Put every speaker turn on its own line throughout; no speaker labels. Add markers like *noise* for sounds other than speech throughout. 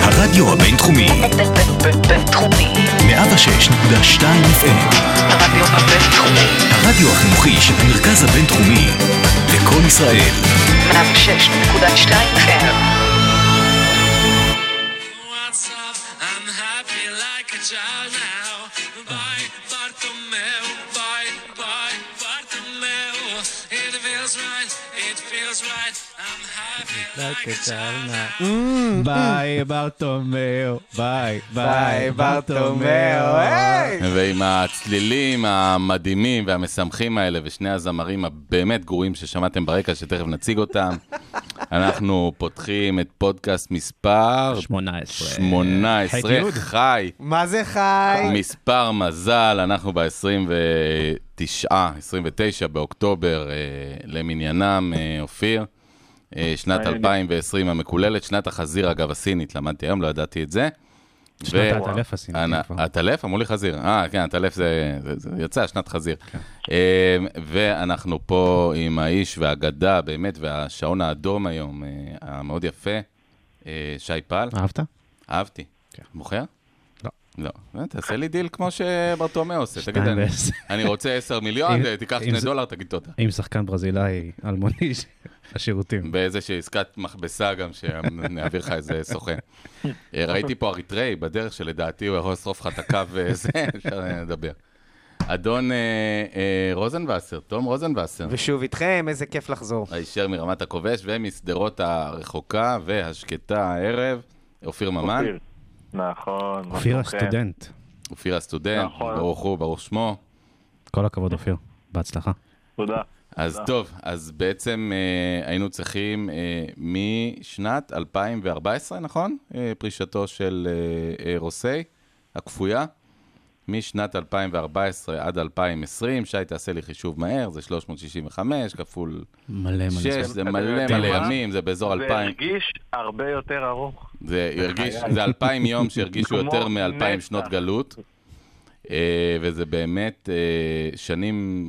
הרדיו הבינתחומי,
בינתחומי.
106.2 FM,
הרדיו הבינתחומי.
הרדיו החינוכי של המרכז הבינתחומי, לקום ישראל,
106.2 FM.
What's up? I'm happy like a child now. Bye, Bartomeu. Bye, bye, Bartomeu. It feels right. It feels right. I'm happy like a child now.
ביי ברטומיאו, ביי,
היי,
ביי
ברטומיאו, היי!
ועם הצלילים המדהימים והמשמחים האלה, ושני הזמרים הבאמת גרועים ששמעתם ברקע, שתכף נציג
*laughs*
אותם, אנחנו פותחים את פודקאסט מספר
18.
18,
ח' י'.
חי,
מה זה חי?
מספר מזל, אנחנו ב-29, 29 באוקטובר אה, למניינם, אה, אופיר. אה, שנת 2020 המקוללת, שנת החזיר, אגב, הסינית, למדתי היום, לא ידעתי את זה.
שנת
ו-
הטלף עשינו
אנ-
כן, כבר.
הטלף? אמרו לי חזיר. אה, כן, הטלף זה, זה, זה יצא, שנת חזיר.
כן.
אה, ואנחנו פה עם האיש והאגדה, באמת, והשעון האדום היום, אה, המאוד יפה, אה, שי פעל.
אהבת? כן.
אהבתי. מוכר?
לא.
לא. אה, תעשה לי דיל כמו שברטומיאו עושה. תגיד,
שתיים
אני-
ועשר.
אני רוצה 10 מיליון,
אם-
אה, תיקח
אם
2
זה-
דולר, תגיד תודה.
אה, עם שחקן ברזילאי אלמוני ש- השירותים.
באיזושהי עסקת מכבסה גם, שנעביר לך איזה
*laughs*
סוכן. אה, ראיתי פה אריתראי בדרך שלדעתי הוא יכול לשרוף לך את הקו וזה, *laughs* אפשר לדבר. אדון אה, אה, רוזנווסר, תום רוזנווסר,
ושוב איתכם, איזה כיף לחזור.
הישר מרמת הכובש ומשדרות הרחוקה והשקטה הערב, אופיר ממן,
אופיר. נכון. מה
אופיר
שלומכם?
הסטודנט.
אופיר הסטודנט,
נכון.
ברוך הוא, ברוך שמו.
כל הכבוד אופיר, בהצלחה.
תודה.
אז טוב, אז בעצם אה, היינו צריכים אה, משנת 2014, נכון? אה, פרישתו של אה, אה, רוסי, הכפויה. משנת 2014 עד 2020, שי תעשה לי חישוב מהר, זה 365 כפול
מלא
6,
מלא.
זה מלא מלא
תראה.
ימים, זה באזור
זה
2,000,
הרגיש הרבה יותר ארוך.
זה הרגיש, זה 2,000 יום שהרגישו
כמו
יותר מ-2,000
נצח.
שנות גלות, אה, וזה באמת אה, שנים,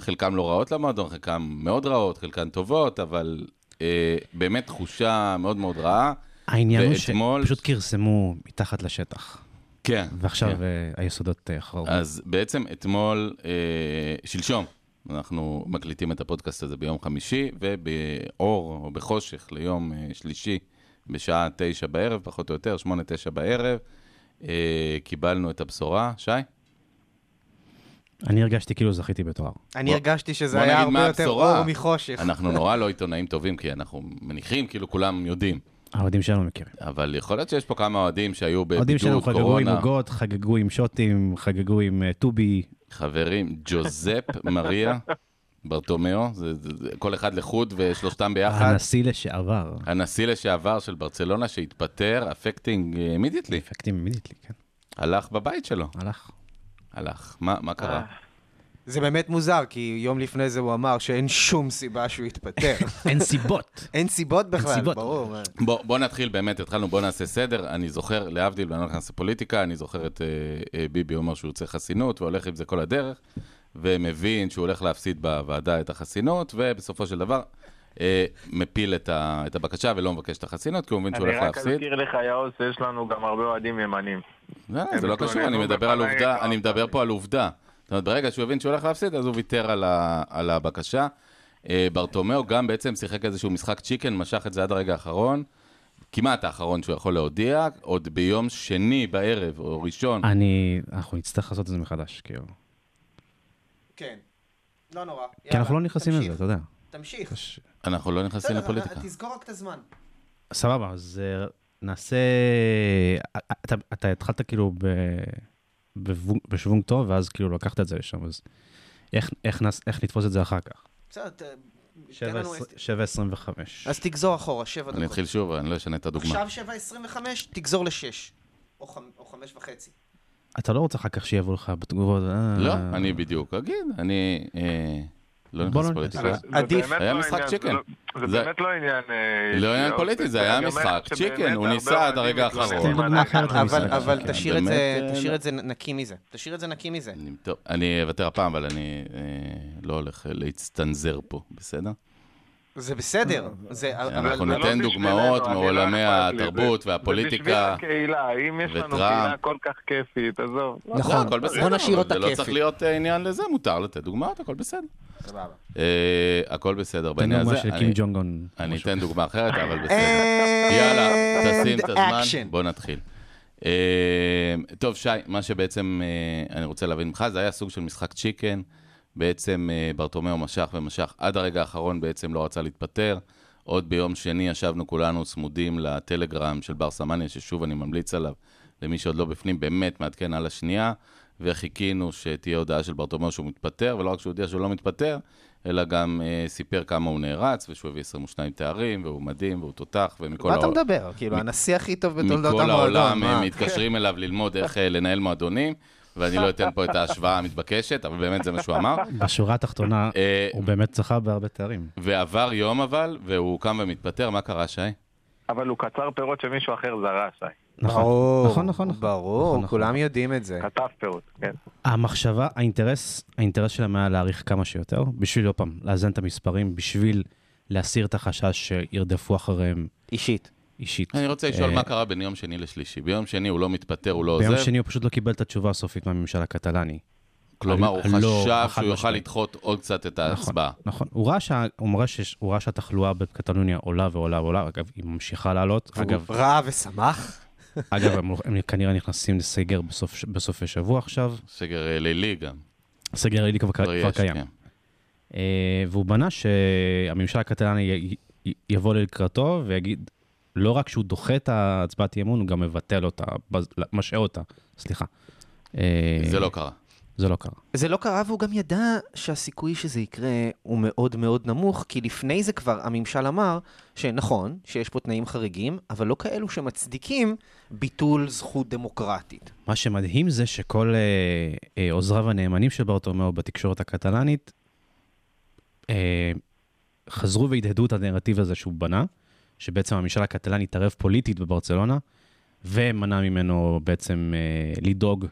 חלקם לא רעות למועדון, חלקם מאוד רעות, חלקן טובות, אבל אה, באמת תחושה מאוד מאוד רעה.
העניין הוא
ואתמול-
שפשוט כרסמו מתחת לשטח,
כן.
ועכשיו אה, היסודות אה, חרבו.
אז בעצם אתמול, אה, שלשום, אנחנו מקליטים את הפודקאסט הזה ביום חמישי, ובאור או בחושך ליום אה, שלישי בשעה תשע בערב, פחות או יותר, שמונה תשע בערב, אה, קיבלנו את הבשורה. שי?
אני הרגשתי כאילו זכיתי בתואר.
אני הרגשתי שזה
בוא
היה
נגיד
הרבה
מה
יותר
הבשורה.
אור מחושך.
אנחנו נורא לא עיתונאים טובים, כי אנחנו מניחים, כאילו כולם יודעים,
האוהדים שלנו מכירים.
אבל יכול להיות שיש פה כמה אוהדים שהיו
האוהדים שלנו
בבידוד,
חגגו עם
אה, קורונה,
עוגות, חגגו עם שוטים, חגגו עם אה, טובי.
חברים, ג'וזפ מריה. ברטומיאו, זה, זה, זה, כל אחד לחוד ושלושתם ביחד.
הנשיא לשעבר.
הנשיא לשעבר של ברצלונה שהתפטר, אפקטינג אימידיאטלי,
אפקטים אימידיאטלי, כן.
הלך בבית שלו,
הלך.
הלך. מה, מה קרה?
זה באמת מוזר, כי יום לפני זה הוא אמר שאין שום סיבה שהוא
*laughs*
יתפטר.
אין סיבות.
אין סיבות בכלל,
סיבות.
ברור. אה.
בוא, בוא נתחיל באמת, התחלנו, בוא נעשה סדר. אני זוכר, להבדיל, ואני לא נכנס לפוליטיקה, אני זוכר את אה, אה, ביבי אומר שהוא רוצה חסינות, והולך עם זה כל הדרך, ומבין שהוא הולך להפסיד בוועדה את החסינות, ובסופו של דבר אה, מפיל את, ה, את הבקשה ולא מבקש את החסינות, כי הוא מבין שהוא
אני
הולך
רק
להפסיד.
אזכיר לך, יאוס, שיש לנו גם הרבה אוהדים ימנים.
לא, זה לא קשור, אני
התלוננו
מדבר על
בפניי
עובדה,
כבר.
אני מדבר פה על עובדה. זאת אומרת, ברגע שהוא הבין שהוא הולך להפסיד, אז הוא ויתר על ה- על הבקשה. אה, ברטומיאו גם בעצם שיחק איזשהו משחק צ'יקן, משך את זה עד הרגע האחרון, כמעט האחרון שהוא יכול להודיע, עוד ביום שני בערב, או ראשון.
אני, אנחנו נצטרך לעשות את זה מחדש, כאילו.
כן. לא נורא.
כי
יאללה,
אנחנו לא נכנסים
תמשיך,
לזה, אתה יודע.
תמשיך.
אנחנו לא נכנסים
בסדר,
לפוליטיקה.
תזכור רק את הזמן.
סבבה, אז אה, נעשה... אה, אתה- אתה התחלת כאילו ב... בוו- בשוונג טוב, ואז כאילו לקחת את זה לשם, אז איך- איך נס- איך נתפוס את זה אחר כך?
בסדר, ת- תן לנו... אס-
7.25.
אז תגזור אחורה, שבע
אני
דקות.
אתחיל שוב, אני לא אשנה את הדוגמה.
עכשיו שבע עשרים וחמש, תגזור לשש. או חמ- או חמש וחצי.
אתה לא רוצה אחר כך שיבואו לך בתגובות. אה,
לא, אני בדיוק אגיד, אני אה, לא
בוא
נכנס
לא
לפוליטיקה.
ניכנס.
זה
עדיף.
באמת
היה
לא
משחק
עניין-
צ'יקן.
זה לא-
זה-
זה באמת לא עניין... אה,
לא עניין
יאוס,
פוליטי, זה
ואני
היה
אומר
משחק
שבאמת
צ'יקן, הוא
הרבה
ניסה עד
אוהדים
הרגע
מתלוננים
האחרון.
על
זה דוגמה
העניין
אחרת
הזה.
אבל,
כן,
אבל
כן,
תשאיר, את זה,
באמת,
תשאיר
לא.
את זה נקי מזה. תשאיר את זה נקי מזה.
אני- טוב, אני אוותר הפעם, אבל אני אה, לא הולך להצטנזר פה, בסדר?
זה בסדר. זה, אבל-
אנחנו
זה
אבל-
לא
ניתן
בשבילנו,
דוגמאות
אני לא
מעולמי
אכפת לי,
התרבות
זה- זה
והפוליטיקה
בשביל הקהילה, אם יש לנו
וטראמפ.
קהילה כל כך כיפית, עזוב. לא,
לא,
נכון,
הכל בסדר,
בוא נשאיר
אבל
אותה
זה לא צריך
כיפית.
להיות אה, עניין לזה, מותר לתת דוגמאות, הכל בסדר.
סבבה.
אה, הכל בסדר
תן
בעניין
דוגמה
הזה.
של
אני-
קים ג'ונג און.
אני אתן דוגמה אחרת,
אה,
אבל בסדר.
אה,
יאללה,
יאללה,
תשים את הזמן, בוא נתחיל. אה, טוב, שי, מה שבעצם אה, אני רוצה להבין ממך, זה היה סוג של משחק צ'יקן. בעצם אה, ברטומיאו משך ומשך עד הרגע האחרון, בעצם לא רצה להתפטר. עוד ביום שני ישבנו כולנו צמודים לטלגרם של בר סמניה, ששוב אני ממליץ עליו למי שעוד לא בפנים, באמת מעדכן על השנייה, וחיכינו שתהיה הודעה של ברטומיאו שהוא מתפטר, ולא רק שהוא הודיע שהוא לא מתפטר, אלא גם אה, סיפר כמה הוא נערץ, ושהוא הביא 22 תארים, והוא מדהים, והוא תותח, ומכל
מה אתה
העולם-
מדבר? כאילו, הנשיא הכי טוב בתולדות
מכל
המועדון.
העולם
מה?
הם מתקשרים אליו ללמוד איך אה, לנהל מועדונים, ואני לא אתן פה את ההשוואה המתבקשת, אבל באמת זה מה שהוא
*laughs*
אמר.
בשורה התחתונה,
אה,
הוא באמת זכה בהרבה תארים.
ועבר יום אבל, והוא קם ומתפטר, מה קרה, שי?
אבל הוא קצר פירות שמישהו אחר זרע, שי.
נכון,
ברור,
נכון, נכון. נכון, נכון,
ברור,
נכון.
כולם יודעים את זה.
כתב פירות, כן.
המחשבה, האינטרס, האינטרס שלהם היה להעריך כמה שיותר, בשביל, עוד פעם, לאזן את המספרים, בשביל להסיר את החשש שירדפו אחריהם
אישית.
אישית.
אני רוצה לשאול
אה,
מה קרה בין יום שני לשלישי. ביום שני הוא לא מתפטר, הוא לא
ביום
עוזב,
שני הוא פשוט לא קיבל את התשובה הסופית מהממשל הקטלני.
כלומר הוא
לא,
חשב
חד
שהוא יוכל
משמעית.
לדחות עוד קצת את ההצבעה.
נכון. הוא ראה, שה... הוא, ראה שיש... הוא ראה שהתחלואה בקטלוניה עולה ועולה ועולה, אגב, היא ממשיכה לעלות. אגב,
*laughs*
הוא רע ושמח.
אגב הם, הם כנראה נכנסים לסגר בסוף, בסופי שבוע עכשיו.
סגר אה, לילי גם.
סגר לילי כבר,
לא
כבר
יש,
קיים.
כן.
אה, והוא בנה שהממשל הקטלני י- י- יבוא לקראתו ויגיד, לא רק שהוא דוחה את ההצבעת אי אמון, הוא גם מבטל אותה, בז- משעה אותה, סליחה. אה,
זה לא קרה.
זה לא קרה.
זה לא קרה, והוא גם ידע שהסיכוי שזה יקרה הוא מאוד מאוד נמוך, כי לפני זה כבר הממשל אמר שנכון, שיש פה תנאים חריגים, אבל לא כאלו שמצדיקים ביטול זכות דמוקרטית.
מה שמדהים זה שכל אה, אה, עוזריו הנאמנים של ברטומיאו בתקשורת הקטלנית אה, חזרו והדהדו את הנרטיב הזה שהוא בנה, שבעצם הממשל הקטלני התערב פוליטית בברצלונה, ומנע ממנו בעצם אה, לדאוג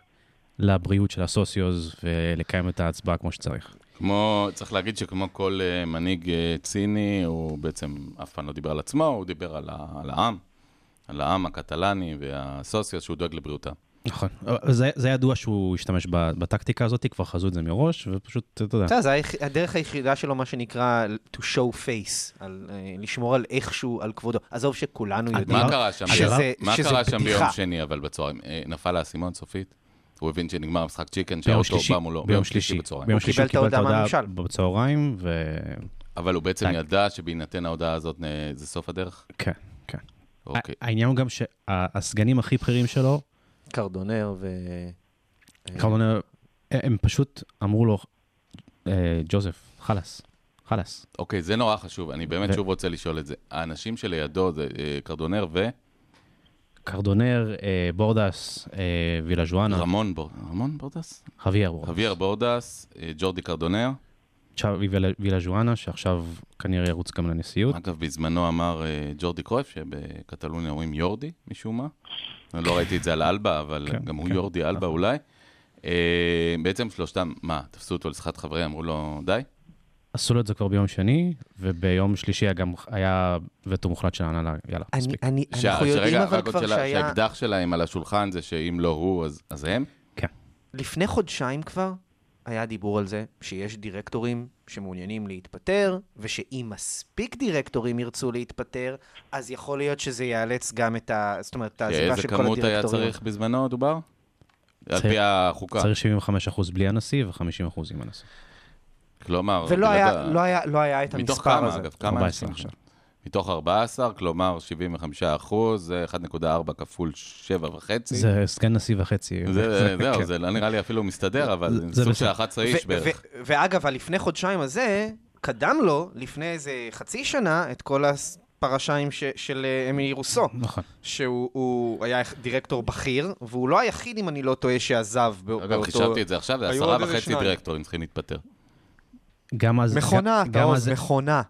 לבריאות של הסוציוז ולקיים את ההצבעה כמו שצריך.
כמו, צריך להגיד שכמו כל אה, מנהיג אה, ציני, הוא בעצם אף פעם לא דיבר על עצמו, הוא דיבר על, ה, על העם, על העם הקטלני והסוציו שהוא דואג לבריאותם.
נכון. זה, זה ידוע שהוא השתמש ב- בטקטיקה הזאת, כבר חזו את זה מראש, ופשוט, אתה יודע,
אתה יודע, זה היח- הדרך היחידה שלו, מה שנקרא, to show face, על, אה, לשמור על איכשהו, על כבודו. עזוב שכולנו
אה,
יודעים.
מה קרה שם?
שזה-
ביום- מה
אה, שזה
קרה שם ביום
בדיחה.
שני, אבל בצהריים? אה, נפל האסימון סופית? הוא הבין שנגמר המשחק צ'יקן,
ביום
שהאוטו
שלישי,
בא מולו.
ביום שלישי,
בצהריים.
ביום
הוא
שלישי
קיבל
הוא
את
קיבל את
ההודעה
ההודעה
מהממשל.
בצהריים, ו...
אוקיי. אבל הוא בעצם
טק.
ידע שבהינתן ההודעה הזאת, אה, זה סוף הדרך?
כן, כן.
אוקיי.
העניין הוא גם שהסגנים הכי בכירים שלו,
קרדונר ו...
אה.
קרדונר, הם פשוט אמרו לו, אה, ג'וזף, חלאס, חלאס.
אוקיי, זה נורא חשוב, אני באמת
ו-
שוב רוצה לשאול את זה. האנשים שלידו זה אה, קרדונר ורמון
קרדונר, אה, בורדס, אה, וילה ז'ואנה,
בור- רמון בורדס?
חוויאר בורדס,
חוויאר בורדס, אה, ג'ורדי קרדונר.
צ'אבי וילה- וילה ז'ואנה, שעכשיו כנראה ירוץ גם לנשיאות.
אגב, בזמנו אמר אה, ג'ורדי קרויף, שבקטלוניה אומרים יורדי, משום מה. אני לא ראיתי את זה על אלבה, אבל
כן,
גם הוא
כן,
יורדי
נכון.
אלבה אולי. אה, בעצם שלושתם, מה, תפסו אותו לשיחת חברי, אמרו לו, די?
עשו לו את זה כבר ביום שני, וביום שלישי היה גם, היה וטו מוחלט של ההנהלה, יאללה,
אני,
מספיק.
אני,
שה-
אנחנו יודעים
שרגע,
אבל
רק עוד
כבר
שאלה,
שהיה...
שהאקדח שלהם על השולחן זה שאם לא הוא, אז- אז הם?
לפני חודשיים כבר היה דיבור על זה שיש דירקטורים שמעוניינים להתפטר, ושאם מספיק דירקטורים ירצו להתפטר, אז יכול להיות שזה יאלץ גם את ה... זאת אומרת, את העזיבה
איזה
של כל הדירקטורים.
כמות היה צריך בזמנו, דובר? על
צריך-
פי החוקה.
צריך 75% בלי הנשיא ו-50% עם הנשיא.
כלומר,
ולא היה,
בלעד ה-
לא היה, לא היה את
מתוך
המספר
כמה,
הזה.
אגב? כמה
14
אנשים עכשיו? מתוך 14, כלומר 75 אחוז, זה 1.4 כפול 7.5.
זה סגן נשיא וחצי.
זה- זהו,
*laughs* כן.
זה לא נראה לי אפילו מסתדר, אבל
זה
זה סוג של
בסדר.
11 איש
ו-
בערך.
ו- ואגב, הלפני חודשיים הזה, קדם לו, לפני איזה חצי שנה, את כל הפרשה עם ש- של אה, אמילי רוסו.
נכון.
שהוא הוא היה דירקטור בכיר, והוא לא היחיד, אם אני לא טועה, שעזב בא- באותו...
אגב, חישבתי את זה עכשיו, זה
היו
עשרה
עוד איזה
וחצי
שניים.
דירקטורים צריכים להתפטר.
גם אז...
מכונה,
גם- גם
טעוז,
אז-
מכונה.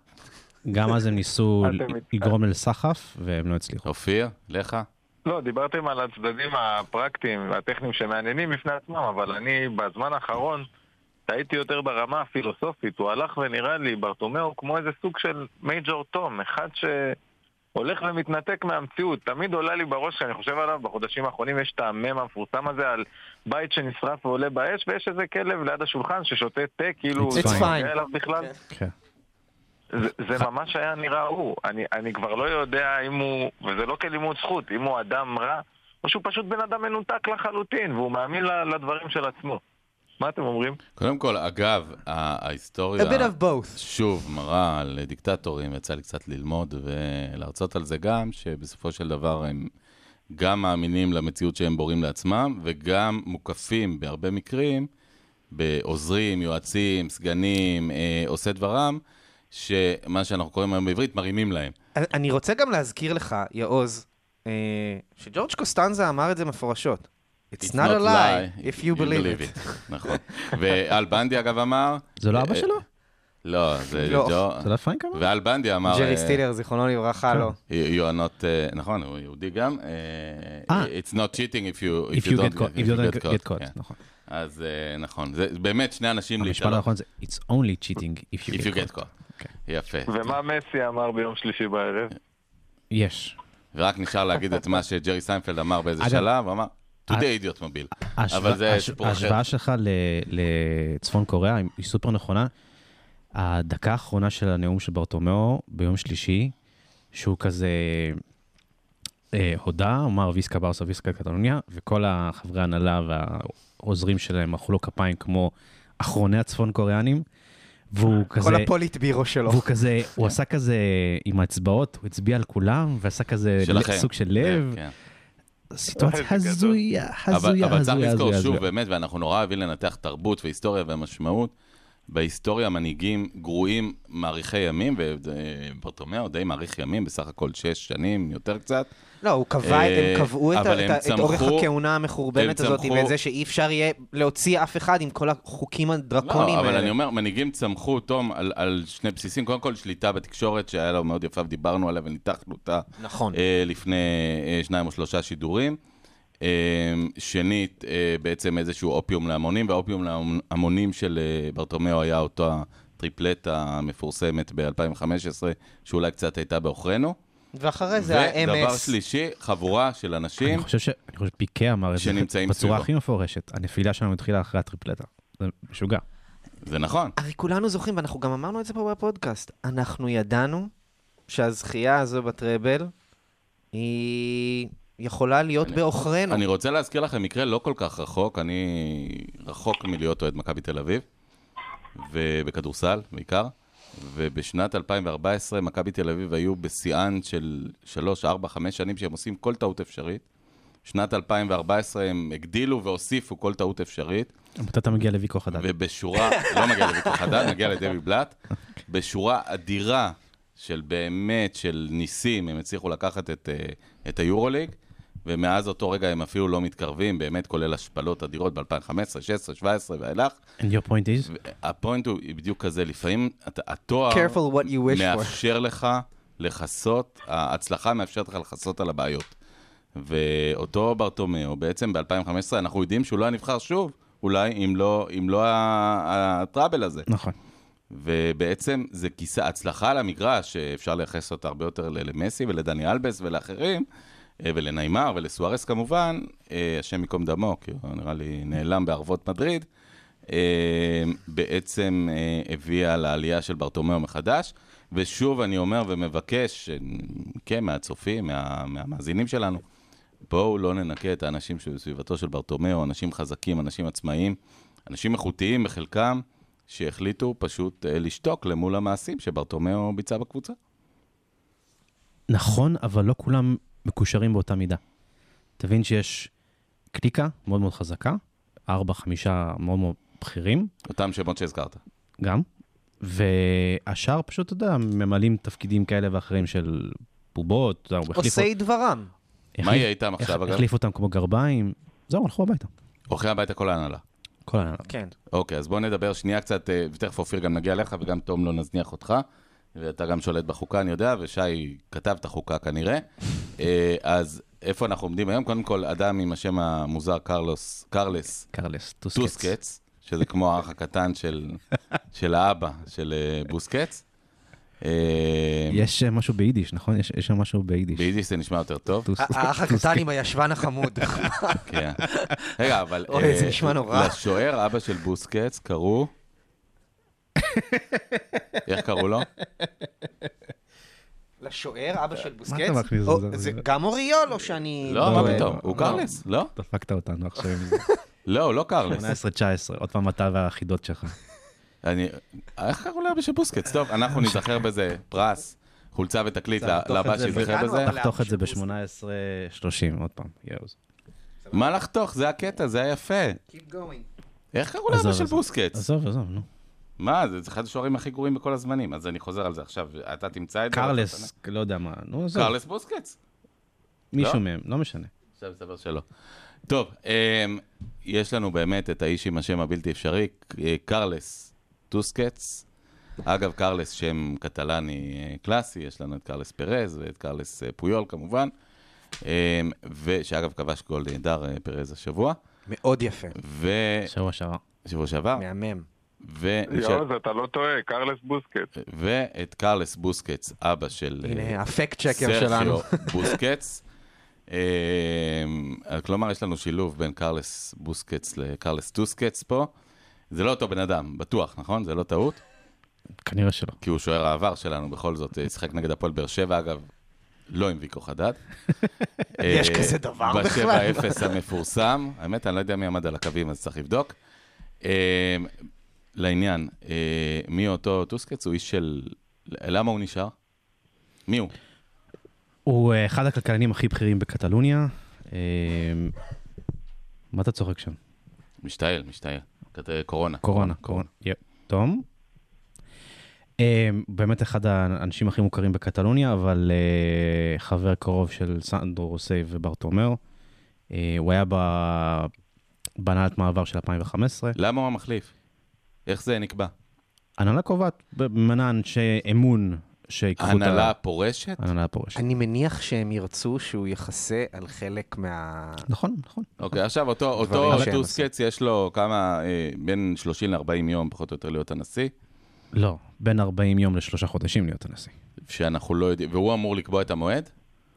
גם אז הם ניסו
אתם
ל-
מתפ-
לגרום לסחף, והם לא הצליחו.
אופיר, לך?
לא, דיברתם על הצדדים הפרקטיים והטכניים שמעניינים בפני עצמם, אבל אני בזמן האחרון הייתי יותר ברמה הפילוסופית, הוא הלך ונראה לי, ברטומיאו, כמו איזה סוג של מייג'ור תום, אחד שהולך ומתנתק מהמציאות. תמיד עולה לי בראש, כשאני חושב עליו, בחודשים האחרונים יש את המם המפורסם הזה על בית שנשרף ועולה באש, ויש איזה כלב ליד השולחן ששותה תה, כאילו...
It's
זה לא
fine.
נוגע אליו בכלל.
כן.
זה זה ממש היה נראה הוא. אני, אני כבר לא יודע אם הוא, וזה לא כלימוד זכות, אם הוא אדם רע, או שהוא פשוט בן אדם מנותק לחלוטין, והוא מאמין ל- לדברים של עצמו. מה אתם אומרים?
קודם כל, אגב, ה-
A
ההיסטוריה...
bit of both.
שוב מראה על דיקטטורים, יצא לי קצת ללמוד ולהרצות על זה גם, שבסופו של דבר הם גם מאמינים למציאות שהם בוראים לעצמם, וגם מוקפים בהרבה מקרים בעוזרים, יועצים, סגנים, אה, עושי דברם, שמה שאנחנו קוראים היום בעברית, מרימים להם.
אני רוצה גם להזכיר לך, יעוז, אה, שג'ורג' קוסטנזה אמר את זה מפורשות. It's not a lie if you believe it.
נכון. ואל בנדי אגב אמר...
זה לא
אה,
אבא
אה,
שלו?
לא, זה
לא.
ג'ו...
זה לא פרנק אמר?
ואל בנדי אמר... אה,
ג'רי סטילר, זיכרונו לברכה, לא.
יוענות, אה, נכון, הוא יהודי גם. אה,
אה.
It's not cheating if you
If you get caught, if you don't get
yeah.
caught, נכון.
אז אה, נכון, זה באמת שני אנשים
המשפט
להתעלות.
האחרון אוקיי. זה It's only cheating if
If you
you
get
get
caught.
caught.
יפה.
ומה מסי אמר ביום שלישי בערב?
יש.
ורק נשאר להגיד את מה שג'רי סיינפלד אמר באיזה
אגב,
שלב, הוא אמר, today
אה,
idiot מוביל.
ההשוואה-
אבל זה
הש-
סיפור אחר.
ההשוואה שלך ל- לצפון קוריאה היא סופר נכונה. הדקה האחרונה של הנאום של ברטומיאו ביום שלישי, שהוא כזה אה, הודה, הוא אמר ויסקה ברסה ויסקה קטלוניה, וכל החברי ההנהלה והעוזרים שלהם מחאו לו כפיים כמו אחרוני הצפון קוריאנים, והוא כזה...
כל לא. הפוליט בירו שלו.
והוא כזה, הוא עשה כזה עם האצבעות, הוא הצביע על כולם, ועשה כזה
שלכם.
אה, סוג של לב,
כן.
סיטואציה
איזה גדול.
הזויה,
אבל,
הזויה,
אבל צריך
הזויה,
לזכור
הזויה,
שוב,
הזויה.
באמת, ואנחנו נורא אוהבים לנתח תרבות והיסטוריה והמשמעות. בהיסטוריה מנהיגים גרועים מאריכי ימים, וברטומיאו די מאריך ימים, בסך הכל שש שנים, יותר קצת.
לא, הוא קבע,
אה,
הם קבעו את ה-
אבל
את
הם
ה- את אורך
צמחו-
הכהונה המחורבנת
הם
הזאת,
צמחו-
ואת זה שאי אפשר יהיה להוציא אף אחד עם כל החוקים הדרקוניים
לא, אבל
האלה.
אני אומר, מנהיגים צמחו, תום, על, על שני בסיסים. קודם כל, שליטה בתקשורת, שהיה לה מאוד יפה, ודיברנו עליה וניתחנו אותה
נכון.
אה, לפני אה, שניים או שלושה שידורים. אה, שנית, אה, בעצם איזשהו אופיום להמונים, והאופיום להמונים של אה, ברטומיאו היה אותו הטריפלט המפורסמת ב-2015, שאולי קצת הייתה בעוכרינו.
ואחרי זה
ודבר
ה-MS.
שלישי, חבורה של אנשים.
אני חושב ש- אני חושב שפיקה אמר את זה
שנמצאים
בצורה
סביבו.
הכי מפורשת. הנפילה שלנו התחילה אחרי הטריפלטה. זה משוגע.
זה נכון.
הרי כולנו זוכרים, ואנחנו גם אמרנו את זה פה בפודקאסט, אנחנו ידענו שהזכייה הזו בטראבל היא יכולה להיות בעוכרינו.
אני רוצה להזכיר לכם מקרה לא כל כך רחוק, אני רחוק מלהיות אוהד מכבי תל אביב, ובכדורסל בעיקר, ובשנת 2014 מכבי תל אביב היו בשיאן של 3, 4, 5 שנים שהם עושים כל טעות אפשרית. שנת 2014 הם הגדילו והוסיפו כל טעות אפשרית,
מתי אתה מגיע לוויקו חדד?
ובשורה, לא מגיע לדויד חדד, מגיע לדבי בלאט, בשורה אדירה של באמת, של ניסים, הם הצליחו לקחת את, אה, את היורוליג, ומאז אותו רגע הם אפילו לא מתקרבים, באמת כולל השפלות אדירות ב-2015, 2016, 2017 ואילך.
And your point is?
הפוינט הוא בדיוק כזה, לפעמים אתה- התואר
Careful what you wish for.
מאפשר לך לכסות, ההצלחה מאפשרת לך לכסות על הבעיות. ואותו ברטומיאו, בעצם ב-2015, אנחנו יודעים שהוא לא היה נבחר שוב, אולי אם לא, אם לא ה- ה- הטראבל הזה.
נכון.
ובעצם זה כיסה, הצלחה על המגרש, שאפשר לייחס אותה הרבה יותר ל- למסי ולדני אלבס ולאחרים, אה, ולניימר ולסוארס כמובן, אה, השם ייקום דמו, כי הוא נראה לי נעלם בערבות מדריד, אה, בעצם אה, הביאה לעלייה של ברטומיאו מחדש. ושוב אני אומר ומבקש, אה, כן, מהצופים, מה, מהמאזינים שלנו, בואו לא ננקה את האנשים שבסביבתו של ברטומיאו, אנשים חזקים, אנשים עצמאיים, אנשים איכותיים בחלקם, שהחליטו פשוט אה, לשתוק למול המעשים שברטומיאו ביצע בקבוצה.
נכון, אבל לא כולם מקושרים באותה מידה. תבין שיש קליקה מאוד מאוד חזקה, ארבע, חמישה מאוד מאוד בכירים,
אותם שמות שהזכרת.
גם, והשאר פשוט, אתה יודע, ממלאים תפקידים כאלה ואחרים של בובות, אתה יודע, הוא החליף
עושי דברם.
מה יהיה איתם עכשיו,
אגב?
אגב?
החליף אותם כמו גרביים, זהו, הלכו הביתה.
הולכים הביתה כל ההנהלה.
כל ה...
כן.
אוקיי, אז בואו נדבר שנייה קצת, אה, ותכף אופיר גם נגיע אליך, וגם תום לא נזניח אותך, ואתה גם שולט בחוקה, אני יודע, ושי כתב את החוקה כנראה. אה, אז איפה אנחנו עומדים היום? קודם כל, אדם עם השם המוזר, קרלוס, קרלס
קרלס, טוסקץ.
טוסקץ, שזה כמו האח הקטן של, של האבא, של אה, בוסקץ. אה,
יש אה, משהו ביידיש, נכון? יש יש שם משהו ביידיש.
ביידיש זה נשמע יותר טוב.
טוס-
האח *laughs* הקטן עם הישבן *laughs* החמוד.
כן. רגע, אבל...
אוי,
אה,
זה נשמע נורא.
לשוער, אבא של בוסקץ, קראו... איך קראו לו?
לשוער, אבא של בוסקץ?
אתה מכניס
או,
את זה?
זה גם אוריול או שאני...
לא, מה
לא,
פתאום?
לא,
הוא
לא.
קרלס, לא?
דפקת אותנו עכשיו עם *laughs* זה.
לא, הוא לא קרלס.
18-19, עוד פעם אתה והחידות שלך.
אני... איך קראו לאבא של בוסקץ? טוב, אנחנו ניזכר בזה. פרס, חולצה ותקליט
צריך לחתוך
לבא
את זה
שיזכר
בגן או
בזה.
על ה-
תחתוך את זה
של בוסקץ.
ב-18-30, עוד פעם. יאוז.
מה לחתוך? זה הקטע, זה היה יפה.
Keep going.
איך קראו
עזוב,
לאבא של
עזוב.
בוסקץ?
עזוב, עזוב, נו.
מה, זה זה אחד השוערים הכי גרועים בכל הזמנים. אז אני חוזר על זה עכשיו. אתה תמצא את זה.
קרלס, לא יודע מה, נו, עזוב.
קרלס בוסקץ.
מישהו
לא?
מהם, לא משנה.
עכשיו מסתבר שלא. טוב, אמ, יש לנו באמת את האיש עם השם הבלתי אפשרי, אה, קרלס טוסקץ. אגב, קרלס שם קטלני אה, קלאסי, יש לנו את קרלס פרז ואת קרלס אה, פויול כמובן, אמ, ושאגב כבש גול נהדר אה, פרז השבוע,
מאוד יפה.
ושבוע
שבוע שעבר.
שעבר,
מהמם.
ונשאר-
יואו, אתה לא טועה, קרלס בוסקט.
ואת קרלס בוסקץ, אבא של... אה,
הנה, הפקט צ'קר שלנו.
סרחיו בוסקץ. אמ, כלומר, יש לנו שילוב בין קרלס בוסקץ לקרלס טוסקץ פה. זה לא אותו בן אדם, בטוח, נכון? זה לא טעות?
כנראה שלא.
כי הוא שוער העבר שלנו בכל זאת, אה, שיחק נגד הפועל באר שבע, אגב, לא עם ויקו חדד.
*laughs* יש כזה דבר בכלל?
ב-7-0 המפורסם, האמת, אני לא יודע מי עמד על הקווים, אז צריך לבדוק. אמ, לעניין, אה, מי אותו טוסקץ? הוא איש של... למה הוא נשאר? מי הוא?
הוא אה, אחד הכלכלנים הכי בכירים בקטלוניה. אה, מה אתה צוחק שם?
משתעל, משתעל. כת- קורונה.
קורונה, קורונה. יפ. תום. אה, באמת אחד האנשים הכי מוכרים בקטלוניה, אבל אה, חבר קרוב של סנדרו רוסי וברטומר. אה, הוא היה ב- בהנהלת מעבר של 2015.
למה הוא המחליף? איך זה נקבע?
הנהלה קובעת ממנה אנשי אמון שיקחו את ה...
הנהלה פורשת?
הנהלה הפורשת.
אני מניח שהם ירצו שהוא יכסה על חלק מה...
נכון, נכון.
אוקיי, עכשיו אותו
דברים
אותו
שהם
טוסקץ יש לו כמה, אה, בין 30 ל-40 יום פחות או יותר להיות הנשיא,
לא, בין 40 יום לשלושה חודשים להיות הנשיא.
שאנחנו לא יודעים, והוא אמור לקבוע את המועד,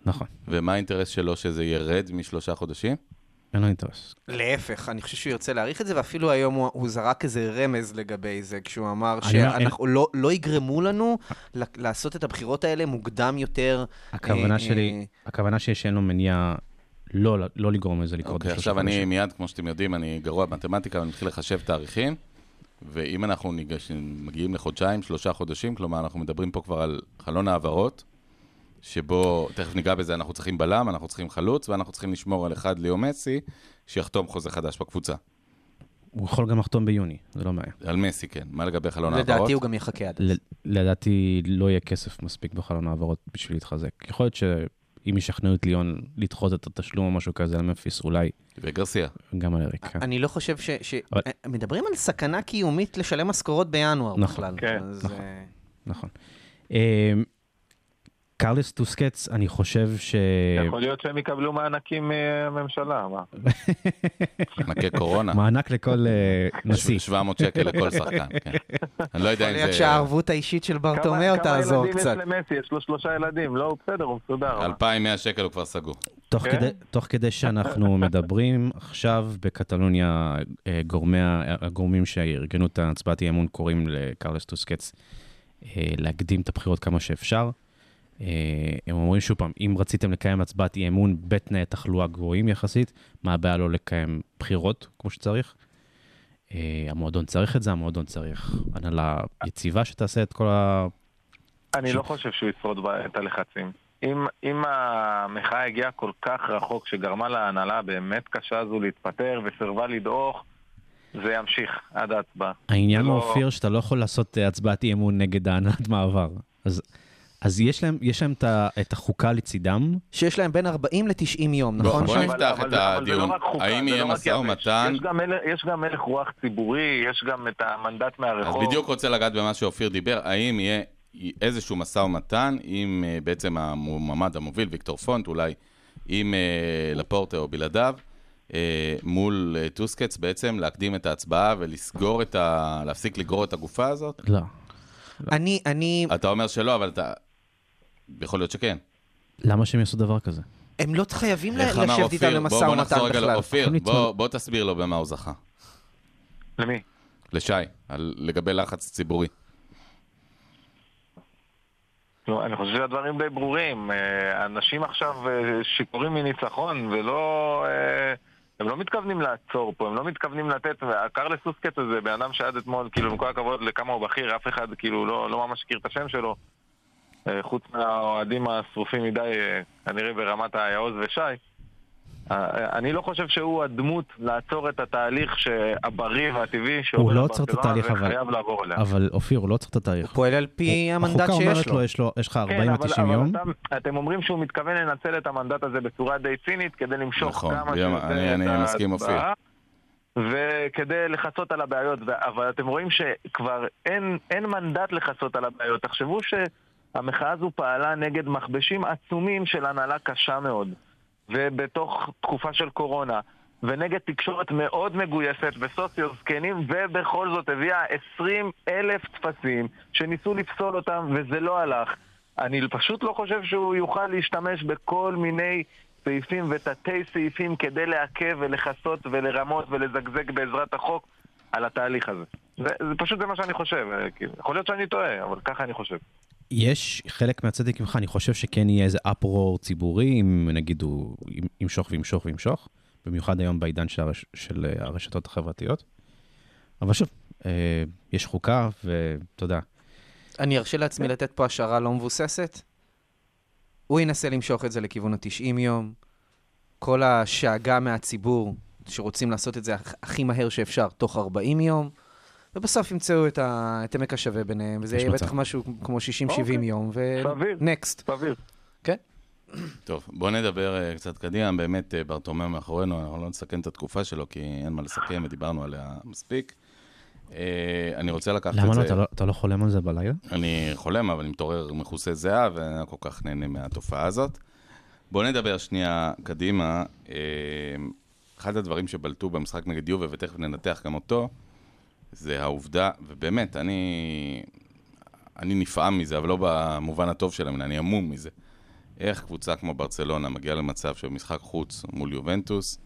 נכון,
ומה האינטרס שלו שזה ירד משלושה חודשים?
אין לו אינטרס.
אה,
להפך, אני חושב שהוא ירצה להעריך את זה, ואפילו היום הוא, הוא זרק איזה רמז לגבי זה, כשהוא אמר
אני אומר,
שאנחנו לא, לא יגרמו לנו ל- לעשות את הבחירות האלה מוקדם יותר. אה,
הכוונה
אה,
שלי, הכוונה שיש שאין לו מניע לא לא לגרום לזה לקרות
אוקיי,
בשלושה
עכשיו אני
חודשים.
מיד, כמו שאתם יודעים, אני גרוע במתמטיקה, אני מתחיל לחשב תאריכים, ואם אנחנו ניגש, מגיעים לחודשיים, שלושה חודשים, כלומר, אנחנו מדברים פה כבר על חלון העברות, שבו, תכף ניגע בזה, אנחנו צריכים בלם, אנחנו צריכים חלוץ, ואנחנו צריכים לשמור על אחד ליאו מסי, שיחתום חוזה חדש בקבוצה.
הוא יכול גם לחתום ביוני, זה לא בעיה.
על מסי, כן. מה לגבי חלון העברות?
אה, לדעתי הוא גם יחכה עד אז.
ל- לדעתי לא יהיה כסף מספיק בחלון העברות בשביל להתחזק. יכול להיות שאם ישכנעו את ליון לדחות את התשלום או משהו כזה על מפיס, אולי
וגרסיה.
גם על אריק. כן.
אני לא חושב ש... ש...
אבל-
אה, מדברים על סכנה קיומית לשלם משכורות בינואר
נכון.
בכלל.
כן.
אז,
נכון.
אה,
נכון. אמ, קרלס טוסקץ, אני חושב ש...
אה,
יכול להיות שהם יקבלו מענקים אה, מהממשלה, מה?
מענקי
*laughs*
קורונה.
מענק לכל אה, נשיא.
700 שקל לכל שחקן, כן. אני לא יודע
יכול
אם
להיות
זה...
שהערבות האישית של
כמה-
ברטומיאו תעזור
כמה
קצת.
ילדים יש למסי? יש לו שלושה ילדים, לא, הוא בסדר, הוא מסודר. מה?
2,100 שקל הוא כבר סגור.
תוך,
כן?
כדי, תוך כדי שאנחנו מדברים, עכשיו בקטלוניה, אה, גורמי, ה- הגורמים שארגנו את ההצבעת אי אמון קוראים לקרלס טוסקץ אה, להקדים את הבחירות כמה שאפשר. אה, הם אומרים שוב פעם, אם רציתם לקיים הצבעת אי אמון בתנאי תחלואה גבוהים יחסית, מה הבעיה לא לקיים בחירות כמו שצריך? אה, המועדון צריך את זה, המועדון צריך הנהלה יציבה שתעשה את כל ה...
אני לא חושב שהוא ישרוד ב- את הלחצים. אם, אם המחאה הגיעה כל כך רחוק שגרמה להנהלה הבאמת קשה הזו להתפטר וסירבה לדעוך, זה ימשיך עד ההצבעה.
העניין
זה
הוא,
לא-
אופיר, שאתה לא יכול לעשות אה, הצבעת אי אמון נגד הענת מעבר. אז, אז יש להם, יש להם את, ה- את החוקה לצידם,
שיש להם בין 40 ל-90 יום,
בוא
נכון?
בוא
שי?
אבל-
נפתח
אבל
את
זה- אבל זה לא
הדיון.
רק חוקה,
האם
זה
יהיה
לא רק
משא
יבש.
ומתן?
יש גם מל- יש גם מלך רוח ציבורי, יש גם את המנדט
אז
מהרחוב.
בדיוק רוצה לגעת במה שאופיר דיבר, האם יהיה איזשהו משא ומתן עם אה, בעצם המועמד המוביל, ויקטור פונט, אולי עם אה, לפורטה או בלעדיו, אה, מול אה, טוסקץ בעצם להקדים את ההצבעה ולסגור את ה... להפסיק לגרור את הגופה הזאת?
לא.
אני, אני,
אתה אומר שלא, אבל אתה... יכול להיות שכן.
למה שהם יעשו דבר כזה?
הם לא חייבים ל-
איך אמר
לשבת
אופיר?
איתם
בוא-
למשא
בוא
ומתן
נחזור רגע
בכלל.
לאופיר,
יכולים
בוא-
להתמודד.
בוא תסביר לו במה הוא זכה.
למי?
לשי, על- לגבי לחץ ציבורי.
לא, אני חושב שהדברים די ברורים. אה, אנשים עכשיו אה, שיכורים מניצחון, ולא... אה, הם לא מתכוונים לעצור פה, הם לא מתכוונים לתת, והקרלס סוסקט הזה, בן אדם שעד אתמול, כאילו, עם כל הכבוד לכמה הוא בכיר, אף אחד כאילו לא, לא ממש הכיר את השם שלו, אה, חוץ מהאוהדים השרופים מדי, אה, כנראה ברמת היעוז ושי. אה, אני לא חושב שהוא הדמות לעצור את התהליך הבריא והטבעי שעובר
לא עצר את
ברצלונה
התהליך, אבל-
וחייב לעבור אליה.
אבל אופיר, הוא לא צריך את התאריך.
הוא פועל על פי המנדט
החוקה אומרת
שיש לו.
לו, יש לו, יש לך 40
כן,
עד
אבל-
90
אבל
יום.
אתם- אתם אומרים שהוא מתכוון לנצל את המנדט הזה בצורה די צינית כדי למשוך
נכון,
כמה
אני-
שיותר
אני- אני
את
מסכים, אופיר.
ההצבעה, וכדי לכסות על הבעיות, ו- אבל אתם רואים שכבר אין, אין מנדט לכסות על הבעיות. תחשבו שהמחאה הזו פעלה נגד מכבשים עצומים של הנהלה קשה מאוד, ובתוך תקופה של קורונה, ונגד תקשורת מאוד מגויסת וסוציו זקנים, ובכל זאת הביאה 20 אלף טפסים שניסו לפסול אותם, וזה לא הלך. אני פשוט לא חושב שהוא יוכל להשתמש בכל מיני סעיפים ותתי סעיפים כדי לעכב ולכסות ולרמות ולזגזג בעזרת החוק על התהליך הזה. זה, זה פשוט זה מה שאני חושב, אה, כאילו, יכול להיות שאני טועה, אבל ככה אני חושב.
יש חלק מהצדק ממך, אני חושב שכן יהיה איזה אפרור ציבורי, אם נגיד הוא ימשוך וימשוך וימשוך, במיוחד היום בעידן של, הרש... של אה, הרשתות החברתיות. אבל שוב, אה, יש חוקה, ואתה יודע,
אני ארשה לעצמי
כן.
לתת פה השערה לא מבוססת. הוא ינסה למשוך את זה לכיוון ה-90 יום. כל השאגה מהציבור, שרוצים לעשות את זה הכ- הכי מהר שאפשר, תוך 40 יום, ובסוף ימצאו את, ה... את עמק השווה ביניהם, וזה
יש
יהיה
מצב.
בטח משהו כמו 60-70
אוקיי.
יום, ו...
סביר.
אה,
נקסט.
סביר.
טוב, בואו נדבר אה, קצת קדימה. באמת, אה, ברטומיאו מאחורינו, אנחנו לא נסכם את התקופה שלו, כי אין מה לסכם, ודיברנו עליה מספיק. אה, אני רוצה לקחת את
למה
זה...
לא? אתה, לא? אתה לא חולם על זה בלילה?
אני חולם, אבל אני מתעורר מכוסה זיעה, ואני לא כל כך נהנה מהתופעה הזאת. בואו נדבר שנייה קדימה. אה, אחד הדברים שבלטו במשחק נגד יובה, ותכף ננתח גם אותו, זה העובדה, ובאמת, אני, אני נפעם מזה, אבל לא במובן הטוב של המילה, אני המום מזה. איך קבוצה כמו ברצלונה מגיעה למצב שבמשחק חוץ מול יובנטוס,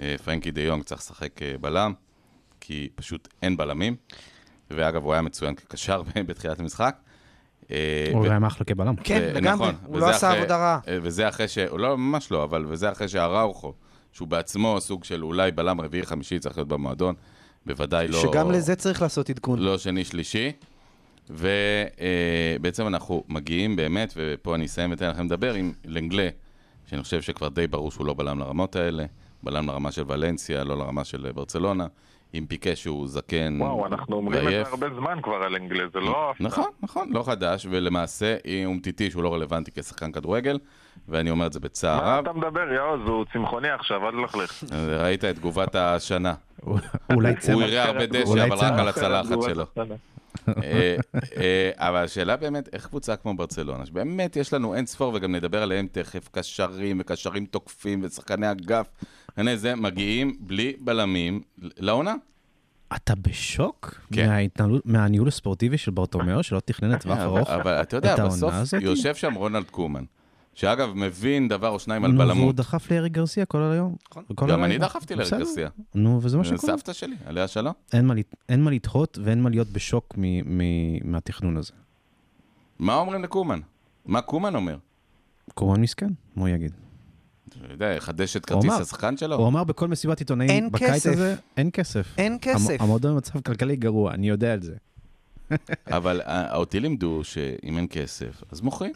אה, פרנקי דה יונג צריך לשחק אה, בלם, כי פשוט אין בלמים. ואגב, הוא היה מצוין כקשר *laughs* בתחילת המשחק. אה,
הוא
ו-
היה מאחלה כבלם.
כן,
ו-
לגמרי.
נכון,
הוא
וזה
לא עשה
אחרי-
עבודה רעה.
אה, וזה אחרי ש... לא, ממש לא, אבל וזה אחרי שהראוכו, שהוא בעצמו סוג של אולי בלם רביעי חמישי צריך להיות במועדון, בוודאי לא...
שגם לזה צריך לעשות עדכון.
לא שני שלישי. ובעצם אנחנו מגיעים באמת, ופה אני אסיים ואתן לכם לדבר, עם לנגלה, שאני חושב שכבר די ברור שהוא לא בלם לרמות האלה, בלם לרמה של ולנסיה, לא לרמה של ברצלונה, עם פיקה שהוא זקן,
וואו, אנחנו אומרים את
ועייף.
זה הרבה זמן כבר על אנגלה, זה לא...
נכון, נכון, לא חדש, ולמעשה היא אומטיטי שהוא לא רלוונטי כשחקן כדורגל, ואני אומר את זה בצער
מה
רב.
אתה מדבר, יאוז, הוא צמחוני עכשיו, אל תלכלך.
ראית את תגובת השנה.
אולי
הוא
צמח.
יראה הרבה דשא,
אולי
אבל רק
צמח.
על הצלחת
*laughs*
שלו.
בסדר.
אה, אה, אבל השאלה באמת, איך קבוצה כמו ברצלונה, שבאמת יש לנו אין ספור, וגם נדבר עליהם תכף, קשרים וקשרים תוקפים ושחקני אגף, הנה זה, מגיעים בלי בלמים לעונה.
אתה בשוק?
כן.
מההתנהלות, מהניהול הספורטיבי של ברטומיאו, שלא תכנן לטווח
אבל-
ארוך?
אה, אבל אתה יודע,
את העונה
בסוף
הזאת?
יושב שם רונלד קומן, שאגב, מבין דבר או שניים על
נו, והוא
בלמות. נכון.
דחף לאריק גרסיה כל היום. כל
גם
הלילה.
אני דחפתי לאריק
נכון, בסדר.
גרסיה.
נו, וזה מה שקורה.
סבתא שלי, עליה שלום.
אין מה, לת- אין מה לתהות ואין מה להיות בשוק מ, מ, מהתכנון הזה.
מה אומרים לקומן? מה קומן אומר?
קומן מסכן, מה הוא יגיד?
אתה יודע, יחדש את
הוא
כרטיס
אמר-
השחקן
הוא
שלו?
אמר בכל מסיבת
אין
עיתונאים בקיץ
כסף.
הזה, אין כסף.
אין כסף.
המ- המועדון במצב כלכלי גרוע, אני יודע את זה.
אבל אה, אותי לימדו שאם אין כסף, אז מוכרים.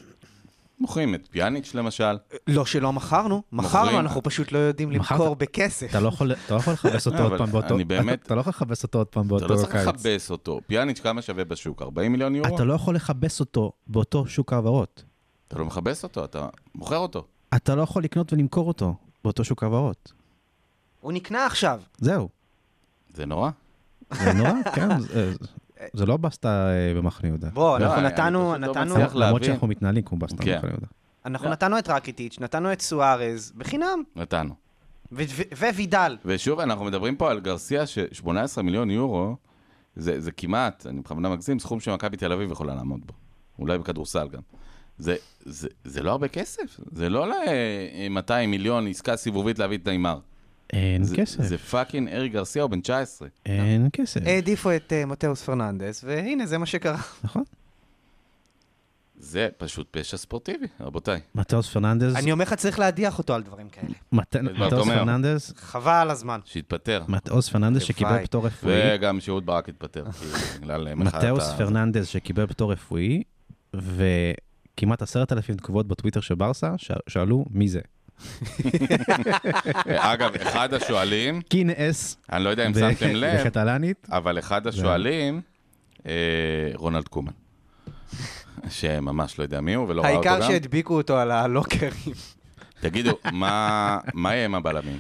מוכרים את פיאניץ' למשל.
לא שלא מכרנו,
מוכרים.
מכרנו, אנחנו פשוט לא יודעים
מכרת-
למכור בכסף.
אתה לא יכול אתה לא יכול לכבס אותו
אבל
עוד פעם באותו...
אני באמת-
אתה לא יכול לכבס אותו עוד פעם באותו
אתה לא צריך
קיץ.
לכבס אותו. פיאניץ' כמה שווה בשוק? 40 מיליון יורו?
אתה לא יכול לכבס אותו באותו שוק העברות.
אתה לא מכבס אותו, אתה מוכר אותו.
אתה לא יכול לקנות ולמכור אותו באותו שוק העברות.
הוא נקנה עכשיו.
זהו.
זה נורא.
זה נורא, כן. זה- זה לא בסטה אה, במחנה יהודה.
בוא,
לא,
אנחנו
אני-
נתנו,
אני פשוט לא
נתנו,
מצליח
למרות
להבין.
שאנחנו מתנהלים כמו בסטה
כן.
במחנה יהודה.
אנחנו נתנו את רקיטיץ', נתנו את סוארז, בחינם.
נתנו.
ו- ו- ווידל.
ושוב, אנחנו מדברים פה על גרסיה ש-18 מיליון יורו, זה, זה כמעט, אני בכוונה מגזים, סכום שמכבי תל אביב יכולה לעמוד בו. אולי בכדורסל גם. זה, זה, זה לא הרבה כסף, זה לא ל-200 מיליון עסקה סיבובית להביא את נעימר.
אין
זה-
כסף,
זה פאקינג ארי גרסיה, הוא בן 19.
אין כסף,
כן.
העדיפו את אה, מתאוס פרננדס, והנה, זה מה שקרה.
נכון?
זה פשוט פשע ספורטיבי, רבותיי.
מטאוס פרננדז,
אני אומר לך, צריך להדיח אותו על דברים כאלה.
מט- מטאוס
ברטומיאו.
פרננדז,
חבל על הזמן.
שהתפטר.
מטאוס פרננדז שקיבל
הלוואי.
פטור רפואי,
וגם שאהוד ברק התפטר, כאילו, בגלל מחאת ה...
מטאוס פרננדז שקיבל פטור רפואי, וכמעט עשרת אלפים תגובות בטוויטר של ברסה, ש- שאלו מי זה.
אגב, אחד השואלים,
קינס,
אני לא יודע אם
ב-
שמתם לב,
בקטלנית,
אבל אחד השואלים, אה, רונלד קומן. שממש לא יודע מי הוא ולא ראה אותו
העיקר
גם.
שהדביקו אותו על הלוקרים.
תגידו, מה מה יהיה עם הבלמים?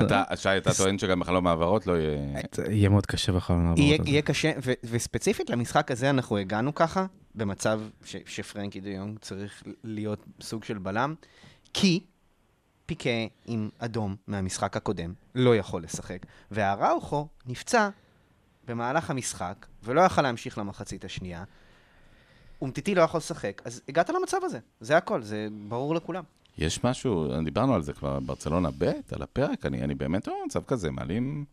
אתה, שי, אתה טוען שגם בחלום העברות לא יהיה...
זה יהיה מאוד קשה בחלון
יהיה
העברות הזה.
יהיה קשה, ו- וספציפית למשחק הזה אנחנו הגענו ככה, במצב ש- שפרנקי דה יונג צריך להיות סוג של בלם, כי פיקה עם אדום מהמשחק הקודם לא יכול לשחק, והראוכו נפצע במהלך המשחק ולא יכל להמשיך למחצית השנייה. אומטיטי לא יכול לשחק, אז הגעת למצב הזה, זה הכל, זה ברור לכולם.
יש משהו, דיברנו על זה כבר, ברצלונה ב', על הפרק, אני, אני באמת רואה מצב כזה, מעלים...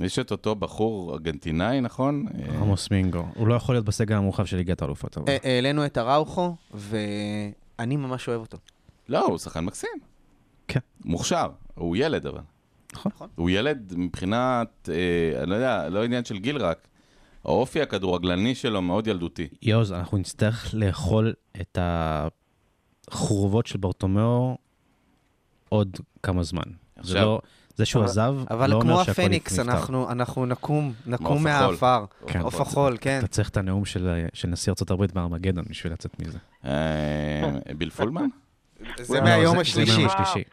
יש את אותו בחור ארגנטינאי, נכון? אה,
עמוס מינגו, הוא לא יכול להיות בסגל המורחב של ליגת האלופות. אבל-
אה, העלינו את הראוכו, ואני ממש אוהב אותו.
לא, הוא שחקן מקסים.
כן.
מוכשר, הוא ילד אבל.
נכון.
הוא ילד מבחינת, אה, אני לא יודע, לא עניין של גיל רק. האופי הכדורגלני שלו מאוד ילדותי.
יוז, אנחנו נצטרך לאכול את החורבות של ברטומיאו עוד כמה זמן. זה
עכשיו-
לא, זה שהוא
אבל-
עזב,
אבל
לא
כמו
אומר שהכל
הפניקס,
נפתר.
אנחנו, אנחנו נקום, נקום
מעוף החול.
מהעפר.
כן.
עוף החול, כן.
אתה צריך את הנאום של, של נשיא ארה"ב בארמגדון בשביל לצאת מזה.
אה, ביל פולמן?
זה
לא,
מהיום
זה- זה
השלישי.
מהיום השלישי,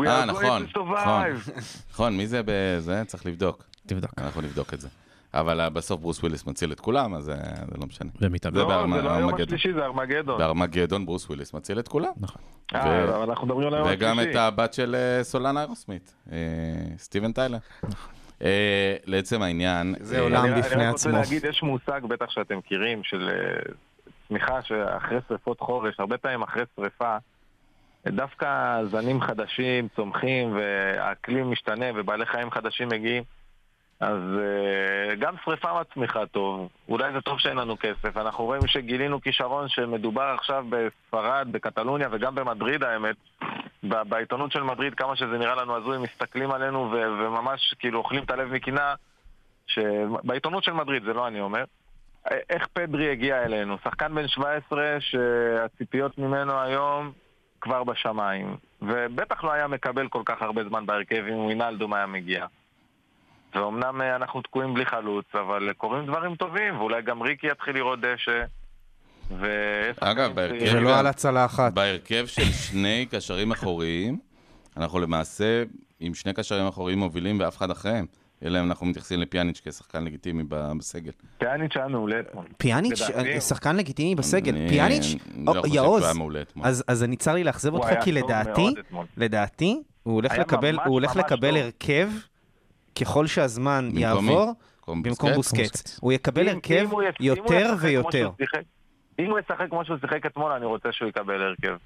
We
אה,
are
נכון,
going to survive.
נכון, מי זה בזה? צריך לבדוק.
תבדוק.
אנחנו נבדוק את זה. אבל אה, בסוף ברוס וויליס מציל את כולם, אז אה, זה לא משנה.
ומתאבד.
זה
לא,
בארמ-
זה לא היום
ארמגדון.
השלישי, זה ארמגדון.
בארמגדון ברוס וויליס מציל את כולם.
נכון.
אה,
ו-
אבל אנחנו מדברים על היום השלישי.
וגם את הבת של אה, סולנה איירוסמית, אה, סטיבן טיילר.
נכון.
אה, לעצם העניין,
זה
אה,
עולם
אני-
בפני
אני רק
עצמו.
רוצה להגיד, יש מושג, בטח שאתם מכירים, של אה, צמיחה שאחרי שריפות חורש, הרבה פעמים אחרי שריפה, דווקא זנים חדשים צומחים והאקלים משתנה ובעלי חיים חדשים מגיעים. אז אה, גם שריפה מצמיחה טוב, אולי זה טוב שאין לנו כסף. אנחנו רואים שגילינו כישרון שמדובר עכשיו בספרד, בקטלוניה וגם במדריד האמת. ב- בעיתונות של מדריד, כמה שזה נראה לנו הזוי, מסתכלים עלינו ו- וממש כאילו אוכלים את הלב מקנאה. שבעיתונות של מדריד, זה לא אני אומר, א- איך פדרי הגיע אלינו? שחקן בן 17 שהציפיות ממנו היום כבר בשמיים, ובטח לא היה מקבל כל כך הרבה זמן בהרכב אם וינאלדום היה מגיע. ואומנם אה, אנחנו תקועים בלי חלוץ, אבל קורים דברים טובים, ואולי גם ריקי יתחיל לראות דשא. ו... לא
אגב, בהרכב-
צעירים-
ולא לא על הצלחת.
בהרכב של שני קשרים אחוריים, אנחנו למעשה עם שני קשרים אחוריים מובילים ואף אחד אחריהם. אלא אם אנחנו מתייחסים לפיאניץ' כשחקן לגיטימי ב- בסגל.
פיאניץ' היה מעולה אתמול.
פיאניץ',
לדעתי הוא-
שחקן לגיטימי בסגל.
אני-
פיאניץ',
אני לא
או-
חושב
יעוז.
שהוא היה מעולה אתמול.
אז אז אני צר לי לאכזב
הוא
אותך,
היה
כי
טוב
לדעתי,
מאוד אתמול.
לדעתי, הוא הולך
היה
לקבל-
ממש
הוא הולך
ממש
לקבל
טוב.
הרכב ככל שהזמן
במקום
יעבור,
מי? במקום
במקום
בוסקט?
בוסקץ. הוא יקבל
אם- אם
הרכב
הוא יס- אם הוא
יותר
ישחק כמו
ויותר.
שהוא שיחק- אם הוא ישחק כמו שהוא שיחק אתמול, אני רוצה שהוא יקבל הרכב.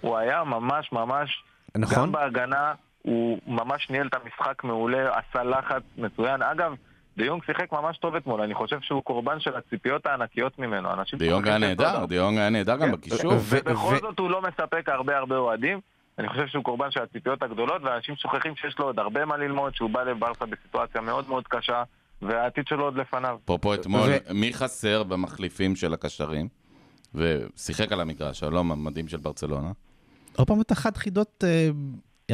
הוא היה ממש ממש,
נכון?
גם בהגנה, הוא ממש ניהל את המשחק מעולה, עשה לחץ מצוין. אגב, דיונג שיחק ממש טוב אתמול, אני חושב שהוא קורבן של הציפיות הענקיות ממנו. אנשים
דיונג היה
שוכחים את
נהדר,
אותו.
דיונג היה נהדר גם
כן.
בקישור.
אוקיי. ו-
ובכל
ו-
זאת הוא לא מספק הרבה הרבה אוהדים. אני חושב שהוא קורבן של הציפיות הגדולות, ואנשים שוכחים שיש לו עוד הרבה מה ללמוד, שהוא בא לברסה בסיטואציה מאוד מאוד קשה, והעתיד שלו עוד לפניו.
אפרופו אתמול,
ו-
מי חסר במחליפים של הקשרים? ושיחק על המגרש, הלום המדהים של ברצלונה.
עוד פעם את אחת חידות אה,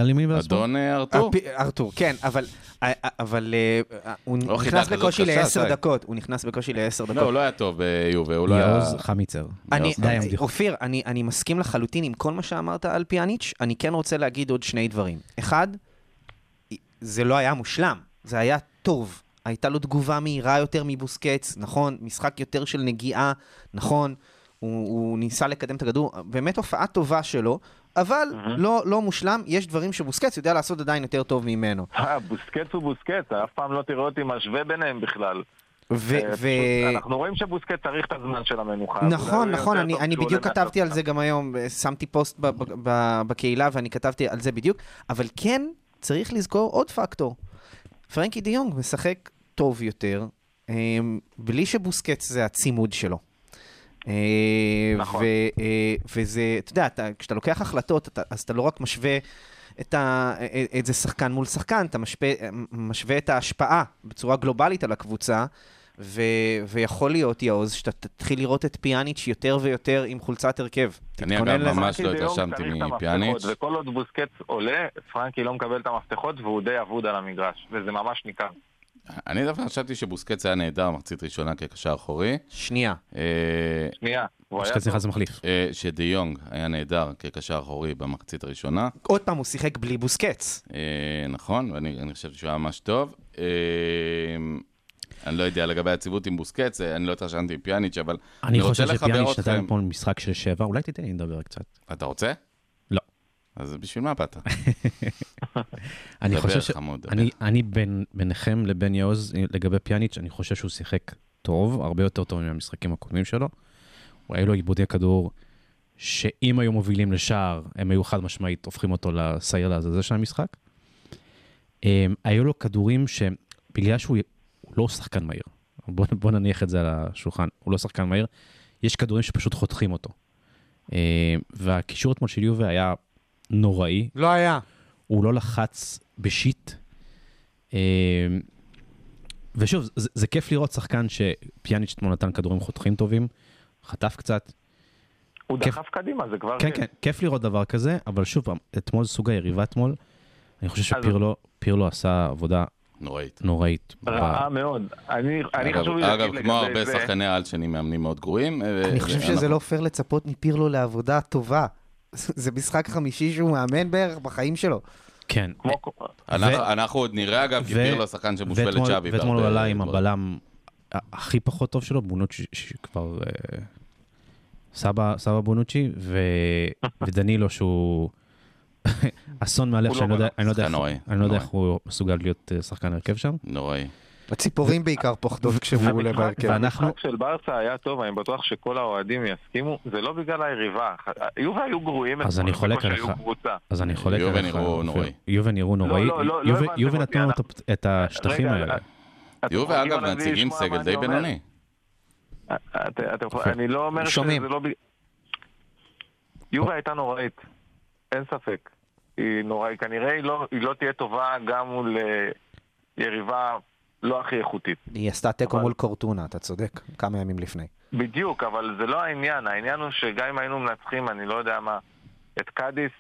על ימין ועל שמאל.
אדון אה, ארתור.
הפי- ארתור, כן, אבל, אה, אה, אבל אה, אה, הוא
לא חידה
נכנס
כזאת
בקושי
קשה,
לעשר
שי.
דקות, הוא נכנס בקושי לעשר
לא,
דקות.
הוא לא היה טוב ביובה, הוא לא היה...
יעוז חמיצר.
אני,
לא,
די,
אה,
עמדי.
אופיר, אני, אני מסכים לחלוטין עם כל מה שאמרת על פיאניץ', אני כן רוצה להגיד עוד שני דברים. אחד, זה לא היה מושלם, זה היה טוב. הייתה לו תגובה מהירה יותר מבוסקץ, נכון, משחק יותר של נגיעה, נכון, הוא הוא, הוא ניסה לקדם את הכדור, באמת הופעה טובה שלו, אבל לא, לא מושלם, יש דברים שבוסקץ יודע לעשות עדיין יותר טוב ממנו.
אה, בוסקץ הוא בוסקץ, אף פעם לא תראה אותי משווה ביניהם בכלל.
ו...
אה,
ו...
פשוט אנחנו רואים שבוסקט צריך את הזמן של המנוחה. אבל הוא
נכון, נכון,
יותר
אני,
טוב
אני
כשהוא
בדיוק
עולה
כתבתי על זה
מהספסל.
גם היום, שמתי פוסט ב, ב, ב, בקהילה ואני כתבתי על זה בדיוק, אבל כן צריך לזכור עוד פקטור. פרנקי די יונג משחק טוב יותר, אה, בלי שבוסקץ זה הצימוד שלו. אה,
נכון.
ו, אה, וזה, אתה יודע, אתה, כשאתה לוקח החלטות, אתה, אז אתה לא רק משווה את ה- א- איזה שחקן מול שחקן, אתה משווה, משווה את ההשפעה בצורה גלובלית על הקבוצה, ו, ויכול להיות, יעוז, שאתה תתחיל לראות את פיאניץ' יותר ויותר עם חולצת הרכב.
אני
תתכונן
אגב
לזה.
ממש לא
פרנקי דה יונג
התרשמתי
צריך את המפתחות,
מפיאניץ'.
וכל עוד בוסקט עולה, פרנקי לא מקבל את המפתחות והוא די אבוד על המגרש, וזה ממש ניכר.
אני דווקא חשבתי שבוסקץ היה נהדר מחצית ראשונה כקשר אחורי.
שנייה.
אה,
שנייה, הוא היה
שאתה
טוב.
נכנס למחליף.
אה, שדה יונג היה נהדר כקשר אחורי במחצית הראשונה.
עוד פעם, הוא שיחק בלי בוסקץ.
אה, נכון, ואני אני חושב שהוא היה ממש טוב. אה, אני לא יודע לגבי היציבות עם בוסקץ, אה, אני לא התרשמתי עם פיאניץ', אבל
אני
רוצה
חושב
לחבר
שפיאניץ'
אתכם.
נתן פה משחק של שבע, אולי תיתן לי לדבר קצת.
אתה רוצה?
לא.
אז בשביל מה באת?
אני
דבר,
חושב ש...
חמוד, דבר.
אני- אני בין- ביניכם לבין יעוז, אה, לגבי פיאניץ', אני חושב שהוא שיחק טוב, הרבה יותר טוב מהמשחקים הקודמים שלו. הוא היו לו עיבודי כדור, שאם היו מובילים לשער, הם היו חד משמעית הופכים אותו לשעיר לעזאזל של המשחק. אמ, היו לו כדורים שבגלל שהוא הוא לא שחקן מהיר, בוא, בוא נניח את זה על השולחן, הוא לא שחקן מהיר, יש כדורים שפשוט חותכים אותו. אמ, והקישור אתמול של יובה היה נוראי,
לא היה.
הוא לא לחץ בשיט. אמ, ושוב, זה, זה כיף לראות שחקן שפיאניץ' אתמול נתן כדורים חותכים טובים, חטף קצת.
הוא
כיף.
דחף קדימה, זה כבר...
כן, כן, כיף לראות דבר כזה, אבל שוב, פעם, אתמול זה סוג היריבה אתמול, אני חושב
אז-
שפירלו פירלו עשה עבודה
נוראית.
נוראית. ב-
רעה מאוד. אני אני
אגב,
חשוב לי להגיד
אגב,
לגבי
כמו הרבה
זה,
שחקני על שאני מאמנים מאוד גרועים. אה,
אני חושב שזה לא פייר לצפות מפירלו לעבודה טובה. זה משחק חמישי שהוא מאמן בערך בחיים שלו.
כן.
כמו-
ו-
אנחנו עוד נראה, אגב, כי
ו-
פירלו שחקן שמושווה
ואתמול-
לצ'אבי.
ואתמול הוא
בהרבה
עלה עם
דברים.
הבלם ה- הכי פחות טוב שלו, בונוצ'י, ש- שכבר... אה, סבא, סבא בונוצ'י, ו...
*laughs*
ודנילו שהוא *laughs* אסון מהלך
הוא
שאני לא
לא
יודע- אני לא יודע
שחקן
איך-
נוראי,
אני לא יודע
נוראי.
איך הוא מסוגל להיות אה, שחקן הרכב שם.
נוראי.
הציפורים בעיקר פוחדות כשהוא עולה
כן.
בהרכב.
ואנחנו,
המשחק של ברסה היה טוב, אני בטוח שכל האוהדים יסכימו, זה לא בגלל היריבה. יובה היו גרועים
אז
אתמול,
אני חולק
בקושי היו
עליך.
קבוצה.
אז אני חולק עליך.
יובל נראו נוראי.
יובל נראו נוראי.
לא, לא, לא
יובל-
הבנתם
יובל
אותי,
נתנו לו את
אנחנו-
הפ- את השטחים
רגע,
האלה.
אתם
יובה,
יכולים
אגב,
אולי
מציגים
לשמוע מה
סגל
אני
די
אומר?
בינוני.
את- אתם יכולים- אני לא אומר שזה
שומעים.
לא... בג- יובה הייתה נוראית, אין ספק. היא נוראית. כנראה היא לא- היא לא תהיה טובה גם מול אה, יריבה לא הכי איכותית.
היא עשתה תיקו
אבל-
מול קורטונה, אתה צודק, כמה ימים לפני.
בדיוק, אבל זה לא העניין. העניין הוא שגם אם היינו מנצחים, אני לא יודע מה, את קאדיס,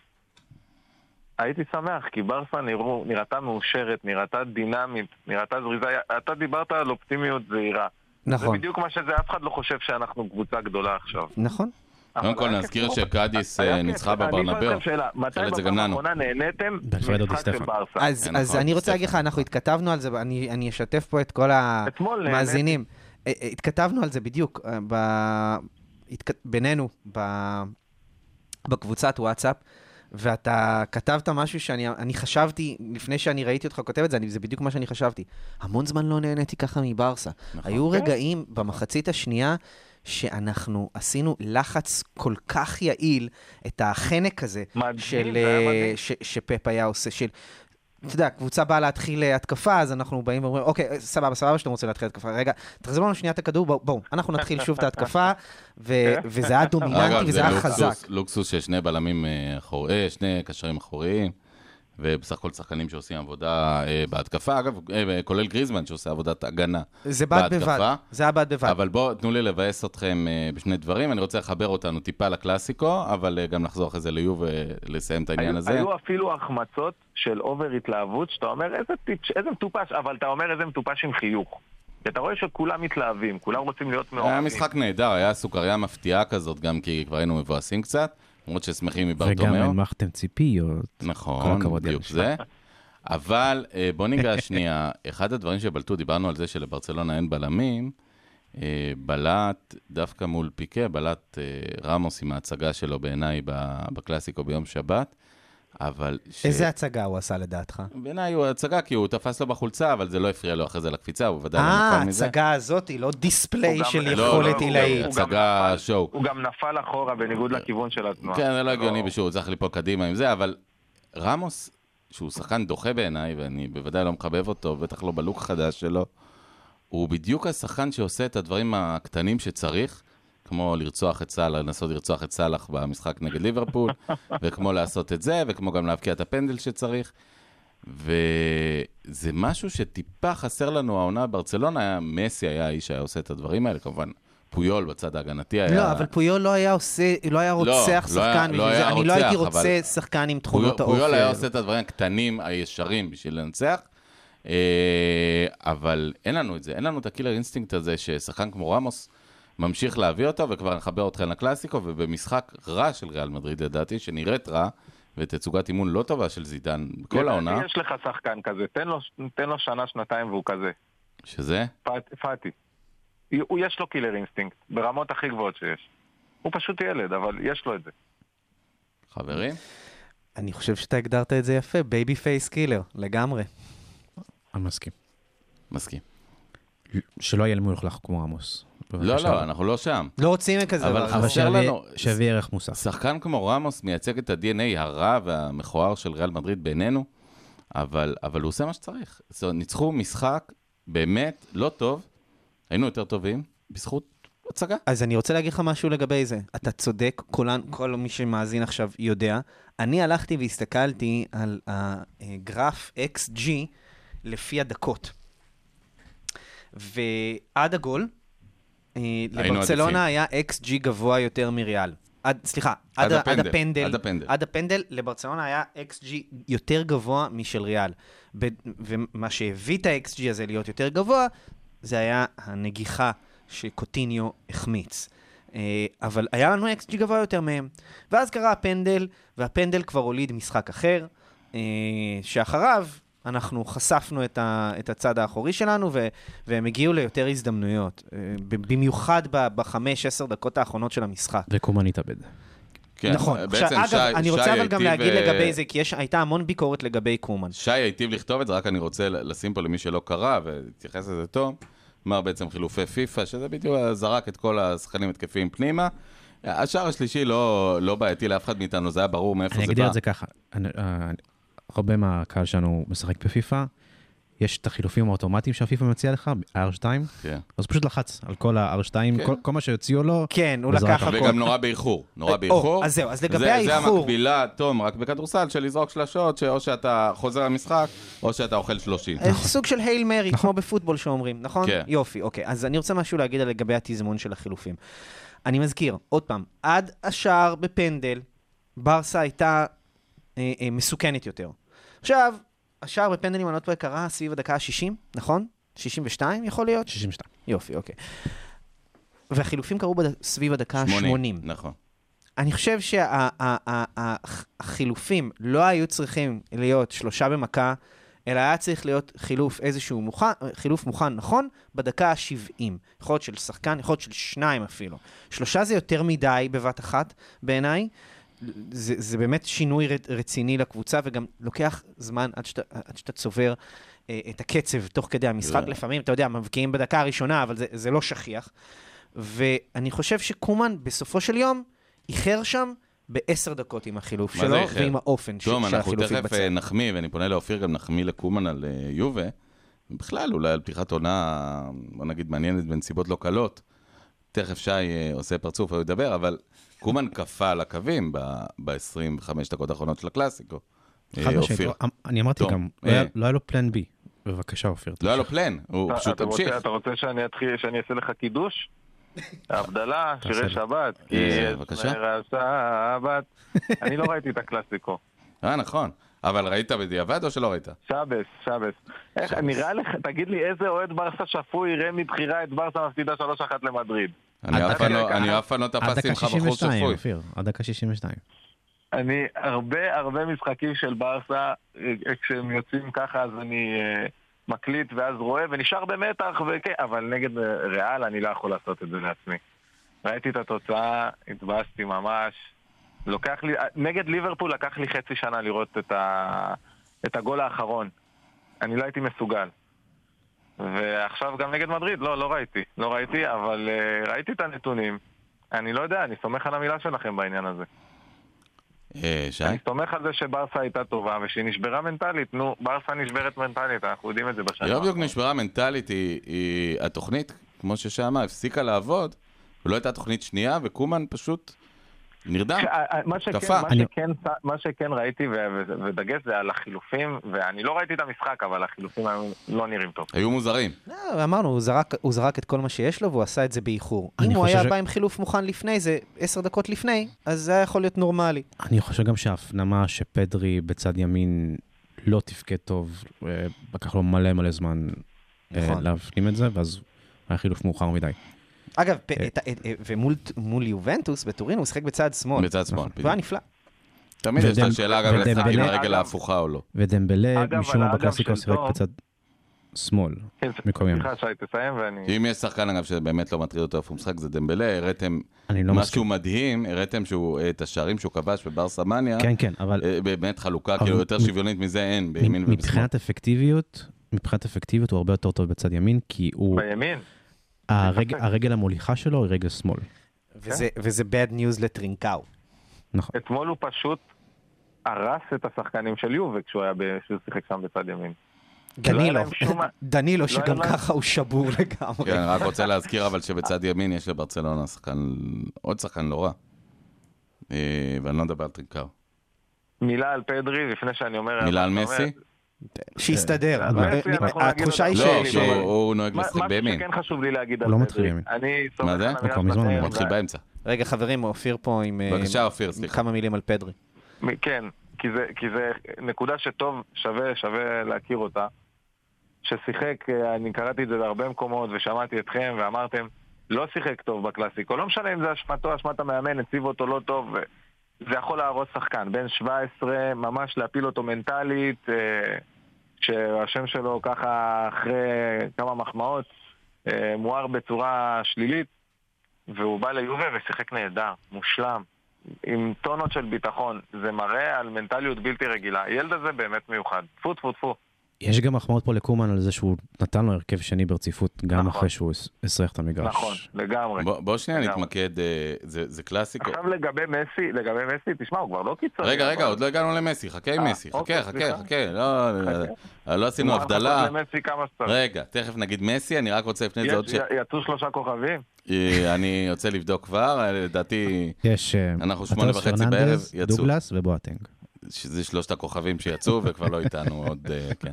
הייתי שמח, כי ברסה נראו, נראתה מאושרת, נראתה דינמית, נראתה זריזה. אתה דיברת על אופטימיות זהירה. זה
נכון,
בדיוק מה שזה, אף אחד לא חושב שאנחנו קבוצה גדולה עכשיו.
נכון.
קודם
אבל
כל
היה
נזכיר
כיף לראות.
שקאדיס
היה
אה,
כיף.
ניצחה
אני לא אשאל
בברנבאו.
אתכם שאלה, מתי
נשאל את זה גם
בפעם
לנו.
האחרונה נהניתם
באלפרדו די
משחק של
סטפאנו.
ברסה?
אז,
כן,
אז
נכון,
אני רוצה
סטפן.
להגיד לך, אנחנו התכתבנו על זה, אני, אני אשתף פה את כל
אתמול
המאזינים. אה, אה, התכתבנו על זה בדיוק, אה, ב... התכ... בינינו, ב... בקבוצת וואטסאפ, ואתה כתבת משהו שאני אני חשבתי, לפני שאני ראיתי אותך כותב את זה, אני, זה בדיוק מה שאני חשבתי. המון זמן לא נהניתי ככה מברסה. נכון. היו רגעים במחצית השנייה שאנחנו עשינו לחץ כל כך יעיל, את החנק הזה,
מדהים,
של,
זה היה
אה,
מדהים.
ש, שפאפ היה עושה, של... אתה יודע, קבוצה באה להתחיל אה, התקפה, אז אנחנו באים ואומרים, אוקיי, אה, סבבה, סבבה שאתם רוצים להתחיל התקפה. רגע, תחזרו לנו שנייה את הכדור, בואו, בואו, אנחנו נתחיל שוב את ההתקפה,
*laughs*
ו-
כן.
וזה היה דומיננטי
אגב,
וזה
זה
היה חזק.
לוקסוס- לוקסוס של שני בלמים אה, אחור- אה, שני קשרים אחוריים, ובסך הכל שחקנים שעושים עבודה אה, בהתקפה, אגב, אה, כולל גריזמן שעושה עבודת הגנה.
זה בד
בהתקפה.
בבד, זה היה בד בבד.
אבל בואו, תנו לי לבאס אתכם אה, בשני דברים. אני רוצה לחבר אותנו טיפה לקלאסיקו, אבל אה, גם לחזור אחרי זה ליוב ולסיים את העניין
היו-
הזה.
היו אפילו החמצות של אובר התלהבות, שאתה אומר איזה טיפש, איזה מטופש, אבל אתה אומר איזה מטופש עם חיוך. כי אתה רואה שכולם מתלהבים, כולם רוצים להיות מעורבים.
היה משחק נהדר, היה סוכריה מפתיעה כזאת, גם כי כבר היינו מבואסים קצת, למרות ששמחים
וגם אה,
מברטומיאו.
הנמכתם ציפיות. כל
נכון,
הכבוד,
בדיוק
יאללה,
זה. *laughs* אבל אה, בוא ניגע שנייה, אחד הדברים שבלטו, דיברנו על זה שלברצלונה אין בלמים, אה, בלט דווקא מול פיקה, בלט אה, רמוס עם ההצגה שלו בעיניי ב- בקלאסיקו ביום שבת, אבל... ש-
איזה הצגה הוא עשה לדעתך?
בעיניי הוא הצגה, כי הוא תפס לו בחולצה, אבל זה לא הפריע לו אחרי זה לקפיצה, הוא ודאי לא
אה,
נפל מזה.
ההצגה הזאת היא לא דיספליי
הוא גם-
של
לא,
לא,
יכולת
לא, הוא
עילאית.
גם-
גם
הצגה,
נפל-
שואו.
הוא גם נפל אחורה בניגוד לכיוון של התנועה.
כן, זה לא הגיוני בשביל, הוא צריך ליפול קדימה עם זה, אבל רמוס, שהוא שחקן דוחה בעיניי, ואני בוודאי לא מחבב אותו, בטח לא בלוק החדש שלו, הוא בדיוק השחקן שעושה את הדברים הקטנים שצריך, כמו לרצוח את סאלח, לנסות לרצוח את סאלח במשחק נגד *laughs* ליברפול, וכמו לעשות את זה, וכמו גם להבקיע את הפנדל שצריך. וזה משהו שטיפה חסר לנו העונה בברצלונה, היה- מסי היה האיש שהיה עושה את הדברים האלה, כמובן. פויול בצד ההגנתי היה...
לא, אבל פויול לא היה עושה, לא היה רוצח
לא היה-
שחקן
לא
בשביל
היה
זה. אני לא הייתי
רוצח, אבל-
רוצה שחקן עם תכונות האופי.
פויול היה
האלה.
עושה את הדברים הקטנים, הישרים, בשביל לנצח, אה, אבל אין לנו את זה. אין לנו את הקילר אינסטינקט הזה ששחקן כמו רמוס ממשיך להביא אותו, וכבר נחבר אתכם לקלאסיקו, ובמשחק רע של ריאל מדריד, לדעתי, שנראית רע, ותצוגת אימון לא טובה של זידן בכל
לדעתי
העונה,
יש לך שחקן כזה, תן לו, תן לו שנה, שנתיים והוא כזה.
שזה...
פאט- פאטי. הוא- יש לו קילר אינסטינקט, ברמות הכי גבוהות שיש. הוא פשוט ילד, אבל יש לו את זה.
חברים,
אני חושב שאתה הגדרת את זה יפה, בייבי פייס קילר, לגמרי.
אני מסכים.
מסכים.
שלא יהיה למולך כמו עמוס.
לא, לא, אנחנו לא שם.
לא רוצים כזה
אבל
דבר.
אבל
חסר
שיביא-
לנו-
שיביא ערך מוסף.
שחקן כמו רמוס מייצג את ה-DNA הרע והמכוער של ריאל מדריד בינינו, אבל, אבל הוא עושה מה שצריך. זאת אומרת, ניצחו משחק באמת לא טוב, היינו יותר טובים, בזכות הצגה.
אז אני רוצה להגיד לך משהו לגבי זה. אתה צודק, כולן, כל מי שמאזין עכשיו יודע. אני הלכתי והסתכלתי על הגרף XG לפי הדקות. ועד הגול, אה,
עדיפים.
לברצלונה היה XG גבוה יותר מריאל. עד, סליחה, עד, ה- עד הפנדל.
עד הפנדל.
עד הפנדל, לברצלונה היה XG יותר גבוה משל ריאל. ב- ומה שהביא את ה-XG הזה להיות יותר גבוה, זה היה הנגיחה שקוטיניו החמיץ. אה, אבל היה לנו XG גבוה יותר מהם. ואז קרה הפנדל, והפנדל כבר הוליד משחק אחר, אה, שאחריו אנחנו חשפנו את, ה, את הצד האחורי שלנו, ו, והם הגיעו ליותר הזדמנויות. אה, ב- במיוחד ב- בחמש, עשר דקות האחרונות של המשחק.
וקומן התאבד.
כן,
נכון.
בעצם
עכשיו, אגב,
שי-
אני רוצה
שי
אבל גם
היטיב,
להגיד
אה,
לגבי זה, כי יש- הייתה המון ביקורת לגבי קומן.
שי היטיב לכתוב את זה, רק אני רוצה לשים פה למי שלא קרא, והתייחס לזה טוב, אמר בעצם חילופי פיפא, שזה בדיוק זרק את כל השחקנים התקפיים פנימה. השער השלישי לא, לא בעייתי לאף אחד מאיתנו, זה היה ברור מאיפה זה בא.
אני אגדיר את זה ככה, אני- אה, הרבה מהקהל שלנו משחק בפיפא, יש את החילופים האוטומטיים שהפיפא מציע לך, R2,
כן.
אז הוא פשוט לחץ על כל ה-R2,
כן.
כל מה שהוציאו לו,
כן, הוא
וזרק
לקח
הכל.
הכל.
וגם נורא באיחור, נורא
אה, או,
באיחור.
אז זהו, אז לגבי
זה- זה
האיחור-
המקבילה, תום, רק בכדורסל, של לזרוק שלשות, שאו שאתה חוזר למשחק, או שאתה אוכל שלושים.
אה, סוג של הייל מרי, כמו בפוטבול שאומרים, נכון?
כן.
יופי, אוקיי. אז אני רוצה משהו להגיד על לגבי התזמון של החילופים. אני מזכיר, עוד פעם, עד השער בפנדל, ברסה הייתה אה, אה, מסוכנת יותר. עכשיו, השער בפנדל, אם אני לא טועה, קרה סביב הדקה ה-60, נכון? 62 יכול להיות?
62.
יופי, אוקיי. והחילופים קרו בד... סביב הדקה ה-80.
נכון.
אני חושב שהחילופים לא היו צריכים להיות שלושה במכה, אלא היה צריך להיות חילוף איזשהו מוכן, חילוף מוכן נכון בדקה ה-70. יכול להיות של שחקן, יכול להיות של שניים אפילו. שלושה זה יותר מדי בבת אחת בעיניי. זה, זה באמת שינוי ר- רציני לקבוצה, וגם לוקח זמן עד שאתה, עד שאתה צובר אה, את הקצב תוך כדי המשחק.
זה-
לפעמים, אתה יודע, מבקיעים בדקה הראשונה, אבל זה, זה לא שכיח. ואני חושב שקומן בסופו של יום איחר שם בעשר דקות עם החילוף
מה זה
שלו,
איחר?
ועם האופן ש-
תום,
של
אנחנו
החילוף
תכף
התבצע.
אה, נחמיא, ואני פונה לאופיר גם נחמיא לקומן על אה, יובה. בכלל, אולי על פתיחת עונה, בוא נגיד, מעניינת בנסיבות לא קלות. תכף שי אה, עושה פרצוף, הוא ידבר, אבל קומן קפא על הקווים ב-25 דקות האחרונות של הקלאסיקו. אה,
חד משמעית,
אופיר.
לא, אני אמרתי
טוב,
גם, לא היה-
אה.
לא היה לו פלן B. בבקשה, אופיר.
לא היה לו פלן, הוא
אה, אתה-
פשוט
אתה רוצה-
המשיך.
אתה רוצה שאני אתחיל, שאני אעשה לך קידוש? הבדלה,
תעשה
שירי
לי.
שבת. כי
אה,
יש
בבקשה.
נר
*laughs*
השבת. אני לא ראיתי את הקלאסיקו.
אה, נכון. אבל ראית בדיעבד או שלא ראית?
שבס, שבס. איך,
שבס.
נראה לך, תגיד לי, איזה אוהד ברסה שפוי יראה מבחירה את ברסה מפסידה 3-1 למדריד?
אני
עד
אף פעם לא-
דקה-
אני אף פעם לא
עד
תפסתי
דקה
ממך בחור
62,
שפוי.
אופיר, עד דקה 62.
אני, הרבה הרבה משחקים של ברסה, אה, כשהם יוצאים ככה, אז אני אה, מקליט ואז רואה, ונשאר במתח, וכן, אבל נגד אה, ריאל אני לא יכול לעשות את זה לעצמי. ראיתי את התוצאה, התבאסתי ממש. לוקח לי, אה, נגד ליברפול לקח לי חצי שנה לראות את, ה, את הגול האחרון. אני לא הייתי מסוגל. ועכשיו גם נגד מדריד, לא, לא ראיתי. לא ראיתי, אבל אה, ראיתי את הנתונים. אני לא יודע, אני סומך על המילה שלכם בעניין הזה.
אה, שי?
אני סומך על זה שברסה הייתה טובה ושהיא נשברה מנטלית. נו, ברסה נשברת מנטלית, אנחנו יודעים את זה
כן.
בשנה.
היא לא בדיוק
האחרונה.
נשברה מנטלית, היא- היא... התוכנית, כמו ששי אמר, הפסיקה לעבוד, ולא הייתה תוכנית שנייה, וקומן פשוט נרדם.
כן.
אה, אה, מה שכן-
התקפה.
מה
אני-
שכן- אה, מה שכן ראיתי, ו- ו- ודגש זה על החילופים, ואני לא ראיתי את המשחק, אבל החילופים היו לא נראים טוב.
היו מוזרים.
לא, אמרנו, הוא זרק, הוא זרק את כל מה שיש לו והוא עשה את זה באיחור.
אני
אם הוא
חושב
היה
ש-
בא עם חילוף מוכן לפני זה, עשר דקות לפני, אז זה היה יכול להיות נורמלי.
אני חושב גם שההפנמה שפדרי בצד ימין לא תפקד טוב, אה, לקח לו מלא מלא זמן אה,
נכון.
להפנים את זה, ואז היה חילוף מאוחר מדי.
אגב, פ-
אה.
את ה- את- אה, ומול מול יובנטוס בטורין הוא שיחק בצד שמאל.
בצד שמאל.
הוא היה
בדיוק.
נפלא.
כן.
תמיד יש את
ודמ-
השאלה גם לשחק עם
ודמבלה-
הרגל
אגב-
ההפוכה או לא.
ודמבלה,
אגב,
משום
על
מה
האגף
בקלאסיקו
של
שיחק
דום-
בצד שמאל.
כן,
מקומם.
סליחה שי, תסיים ואני...
אם יש שחקן, אגב, שבאמת לא מטריד אותו איפה הוא משחק, זה דמבלה, הראתם
אני לא
משהו
מסכים.
מדהים, הראתם שהוא, אה, את השערים שהוא כבש בברסה מניה,
כן, כן, אבל
אה, באמת חלוקה,
אבל
כאילו, יותר
מ-
שוויונית מזה אין, בימין
מ-
ובשמאל.
מבחינת אפקטיביות, מבחינת אפקטיביות הוא הרבה יותר טוב בצד ימין, כי הוא,
בימין? כן.
הרג- הרגל המוליכה שלו היא רגל שמאל.
וזה- וזה bad news לטרינקאו.
לא
נכון.
אתמול הוא פשוט הרס את השחקנים של יובה כשהוא היה ב- כשהוא שיחק שם בצד ימין. היה
דנילו,
להם שום-
*laughs*
לא
דנילו
היה
שגם
להם-
ככה הוא שבור לגמרי.
כן, אני רק רוצה להזכיר אבל שבצד ימין יש לברצלונה שחקן, עוד שחקן לא רע. אה, ואני לא מדבר על טרינקאו.
מילה על פדרי לפני שאני אומר...
מילה על
אתה אומר-
מסי?
שיסתדר.
כן.
אה, מסי,
אה,
אנחנו נגיד
התחושה היא
אותו.
לא,
ש-
ש...
כי
ש-
הוא- הוא נוהג
מה-
לשחק
משהו
בימין.
שכן חשוב לי להגיד
הוא
על
לא מתחיל
פדרי.
בימין.
אני סומך
מה
על
זה?
המילה
הוא כבר מזמן
שלכם,
הוא
לא
מתחיל
ו-
באמצע.
רגע, חברים, אופיר פה עם... אה,
בבקשה, אופיר, סליחה.
כמה מילים על פדרי.
מ- כן, כי זה, כי זה נקודה שטוב, שווה, שווה להכיר אותה. ששיחק, אה, אני קראתי את זה בהרבה מקומות ושמעתי אתכם ואמרתם, לא שיחק טוב בקלאסיקו, לא משנה אם זה אשמתו, אשמת המאמן, הציב אותו לא טוב, ו- זה יכול להרוס שחקן, בן 17, ממש להפיל אותו מנטלית, אה, שהשם שלו ככה אחרי כמה מחמאות, אה, מואר בצורה שלילית, והוא בא ליובה ושיחק נהדר, מושלם. עם טונות של ביטחון, זה מראה על מנטליות בלתי רגילה. הילד הזה באמת מיוחד. טפו טפו טפו. אה,
יש גם מחמאות פה לקומן על זה שהוא נתן לו הרכב שני ברציפות, גם
נכון.
אחרי שהוא הס- הסריח את המגרש.
נכון, לגמרי.
בוא בוא שנייה
לגמרי.
נתמקד, אה, זה זה קלאסיקו.
עכשיו לגבי מסי, לגבי מסי, תשמע, הוא כבר לא קיצוני.
רגע, רגע,
אבל-
עוד לא הגענו למסי, חכה עם
אה,
מסי,
אוקיי,
חכה, חכה,
סליחה.
חכה, לא, אה, לא עשינו
הוא מוכן
הבדלה.
לחכות למסי כמה שצריך.
רגע, תכף נגיד מסי, אני רק רוצה לפני זה עוד
אה. יש-
ש...
י- יצאו שלושה כוכבים?
אה, אני רוצה לבדוק כבר, אה, לדעתי
יש... אה,
אנחנו
מטוס
שמונה וחצי
פרננדז,
בערב, יצאו.
דוגלס ובואטנג.
שזה שלושת הכוכבים שיצאו וכבר לא איתנו עוד, אה, כן.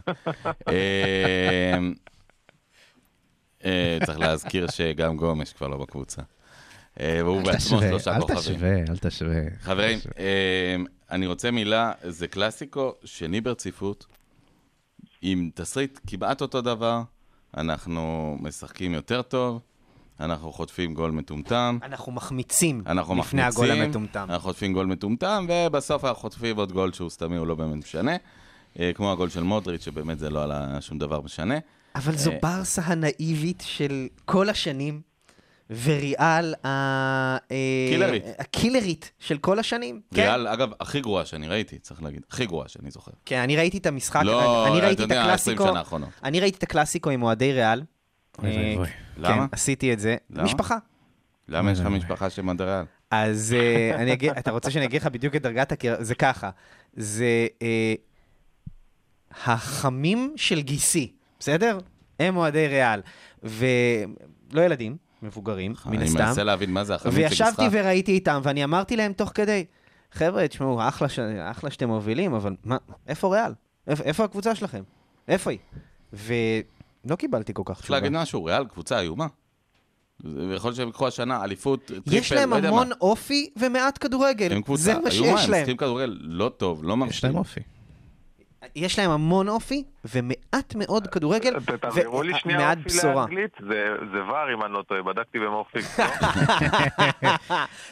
אה, אה, צריך להזכיר שגם גומש כבר לא בקבוצה. אה, והוא בעצמו שלושה
אל
כוכבים.
תשווה, אל תשווה.
חברים, אה, אני רוצה מילה, זה קלאסיקו שני ברציפות, עם תסריט כמעט אותו דבר, אנחנו משחקים יותר טוב, אנחנו חוטפים גול מטומטם.
אנחנו מחמיצים
אנחנו
לפני
מחמיצים,
הגול המטומטם.
אנחנו חוטפים גול מטומטם, ובסוף אנחנו חוטפים עוד גול שהוא סתמי, הוא לא באמת משנה. אה, כמו הגול של מודריץ', שבאמת זה לא עלה שום דבר משנה.
אבל זו
אה,
ברסה הנאיבית של כל השנים, וריאל ה... אה,
קילרית.
הקילרית של כל השנים. כן,
ריאל, אגב, הכי גרועה שאני ראיתי, צריך להגיד, הכי גרועה שאני זוכר.
כן, אני ראיתי את המשחק,
לא,
אני
אתה
ראיתי את
יודע, 20
הקלאסיקו,
שנה האחרונות.
אני ראיתי את הקלאסיקו עם אוהדי ריאל.
אוי
אה,
ואי ואי.
למה?
כן, עשיתי את זה.
למה?
משפחה.
למה יש לך משפחה של מדריאל?
אז אה, אני אגיד, אתה רוצה שאני אגיד לך בדיוק את דרגת הקיר? זה ככה, זה אה, החמים של גיסי, בסדר? הם אוהדי ריאל, ולא ילדים, מבוגרים, מן
אני
הסתם.
מנסה להבין מה זה החמיץ של
וישבתי
משחק.
וראיתי איתם, ואני אמרתי להם תוך כדי, חבר'ה, תשמעו, אחלה, ש... אחלה שאתם מובילים, אבל מה, איפה ריאל? איפ... איפה הקבוצה שלכם? איפה היא? ולא קיבלתי כל כך
צריך להגיד
תשובה.
משהו, ריאל, קבוצה איומה. זה- ויכול להיות שהם ייקחו השנה אליפות, טריפל,
יש להם
לא יודע
המון
מה.
אופי ומעט כדורגל,
הם קבוצה
זה מה
איומה,
שיש
הם
להם.
משחקים כדורגל לא טוב, לא
יש
מרשים.
להם
כן.
אופי.
יש להם המון אופי ומעט מאוד כדורגל
ת- תעבירו לי שנייה
ומעט
אופי
אה, בשורה.
לאנגלית. זה- זה ור, אם אני לא טועה, בדקתי
*laughs*
במורפיק.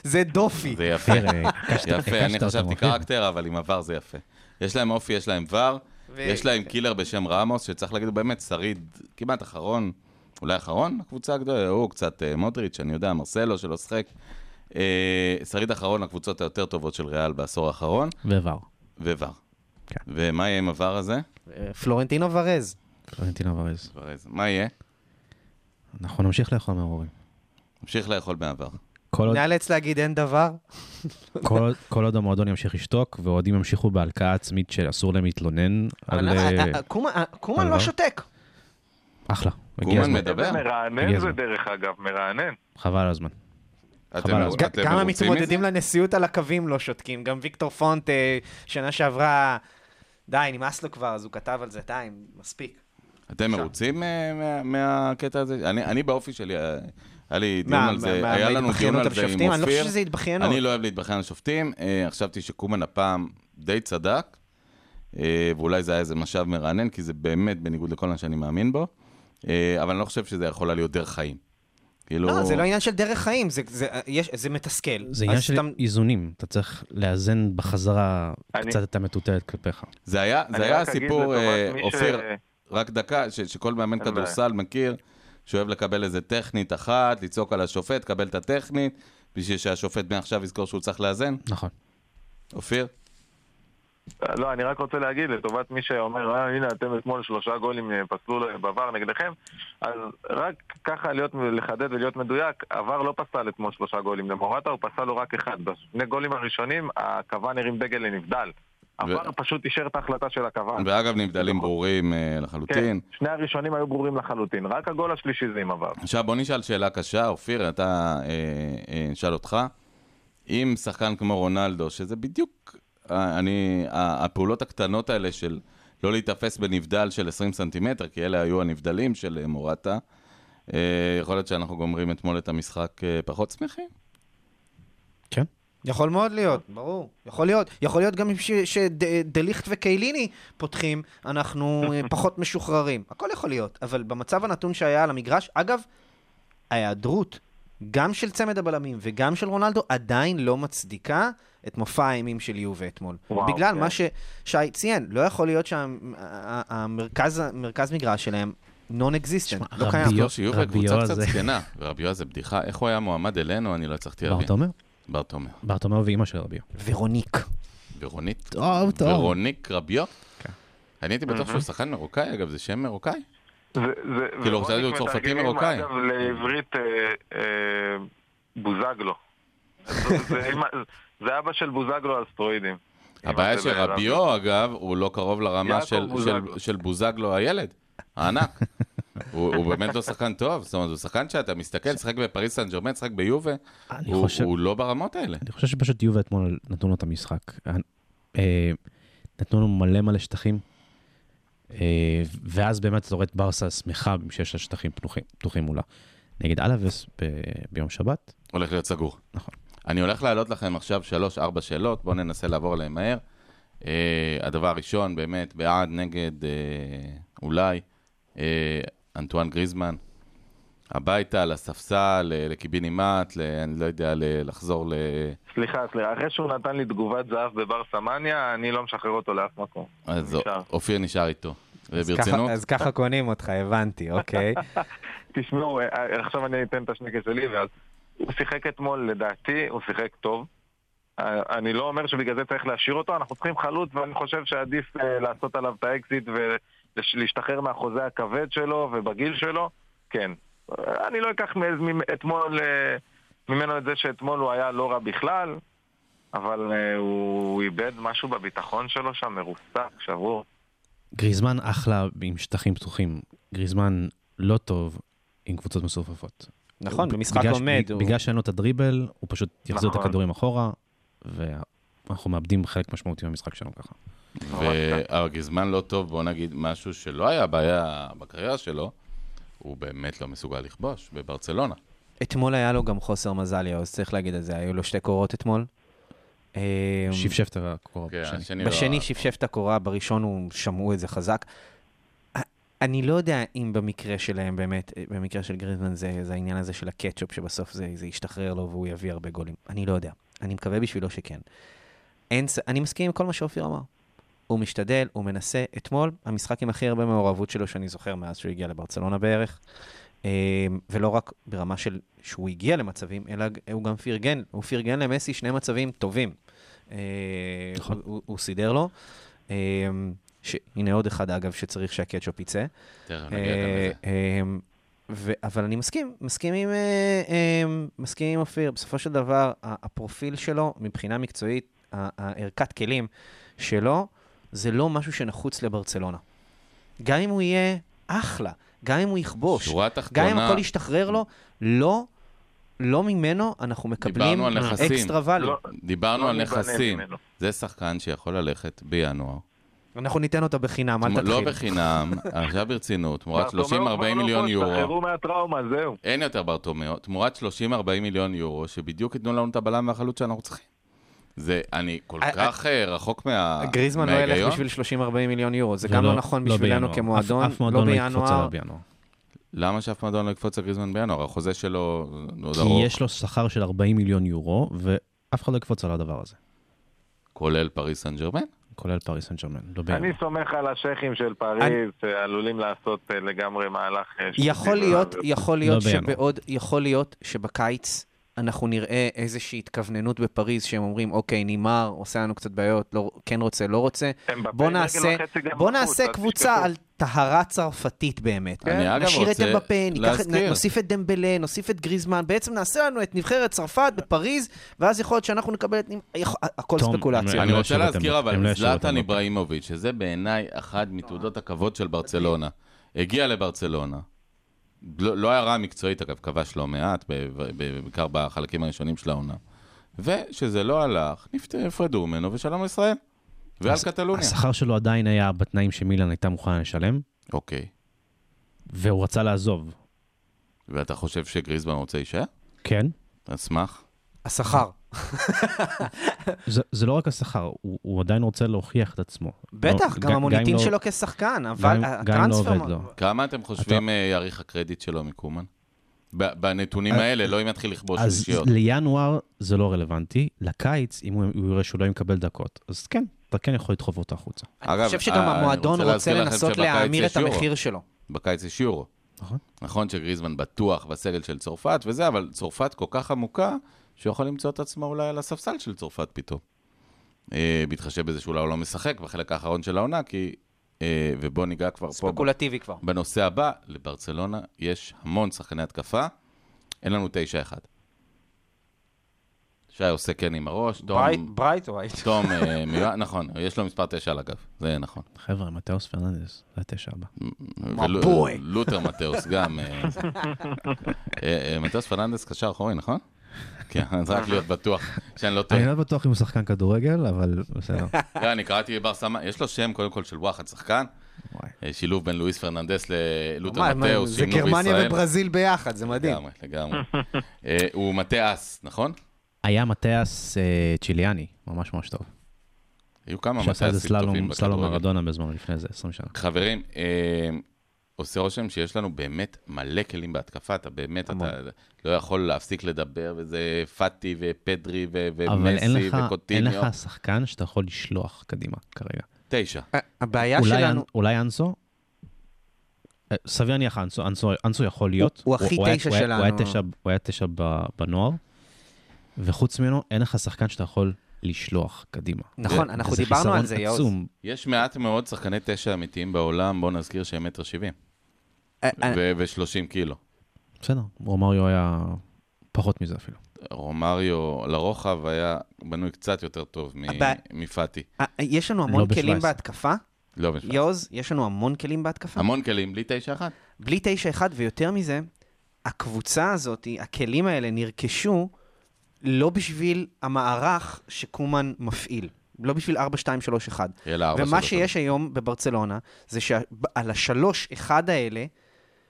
זה דופי.
זה יפה.
תראה, הקשת-
יפה, אני
הקשת אותם, אוקיי.
חשבתי
אופיר.
קרקטר, אבל עם עבר זה יפה. יש להם אופי, יש להם ור,
ו-
יש להם קילר בשם רמוס, שצריך להגיד, הוא באמת שריד כמעט אחרון, אולי אחרון, הקבוצה הגדולה, הוא קצת אה, מודריץ', אני יודע, מרסלו שלא שחק. אה, שריד אחרון לקבוצות היותר טובות של ריאל בעשור האחרון,
ועבר.
ובר.
כן.
ומה יהיה עם הוואר הזה?
אה, פלורנטינו ורז.
פלורנטינה ורז.
כבר איזה- מה יהיה?
אנחנו נמשיך לאכול מהורים.
נמשיך לאכול מהוואר.
*laughs*
כל עוד-
נאלץ להגיד אין דבר.
כל עוד- כל עוד המועדון ימשיך לשתוק, ואוהדים ימשיכו בהלקאה עצמית שאסור להם להתלונן
אבל,
על...
אה,
אה,
*laughs* אה, אה, קומן- אה, קומן
על
לא
מה?
שותק.
אחלה. הגיע
קומן
הזמן.
מדבר.
זה
הגיע
מרענן זה
הזמן.
דרך אגב, מרענן.
חבל על הזמן.
אתם
חבל, אז
אתם
גם
מרוצים מזה?
המתמודדים לנשיאות על הקווים לא שותקים. גם ויקטור פונט אה, שנה שעברה, די, נמאס לו כבר, אז הוא כתב על זה, די, מספיק.
אתם מרוצים אה, מה- מהקטע הזה? אני אני באופי שלי, אה, היה לי דיון
מה,
על
מה-
זה,
מה-
היה
מה,
לנו דיון
התבכיינות
על זה עם
השופטים?
אופיר.
אני לא חושב שזה התבכיינות.
אני לא אוהב להתבכיין על שופטים, אה, חשבתי שקומן הפעם די צדק, אה, ואולי זה היה איזה משאב מרענן, כי זה באמת בניגוד לכל מה שאני מאמין בו, אה, אבל אני לא חושב שזה יכולה להיות דרך חיים. כאילו...
לא, זה לא עניין של דרך חיים, זה- זה- יש- זה מתסכל.
זה עניין
אז
של
אתה-
איזונים, אתה צריך לאזן בחזרה
אני-
קצת את המטוטלת כלפיך.
זה היה,
אני
זה היה
רק אגיד
הסיפור,
לטובת
אה,
מי ש-
אופיר, רק דקה, ש, שכל מאמן
אין בעיה.
כדורסל מכיר, שאוהב לקבל איזה טכנית אחת, לצעוק על השופט, קבל את הטכנית, בשביל שהשופט מעכשיו יזכור שהוא צריך לאזן.
נכון.
אופיר?
לא, אני רק רוצה להגיד, לטובת מי שאומר, "אה, הנה, אתם אתמול שלושה גולים אה, פסלו בVAR נגדכם, אז רק ככה להיות, לחדד ולהיות מדויק, עבר לא פסל אתמול שלושה גולים למורטה, הוא פסל לו רק אחד. בשני גולים הראשונים, הכוון הרים דגל לנבדל. עבר
ו-
פשוט אישר את ההחלטה של הכוון.
ואגב, נבדלים ברורים אה,
כן,
לחלוטין.
שני הראשונים היו ברורים לחלוטין, רק הגול השלישי זה עם עבר.
עכשיו בוא נשאל שאלה קשה, אופיר, אתה, אה, אה, נשאל אותך, אם שחקן כמו רונלדו, שזה בדיוק, אה, אני, ה- הפעולות הקטנות האלה של לא להיתפס בנבדל של 20 סנטימטר, כי אלה היו הנבדלים של אה, מורטה, אה, יכול להיות שאנחנו גומרים אתמול את המשחק אה, פחות שמחים?
כן?
יכול מאוד להיות,
אה,
ברור. יכול להיות. יכול להיות גם שדליכט וקייליני פותחים,
*laughs*
אנחנו אה, פחות משוחררים. הכל יכול להיות. אבל במצב הנתון שהיה על המגרש, אגב, ההיעדרות, גם של צמד הבלמים וגם של רונלדו, עדיין לא מצדיקה את מופע האימים של יובה אתמול.
וואו,
בגלל
כן.
מה ששי ציין, לא יכול להיות שהמרכז מגרש שלהם נון אקזיסטנט,
שמע,
לא
רבי
קיים.
יו-
לא, שיובל קבוצה
רביו
קצת
הזה.
זקנה, ורביו זה בדיחה, איך הוא היה מועמד אלינו, אני לא הצלחתי להבין.
ברטומר?
ברטומר.
ברטומר ואימא של רביו.
ורוניק.
ורונית?
טוב,
ורוניק רביו?
כן.
אני הייתי בטוח שהוא שחקן מרוקאי, אגב, זה שם מרוקאי?
זה- זה-
כאילו,
ובוא
זה היה
נגיד
צרפתי
מתרגמים,
מרוקאי.
אגב, לעברית אה, אה, בוזגלו. *laughs* זה- זה אמא- זה אבא של בוזגלו על סטרואידים.
הבעיה
אמא של בן אדם.
שרביו, אגב, הוא לא קרוב לרמה
יעקב
של, של,
בוזגלו.
של בוזגלו הילד, הענק. *laughs* הוא, הוא באמת לא שחקן טוב, זאת אומרת, הוא שחקן שאתה מסתכל, שחק בפריס סן ג'רמן, שחק ביובה,
אני
הוא,
חושב...
הוא לא ברמות האלה.
אני חושב שפשוט יובה אתמול נתנו לו את המשחק. אה, נתנו לו מלא מלא שטחים, אה, ואז באמת אתה רואה את ברסה שמחה שיש לה שטחים פתוחים- פתוחים מולה. נגד אלווס ב- ביום שבת,
הולך להיות סגור.
נכון.
אני הולך להעלות לכם עכשיו שלוש, ארבע שאלות, בואו ננסה לעבור עליהן מהר. Uh, הדבר הראשון, באמת, בעד, נגד, uh, אולי, uh, אנטואן גריזמן, הביתה, לספסל, אה, לקיבינימט, ל- אני לא יודע, ל- לחזור ל...
סליחה, סליחה, אחרי שהוא נתן לי תגובת זהב בבר סמניה, אני לא משחרר אותו לאף מקום.
אז
נשאר.
אופיר נשאר איתו. וברצינות,
אז ככה קונים אותך, הבנתי,
*laughs*
אוקיי.
תשמעו, אה, אה, עכשיו אני אתן את השניקה שלי, ואז... הוא שיחק אתמול, לדעתי, הוא שיחק טוב. אה, אני לא אומר שבגלל זה צריך להשאיר אותו, אנחנו צריכים חלוץ, ואני חושב שעדיף אה, לעשות עליו את האקזיט ולהשתחרר מהחוזה הכבד שלו ובגיל שלו, כן. אה, אני לא אקח מ- מ- אתמול, אה, ממנו את זה שאתמול הוא היה לא רע בכלל, אבל אה, הוא איבד משהו בביטחון שלו שם, מרוסק, שבור.
גריזמן אחלה עם שטחים פתוחים, גריזמן לא טוב עם קבוצות מסופפות.
נכון,
הוא-
במשחק
בגלל ש-
עומד. הוא-
בגלל שאין לו את הדריבל, הוא פשוט יחזיר את
נכון.
הכדורים אחורה, ואנחנו מאבדים חלק משמעותי מהמשחק שלנו ככה.
לא,
והגזמן לא טוב, בואו נגיד משהו שלא היה בעיה בקריירה שלו, הוא באמת לא מסוגל לכבוש בברצלונה.
אתמול היה לו גם חוסר מזל, יאוז, צריך להגיד את זה, היו לו שתי קורות אתמול. אמ,
שפשף את הקורה
כן,
בשני.
השני לא-
בשני שפשף את הקורה, בראשון הוא שמעו את זה חזק. א- אני לא יודע אם במקרה שלהם באמת, אה, במקרה של גריזמן זה, זה העניין הזה של הקטשופ, שבסוף זה, זה ישתחרר לו והוא יביא הרבה גולים. אני לא יודע. אני מקווה בשבילו שכן. אין, ס- אני מסכים עם כל מה שאופיר אמר. הוא משתדל, הוא מנסה. אתמול, המשחק עם הכי הרבה מעורבות שלו שאני זוכר מאז שהוא הגיע לברצלונה בערך, אה, ולא רק ברמה של שהוא הגיע למצבים, אלא ג- הוא גם פרגן, הוא פרגן למסי שני מצבים טובים. אה,
נכון.
הוא- הוא- הוא סידר לו. אה, ש- הנה עוד אחד, אגב, שצריך שהקטשופ יצא.
תכף נגיע גם לזה.
אה, ו- אבל אני מסכים, מסכים עם, אה, אה, מסכים עם אופיר. בסופו של דבר, ה- הפרופיל שלו, מבחינה מקצועית, ה- הערכת כלים שלו, זה לא משהו שנחוץ לברצלונה. גם אם הוא יהיה אחלה, גם אם הוא יכבוש,
שורה
גם אם
תחתונה,
הכל ישתחרר לו, לא, לא ממנו אנחנו מקבלים
דיברנו על נכסים.
אקסטרה ואליו.
לא,
דיברנו
לא
על
ניבנה
נכסים.
ממנו.
זה שחקן שיכול ללכת בינואר.
אנחנו ניתן אותה בחינם, אל
לא
תתחיל. *laughs*
בחינם, עכשיו ברצינות, תמורת 30-40
ברטומיאו כבר לא
מיליון
פה,
יורו.
תשחררו מהטראומה, זהו.
אין יותר ברטומיאו, תמורת 30-40 מיליון יורו, שבדיוק ייתנו לנו את הבלם והחלוץ שאנחנו צריכים. זה, אני כל
אה,
כך אה, רחוק מה-
גריזמן לא ילך
מההיגיון.
בשביל 30-40 מיליון יורו, זה גם לא נכון בשבילנו
בינואר.
כמועדון,
אף- אף מועדון
לא
יקפוץ עליו
בינואר,
בינואר.
למה שאף מועדון לא יקפוץ על גריזמן בינואר? החוזה שלו עוד
כי
ארוך,
יש לו שכר של 40 מיליון יורו, ואף אחד לא יקפוץ על הדבר הזה,
כולל פריס סן ג'רמן.
כולל פריס סן ג'רמן,
כן.
לא
אני
בינואר.
סומך על השייחים של פריז, שעלולים לעשות אה, לגמרי מהלך... אה, שטותי
יכול
ולא
להיות,
זה.
יכול להיות
לא בינואר.
שבעוד, יכול להיות שבקיץ אנחנו נראה איזושהי התכווננות בפריז, שהם אומרים, אוקיי, נגמר, עושה לנו קצת בעיות, לא, כן רוצה, לא רוצה.
הם בפנדל
בוא
רגל
נעשה,
וחצי לא גם
בוא
בחוץ,
נעשה
אל
קבוצה
תשכחו.
על טהרה צרפתית
כן.
באמת.
אני אגב
נשאיר את
רוצה
אמבפה, ניקח את-
להזכיר.
נוסיף את דמבלה, נוסיף את גריזמן, בעצם נעשה לנו את נבחרת צרפת בפריז, ואז יכול להיות שאנחנו נקבל את... נמ- יכול- הכל
תום,
ספקולציה.
הם
אני
לא
רוצה
ישאירו אותם
להזכיר
בק- הם לא
אבל
ישאירו
זלאטן
אותם
איברהימוביץ', שזה בעיניי אחת מתעודות הכבוד של ברצלונה. הגיע לברצלונה. לא לא היה רע מקצועית, אגב, כבש לא מעט, ב- ב- בעיקר בחלקים הראשונים של העונה. ושזה לא הלך, נפט- נפרדו ממנו, ושלום לישראל. ועל
הס-
קטלוניה.
השכר שלו עדיין היה בתנאים שמילן הייתה מוכנה לשלם,
אוקיי.
והוא רצה לעזוב.
ואתה חושב שגריזמן רוצה להישאר?
כן?
על סמך?
השכר.
זה, זה לא רק השכר, הוא, הוא עדיין רוצה להוכיח את עצמו.
בטח,
לא-
גם
אם
המוניטין
לא-
שלו כשחקן,
גם
אבל
אם- גם אם לא
הטרנספר...
עובד לו.
כמה אתם חושבים אה, יעריך הקרדיט שלו מקומן? ב- בנתונים האלה, לא אם יתחיל לכבוש
אז
שלישיות.
לינואר זה לא רלוונטי, לקיץ, אם הוא הוא יראה שהוא לא מקבל דקות, אז כן, אתה כן יכול לדחוף אותו החוצה.
אני חושב שגם
אה, אני
המועדון רוצה
להזכיר לכם
לנסות
שבקיץ
להאמיר
יש
את
יורו.
המחיר שלו.
בקיץ יש יורו.
נכון.
נכון שגריזמן בטוח בסגל של צרפת וזה, אבל צרפת כל כך עמוקה, שהוא יכול למצוא את עצמו אולי על הספסל של צרפת פתאום. אה, בהתחשב בזה שאולי הוא לא משחק בחלק האחרון של העונה, כי... אה, ובוא ניגע כבר פה
ספקולטיבי כבר.
בנושא הבא, לברצלונה יש המון שחקני התקפה, אין לנו 9-1. שי עושה כן עם הראש, תום,
ברייט ווייט.
תום, אה, מיוע- נכון, יש לו מספר 9 על הגב, זה נכון.
חבר'ה, מתאוס פרננדס, זה התשע הבא.
ולו-
בוי.
לותר מתאוס גם. אה, אה, אה, מתאוס פרננדס קשר אחורי, נכון? כן, אז רק להיות בטוח שאני לא
אני
טועה.
לא בטוח אם הוא שחקן כדורגל, אבל בסדר.
לא, אני קראתי בר סמה, יש לו שם קודם כל של וואחד שחקן.
וואי.
אה, שילוב בין לואיס פרננדס
מה,
ללותר
מה,
מתאוס,
זה
שימנו
גרמניה
בישראל.
וברזיל ביחד, זה מדהים.
לגמרי, לגמרי. אה, הוא מטה אס, נכון?
*laughs* היה מתיאס אה, צ'יליאני, ממש ממש טוב.
היו כמה מטה
שעשה איזה
אסים טובים
סללום סללום
בכדורגל.
מרדונה בזמן לפני איזה 20 שנה.
חברים, אה, עושה רושם שיש לנו באמת מלא כלים בהתקפה, אתה באמת, אתה לא יכול להפסיק לדבר, וזה פאטי ופדרי ו-
אה,
אבל אין
ומסי
לך- אין
וקוטיניו.
לך שחקן שאתה יכול לשלוח קדימה כרגע.
תשע.
ה- הבעיה
אולי
שלנו,
אנ- אולי אנסו? אה, סביר להניח אנסו, אנסו, אנסו יכול להיות.
הוא הכי
היה-
תשע
הוא היה-
שלנו.
הוא היה תשע- הוא היה תשע ב- בנוער, וחוץ ממנו אין לך שחקן שאתה יכול לשלוח קדימה.
נכון,
זה-
אנחנו
וזה
דיברנו על זה,
חיסרון
יאוז.
עצום.
יש מעט מאוד שחקני תשע אמיתיים בעולם, בואו נזכיר שהם מטר שבעים,
אה, אה,
ושלושים קילו.
בסדר, רומאריו היה פחות מזה אפילו.
רומריו לרוחב היה בנוי קצת יותר טוב מ-
הבע-
מפאטי.
אה, יש לנו
לא
המון
ב-
כלים
17.
בהתקפה,
לא מפאטי.
יוז, יש לנו המון כלים בהתקפה.
המון כלים, בלי תשע אחת.
בלי תשע אחד ויותר מזה, הקבוצה הזאת, הכלים האלה נרכשו לא בשביל המערך שקומן מפעיל. לא בשביל 4, 2, 3, 1.
אלא ארבע,
ומה
שלוש,
שיש היום בברצלונה, זה שעל השלוש אחד האלה,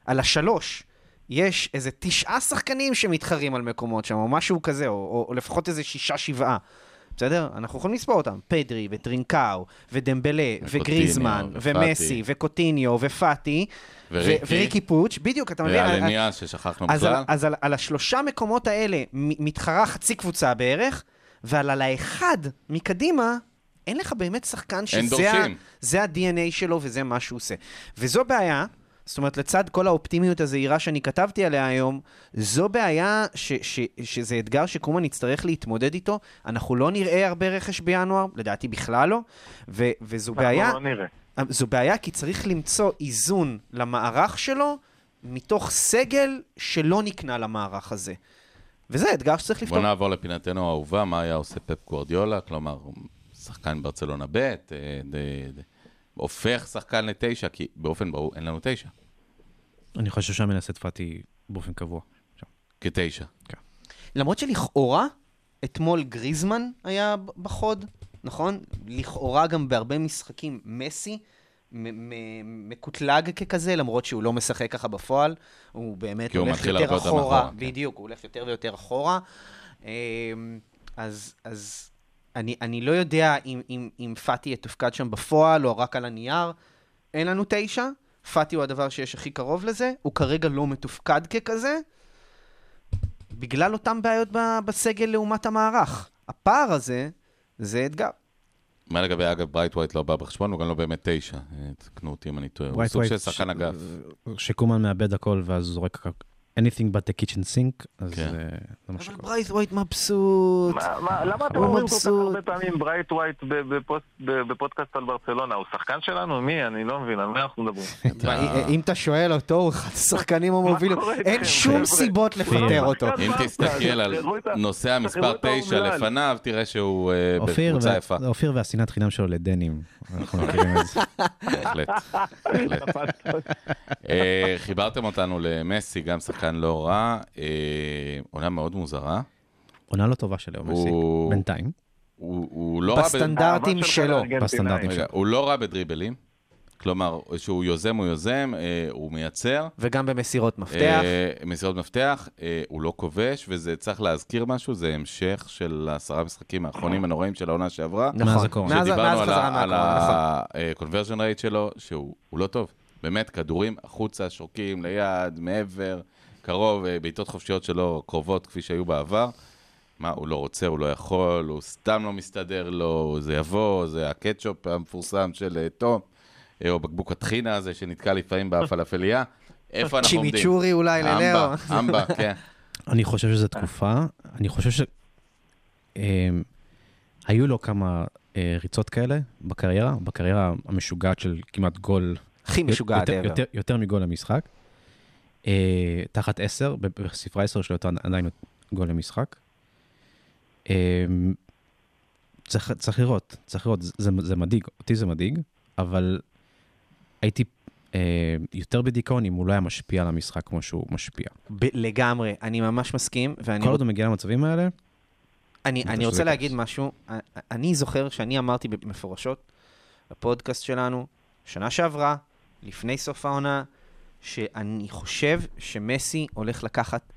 על השלוש, יש איזה תשעה שחקנים שמתחרים על מקומות שם, או משהו כזה, או, או, או לפחות איזה שישה, שבעה. בסדר? אנחנו יכולים לספור אותם. פדרי, וטרינקאו, ודמבלה,
וקוטיניו,
וגריזמן,
ופאטי.
ומסי, וקוטיניו, ופאטי, ו-
וריקי.
וריקי פוץ', בדיוק, אתה מבין? על- על-
ואלניה, ששכחנו
אז, על,
בכלל.
אז על, על השלושה מקומות האלה מ- מתחרה חצי קבוצה בערך, ועל על האחד מקדימה אין לך באמת שחקן
אין
שזה ה-
דורשים.
זה ה-DNA שלו וזה מה שהוא עושה. וזו בעיה, זאת אומרת, לצד כל האופטימיות הזהירה שאני כתבתי עליה היום, זו בעיה ש- ש- שזה אתגר שקומן יצטרך להתמודד איתו. אנחנו לא נראה הרבה רכש בינואר, לדעתי בכלל לא, ו- וזו בעיה...
אנחנו לא נראה.
זו בעיה כי צריך למצוא איזון למערך שלו מתוך סגל שלא נקנה למערך הזה. וזה אתגר שצריך לפתור.
בוא נעבור לפינתנו האהובה, מה היה עושה פפ גוורדיולה, כלומר, הוא שחקן ברצלונה ב', אה, ד- ד- הופך שחקן לתשע, כי באופן ברור אין לנו תשע,
אני חושב שהמנס הצפתי באופן קבוע. שם.
כתשע.
למרות שלכאורה, אתמול גריזמן היה ב- בחוד, נכון? לכאורה גם בהרבה משחקים מסי מ- מ- מקוטלג ככזה, למרות שהוא לא משחק ככה בפועל. הוא באמת
כי הוא
הולך
מתחיל
יותר
הרבה יותר
אחורה.
מאחורה, כן.
בדיוק, הוא הולך יותר ויותר אחורה. אמ, אז, אז אני, אני לא יודע אם, אם, אם פאטי יתופקד שם בפועל או רק על הנייר. אין לנו תשע, פאטי הוא הדבר שיש הכי קרוב לזה, הוא כרגע לא מתופקד ככזה, בגלל אותן בעיות ב- בסגל לעומת המערך. הפער הזה, זה אתגר.
מה לגבי, אגב, ברייט ווייט לא בא בחשבון, הוא גם לא באמת תשע, אה, תקנו אותי אם אני טועה, הוא
ברייט
סוג
ווייט
של שחקן
ש-
אגף.
שקומן מאבד הכל ואז זורק anything but the kitchen sink, אז
כן.
אה, זה מה
אבל
שקורה.
ברייסווייט מבסוט.
מה- מה- למה אתם
הוא
אומרים כל כך
מבסוט.
הרבה פעמים ברייט ווייט ב- בפוסט- ב- בפודקאסט על ברצלונה? הוא שחקן שלנו? מי? אני לא מבין, על מה
*laughs*
אנחנו מדברים?
אה,
ב- אם אתה שואל אותו, הוא אחד השחקנים המובילים.
מה קורה
אין
איתכם,
שום
חבר'ה?
סיבות לפטר
שחקן
אותו.
מה-
אם
אה,
מה-
תסתכל על
תראו את ה-
נוסע מספר
תראו את
תשע
האומלל.
לפניו, תראה שהוא אה,
אופיר
בקבוצה
וה-
יפה.
אופיר והשנאת חינם שלו לדנים, אנחנו מכירים את זה.
בהחלט, בהחלט. אה, חיברתם אותנו למסי, גם שחקן לא רע, אה, עונה מאוד מוזרה.
*laughs* עונה לא טובה של לאו מסי,
הוא-
בינתיים.
הוא הוא לא רע ב-
*laughs*
בסטנדרטים
האהבה שלך
שלו.
לארגנטינאים.
בסטנדרטים
רגע, הוא לא רע בדריבלים. כלומר, שהוא יוזם, הוא יוזם, אה, הוא מייצר.
וגם במסירות מפתח.
אה, מסירות מפתח, אה, הוא לא כובש, וזה, צריך להזכיר משהו, זה המשך של עשרה משחקים האחרונים הנוראים של העונה שעברה.
נכון.
מאז הקורונה.
מאז- מאז
שדיברנו על
חזרה
ה- על
מהקורונה, נכון.
ה-conversion rate שלו, שהוא הוא לא טוב. באמת, כדורים החוצה, שורקים ליד, מעבר, קרוב, אה, בעיטות חופשיות שלו קרובות כפי שהיו בעבר. מה, הוא לא רוצה, הוא לא יכול, הוא סתם לא מסתדר לו, זה יבוא, זה הקטשופ המפורסם של אה, תום, אה, או בקבוק הטחינה הזה שנתקע לפעמים בפלאפליה. איפה אנחנו עומדים?
צ'ימיצ'ורי אולי ללאו.
אמבה, אמבה,
*laughs*
כן.
אני חושב שזו תקופה, אני חושב ש... אמ, היו לו כמה אה, ריצות כאלה בקריירה, בקריירה המשוגעת של כמעט גול
הכי משוגעת
יותר,
ever.
יותר, יותר מגול למשחק. אה, תחת 10, בספרה 10 שלו הייתה עדיין גול למשחק. אה, צריך, צריך לראות, צריך לראות, זה, זה מדאיג, אותי זה מדאיג, אבל הייתי אה, יותר בדיכאון אם הוא לא היה משפיע על המשחק כמו שהוא משפיע.
ב- לגמרי, אני ממש מסכים, ואני
כל עוד הוא מגיע למצבים האלה,
אני,
אתה
אני
צודק,
רוצה
אז.
להגיד משהו. א- א- אני זוכר שאני אמרתי מפורשות בפודקאסט שלנו, שנה שעברה, לפני סוף העונה, שאני חושב שמסי הולך לקחת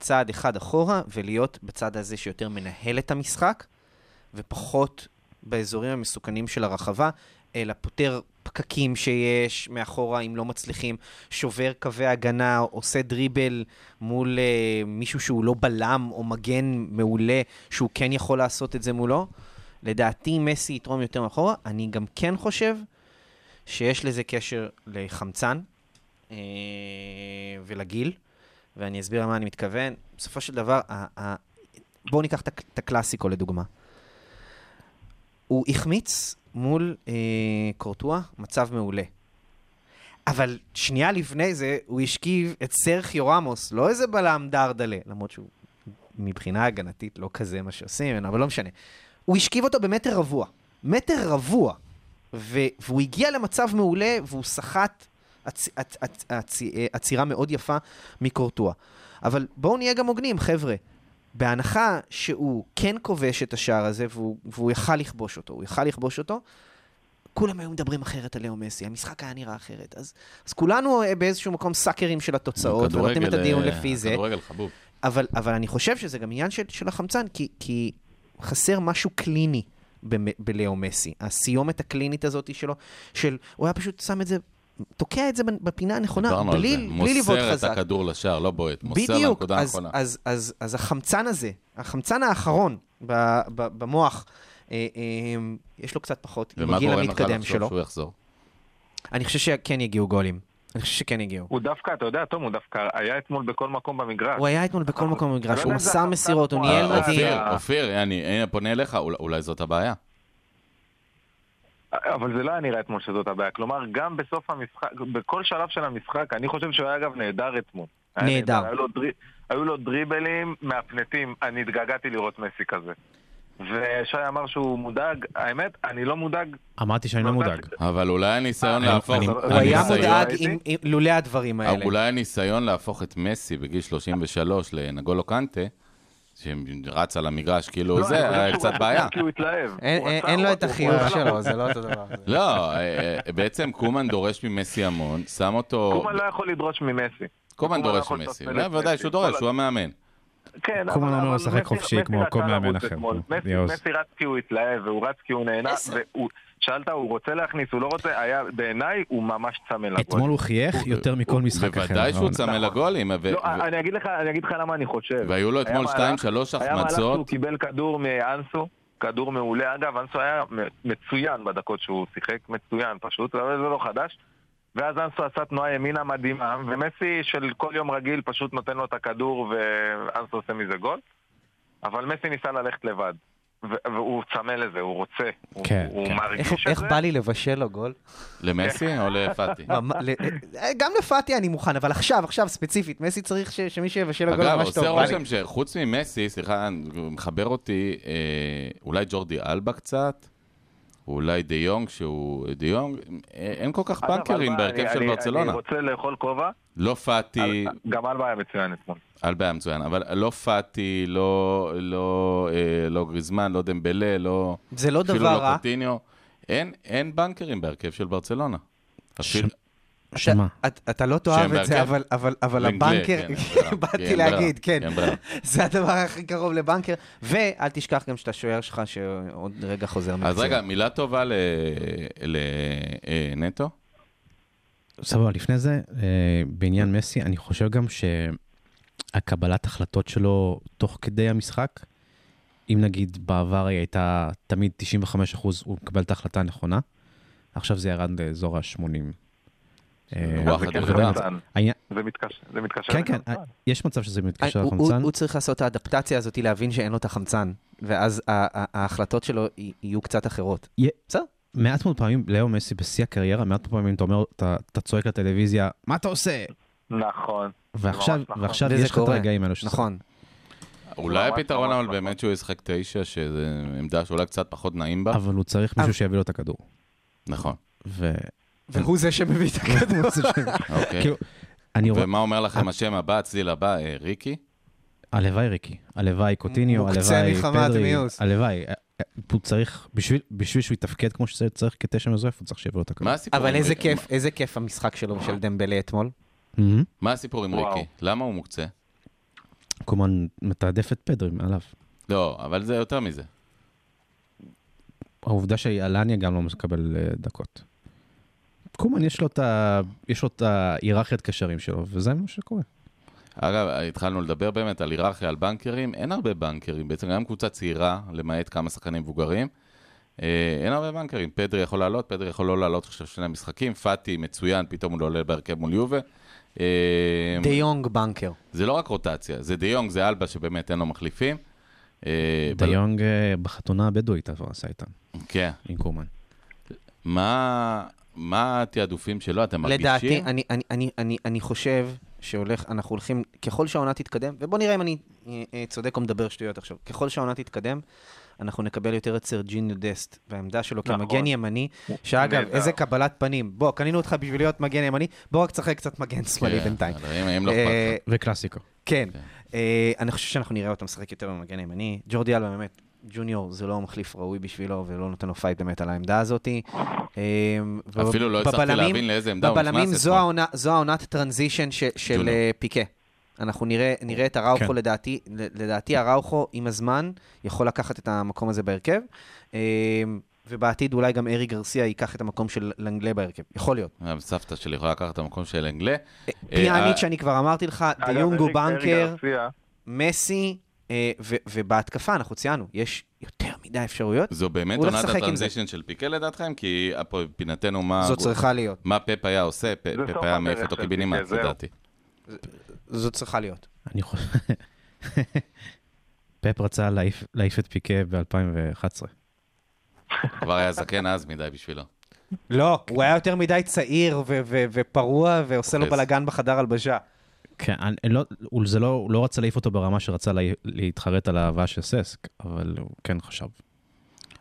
צעד אחד אחורה ולהיות בצד הזה שיותר מנהל את המשחק, ופחות באזורים המסוכנים של הרחבה, אלא פותר פקקים שיש מאחורה אם לא מצליחים, שובר קווי הגנה, עושה דריבל מול אה, מישהו שהוא לא בלם או מגן מעולה, שהוא כן יכול לעשות את זה מולו. לדעתי מסי יתרום יותר מאחורה. אני גם כן חושב שיש לזה קשר לחמצן אה, ולגיל, ואני אסביר למה אני מתכוון. בסופו של דבר, ה- ה- בואו ניקח את הק- את הקלאסיקו לדוגמה. הוא החמיץ מול אה, קורטואה מצב מעולה. אבל שנייה לפני זה הוא השכיב את סרחיו רמוס, לא איזה בלם דרדלה, למרות שהוא מבחינה הגנתית לא כזה מה שעושים ממנו, אבל לא משנה. הוא השכיב אותו במטר רבוע. מטר רבוע. ו- והוא הגיע למצב מעולה, והוא סחט עצ- עצ- עצ- עצ- אה, עצירה מאוד יפה מקורטואה. אבל בואו נהיה גם הוגנים, חבר'ה. בהנחה שהוא כן כובש את השער הזה, והוא, והוא יכל לכבוש אותו, הוא יכל לכבוש אותו, כולם היו מדברים אחרת על לאו מסי, המשחק היה נראה אחרת. אז, אז כולנו אה, באיזשהו מקום סאקרים של התוצאות, ונותנים לא את
כדורגל,
הדיון
אה,
לפי זה.
כדורגל חבוב.
אבל, אבל אני חושב שזה גם עניין של, של החמצן, כי, כי חסר משהו קליני במ- בלאו מסי. הסיומת הקלינית הזאת שלו, של הוא היה פשוט שם את זה, תוקע את זה בפינה הנכונה,
דיברנו על
נכון, בלי,
זה.
בלי לבעוט
מוסר את
חזק.
הכדור לשער, לא בועט. מוסר
בדיוק,
לנקודה
אז,
הנכונה.
אז, אז, אז החמצן הזה, החמצן האחרון ב, ב, במוח, אה, אה, יש לו קצת פחות, עם
ומה
הגיל
גורם לך
המתקדם
לחשוב
שלו.
שהוא יחזור?
אני חושב שכן יגיעו גולים. אני חושב שכן יגיעו.
הוא דווקא, אתה יודע, תום, הוא דווקא היה אתמול בכל מקום במגרש.
הוא היה אתמול בכל מקום במגרש,
לא
הוא
יודע, זה
מסר
החמצן
מסירות, הוא
פה,
ניהל
אה,
מדהים.
אופיר, אופיר, אני הנה, פונה אליך, אול- אולי זאת הבעיה.
אבל זה לא היה נראה אתמול שזאת הבעיה. כלומר, גם בסוף המשחק, בכל שלב של המשחק, אני חושב שהוא היה אגב נהדר אתמול. היה
נהדר.
היו לו דרי- היו לו דריבלים מהפנטים, אני התגעגעתי לראות מסי כזה. ושי אמר שהוא מודאג, האמת, אני לא מודאג.
אמרתי שאני לא מודאג.
אבל אולי הניסיון
אה,
להפוך...
אני-
הוא היה
הניסיון-
מודאג
ראיתי.
עם- עם- לולא הדברים האלה.
אולי הניסיון להפוך את מסי בגיל 33 לנגולו קנטה, שרץ על המגרש כאילו
לא, אני
זה,
חושב
היה
שהוא
קצת
רצה
בעיה.
כי הוא התלהב.
אין-
הוא
אין-
רצה,
אין לו
הוא-
את
הוא-
החיוך
הוא-
שלו, זה לא אותו
*laughs*
דבר.
לא, אה, אה, בעצם קומן דורש ממסי המון, שם אותו...
קומן לא יכול לדרוש ממסי.
קומן
קומן לא
דורש
יכול
ממסי,
לטפל את
לא, ודאי
מסי,
שהוא דורש,
כל
הוא המאמן.
כן,
קומן
אבל-
אומר לו
אבל
לשחק
מסי-
חופשי
מסי
כמו
רצה
כל מאמן
לרוץ
אחר.
אתמול.
נו,
מסי-
יאוז.
מסי רץ כי הוא התלהב, והוא רץ כי הוא נהנה,
עשר.
והוא- שאלת, הוא רוצה להכניס, הוא לא רוצה, היה, בעיניי, הוא ממש צמא לגול.
אתמול הוא חייך יותר מכל משחק אחר. לא נכון.
בוודאי שהוא
העונה.
צמא לגולים, ו-
לא,
ו-
אני אגיד לך, אני אגיד לך למה אני חושב.
והיו לו
היה
אתמול
מהלך-
שתיים, שלוש
היה מהלך שהוא
החמצות.
קיבל כדור מאנסו, כדור מעולה. אגב, אנסו היה מ- מצוין בדקות שהוא שיחק, מצוין פשוט, אבל זה לא חדש. ואז אנסו עשה תנועה ימינה מדהימה, ומסי של כל יום רגיל פשוט נותן לו את הכדור ואנסו עושה מזה גול. אבל מסי ניסה ללכת לבד. ו- והוא צמא לזה, הוא רוצה. הוא-
כן,
הוא
כן.
איך-
מרגיש את זה.
איך בא לי לבשל לו גול?
למסי או לפאטי?
ממ- ל- אה, גם לפאטי אני מוכן, אבל עכשיו, עכשיו, ספציפית, מסי צריך ש- שמישהו יבשל לו גול
אגב,
ממש טוב.
עושה
בא לי.
רושם שחוץ ממסי, סליחה, הוא מחבר אותי, אה, אולי ג'ורדי אלבה קצת, אולי דה יונג, שהוא דה יונג, אה, אין כל כך
אגב,
בנקרים
אלבה,
בהרכב
אני-
של
אני-
ברצלונה.
אני רוצה לאכול כובע,
לא פאטי,
גם אלבה היה מצוין אתמול.
אלבה היה מצוין, אבל לא פאטי, לא- לא אה, לא גריזמן, לא דמבלה, לא...
זה לא
אפילו
דבר
לא
רע.
קוטיניו. אין- אין בנקרים בהרכב של ברצלונה. אפילו-
שמה?
אתה- אתה לא תאהב
שהם
את זה,
בהרכב?
אבל- אבל- אבל
לינגלה,
הבנקר, *laughs*
כן, אין ברירה. כן,
באתי
אין ברירה.
להגיד, כן.
אין ברירה.
זה הדבר הכי קרוב לבנקר, ואל תשכח גם שאתה שוער שלך שעוד רגע חוזר
אז
*laughs* מפציעה.
רגע, מילה טובה אה, לנטו.
סבבה, לפני זה, אה, בעניין מסי, אני חושב גם שהקבלת החלטות שלו תוך כדי המשחק, אם נגיד בעבר היא הייתה תמיד 95 אחוז, הוא מקבל את ההחלטה הנכונה, עכשיו זה ירד לאזור אה, ה-80.
וואחד
זה כן
יחידה.
חמצן. זה מתקשר, זה מתקשר
כן, כן,
לחמצן.
יש מצב שזה
אני-
מתקשר
אה, הוא- הוא-
לחמצן.
הוא צריך לעשות את האדפטציה הזאת, להבין שאין לו את החמצן, ואז ה- ה- ההחלטות שלו י- יהיו קצת אחרות.
יה-
בסדר?
מעט מאוד פעמים, לאו מסי בשיא הקריירה, מעט מאוד פעמים אתה אומר, אתה אתה צועק לטלוויזיה, מה אתה עושה?
נכון.
ועכשיו,
נכון.
ועכשיו
לא, וזה
יש לך את
קורה.
הרגעים האלו שזה
נכון.
אולי
ממש
הפתרון,
ממש
אבל
נכון.
באמת שהוא ישחק תשע, שזו עמדה שאולי קצת פחות נעים בה.
אבל הוא צריך מישהו שיביא לו את הכדור.
נכון,
ו...
והוא כן. זה *laughs* שמביא את הכדור.
אוקיי.
כאילו, אני רואה,
ומה אומר לכם השם הבא, הצליל הבא, אה, ריקי?
הלוואי ריקי, הלוואי קוטיניו,
מוקצה
הלוואי
מחמת
פדרי,
מיאוס.
הלוואי. אה, אה, הוא צריך, בשביל בשביל שהוא יתפקד כמו שזה צריך כתשע מזויף, הוא צריך שיבוא לו את הכדור.
מה הסיפור
אבל
עם
איזה
ריקי?
כיף, איזה כיף המשחק שלו של דמבלה אתמול.
מהמם.
מה הסיפור עם
וואו.
ריקי? למה הוא מוקצה?
קומן מתעדף את פדרי מעליו.
לא, אבל זה יותר מזה.
העובדה שאלניה גם לא מקבל אה, דקות. קומן יש לו את ה- יש לו את ההיררכיית קשרים שלו, וזה מה שקורה.
אגב, התחלנו לדבר באמת על היררכיה, על בנקרים, אין הרבה בנקרים, בעצם גם קבוצה צעירה, למעט כמה שחקנים מבוגרים, אה, אין הרבה בנקרים. פדרי יכול לעלות, פדרי יכול לא לעלות עכשיו שני משחקים, פאטי מצוין, פתאום הוא לא עולה בהרכב מול יובה. אה,
דה יונג בנקר.
זה לא רק רוטציה, זה דה יונג, זה אלבה שבאמת אין לו מחליפים. אה, בל-
דיונג אה, בחתונה הבדואית אבל עשה איתם,
כן.
עם קומן.
מה מה התעדופים שלו? אתם מרגישים?
לדעתי, אני, אני, אני, אני, אני חושב שהולך, אנחנו הולכים, ככל שהעונה תתקדם, ובוא נראה אם אני אה, אה, צודק או מדבר שטויות עכשיו, ככל שהעונה תתקדם, אנחנו נקבל יותר את סרג'יניו דסט, והעמדה שלו
נכון.
כמגן ימני, שאגב,
נהדר.
איזה קבלת פנים. בוא, קנינו אותך בשביל להיות מגן ימני, בוא רק תשחק קצת מגן שמאלי
כן,
בינתיים.
אבל אם אם לא אכפת
אה,
לך.
וקלאסיקו.
כן. אה, אני חושב שאנחנו נראה אותו משחק יותר במגן הימני. ג'ורדי אלבה באמת, ג'וניור זה לא מחליף ראוי בשבילו ולא נותן לו פייט באמת על העמדה הזאת. אה,
אפילו לא הצלחתי להבין לאיזה עמדה הוא נכנס.
בבלמים זו
אתמול.
העונה- זו העונת טרנזישן ש- של
ג'וניור.
אה, פיקה. אנחנו נראה נראה את
כן.
הראוכו לדעתי, ל- לדעתי הראוכו עם הזמן יכול לקחת את המקום הזה בהרכב. אה, ובעתיד אולי גם ארי גרסיה ייקח את המקום של לנגלה בהרכב, יכול להיות.
אבל אה, סבתא שלי יכולה לקחת את המקום של אנגלה. אה,
פיאניץ' שאני כבר אמרתי לך,
אגב,
דיונגו
אריק- אריק
בנקר.
גרסיה,
מסי, אה, ו- ובהתקפה אנחנו ציינו, יש יותר מדי אפשרויות.
זו באמת
הוא הולך
עונת
לשחק עם
הטרנזישן של פיקה לדעתכם? כי הפו- פינתנו מה...
זו צריכה להיות.
מה פאפ היה עושה? פ-
סוף
פאפ היה
הדרך
מעיף אותו
של
קיבינימט,
פיקה, זהו.
לדעתי.
זו צריכה להיות.
אני חושב... *laughs* פפ רצה להעיף- להעיף את פיקה ב-2011.
כבר היה זקן אז מדי בשבילו.
לא, הוא היה יותר מדי צעיר ו- ו- ופרוע ועושה לו
אוחז.
בלאגן בחדר הלבשה.
כן, אני, אני לא, הוא- זה לא, הוא לא רצה להעיף אותו ברמה שרצה לה, להתחרט על האהבה של ססק, אבל הוא כן חשב.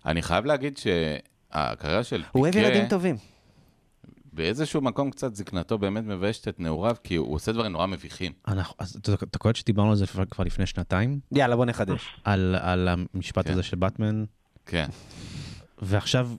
אני חייב להגיד שהקריירה של
הוא אוהב ילדים
פיקה,
טובים.
באיזשהו מקום קצת זקנתו באמת מביישת את נעוריו, כי הוא עושה דברים נורא מביכים.
אנחנו, אז אתה- אתה קולט שדיברנו על זה כבר- כבר לפני שנתיים,
יאללה, בוא נחדש.
על, על המשפט
כן.
הזה של באטמן,
כן.
ועכשיו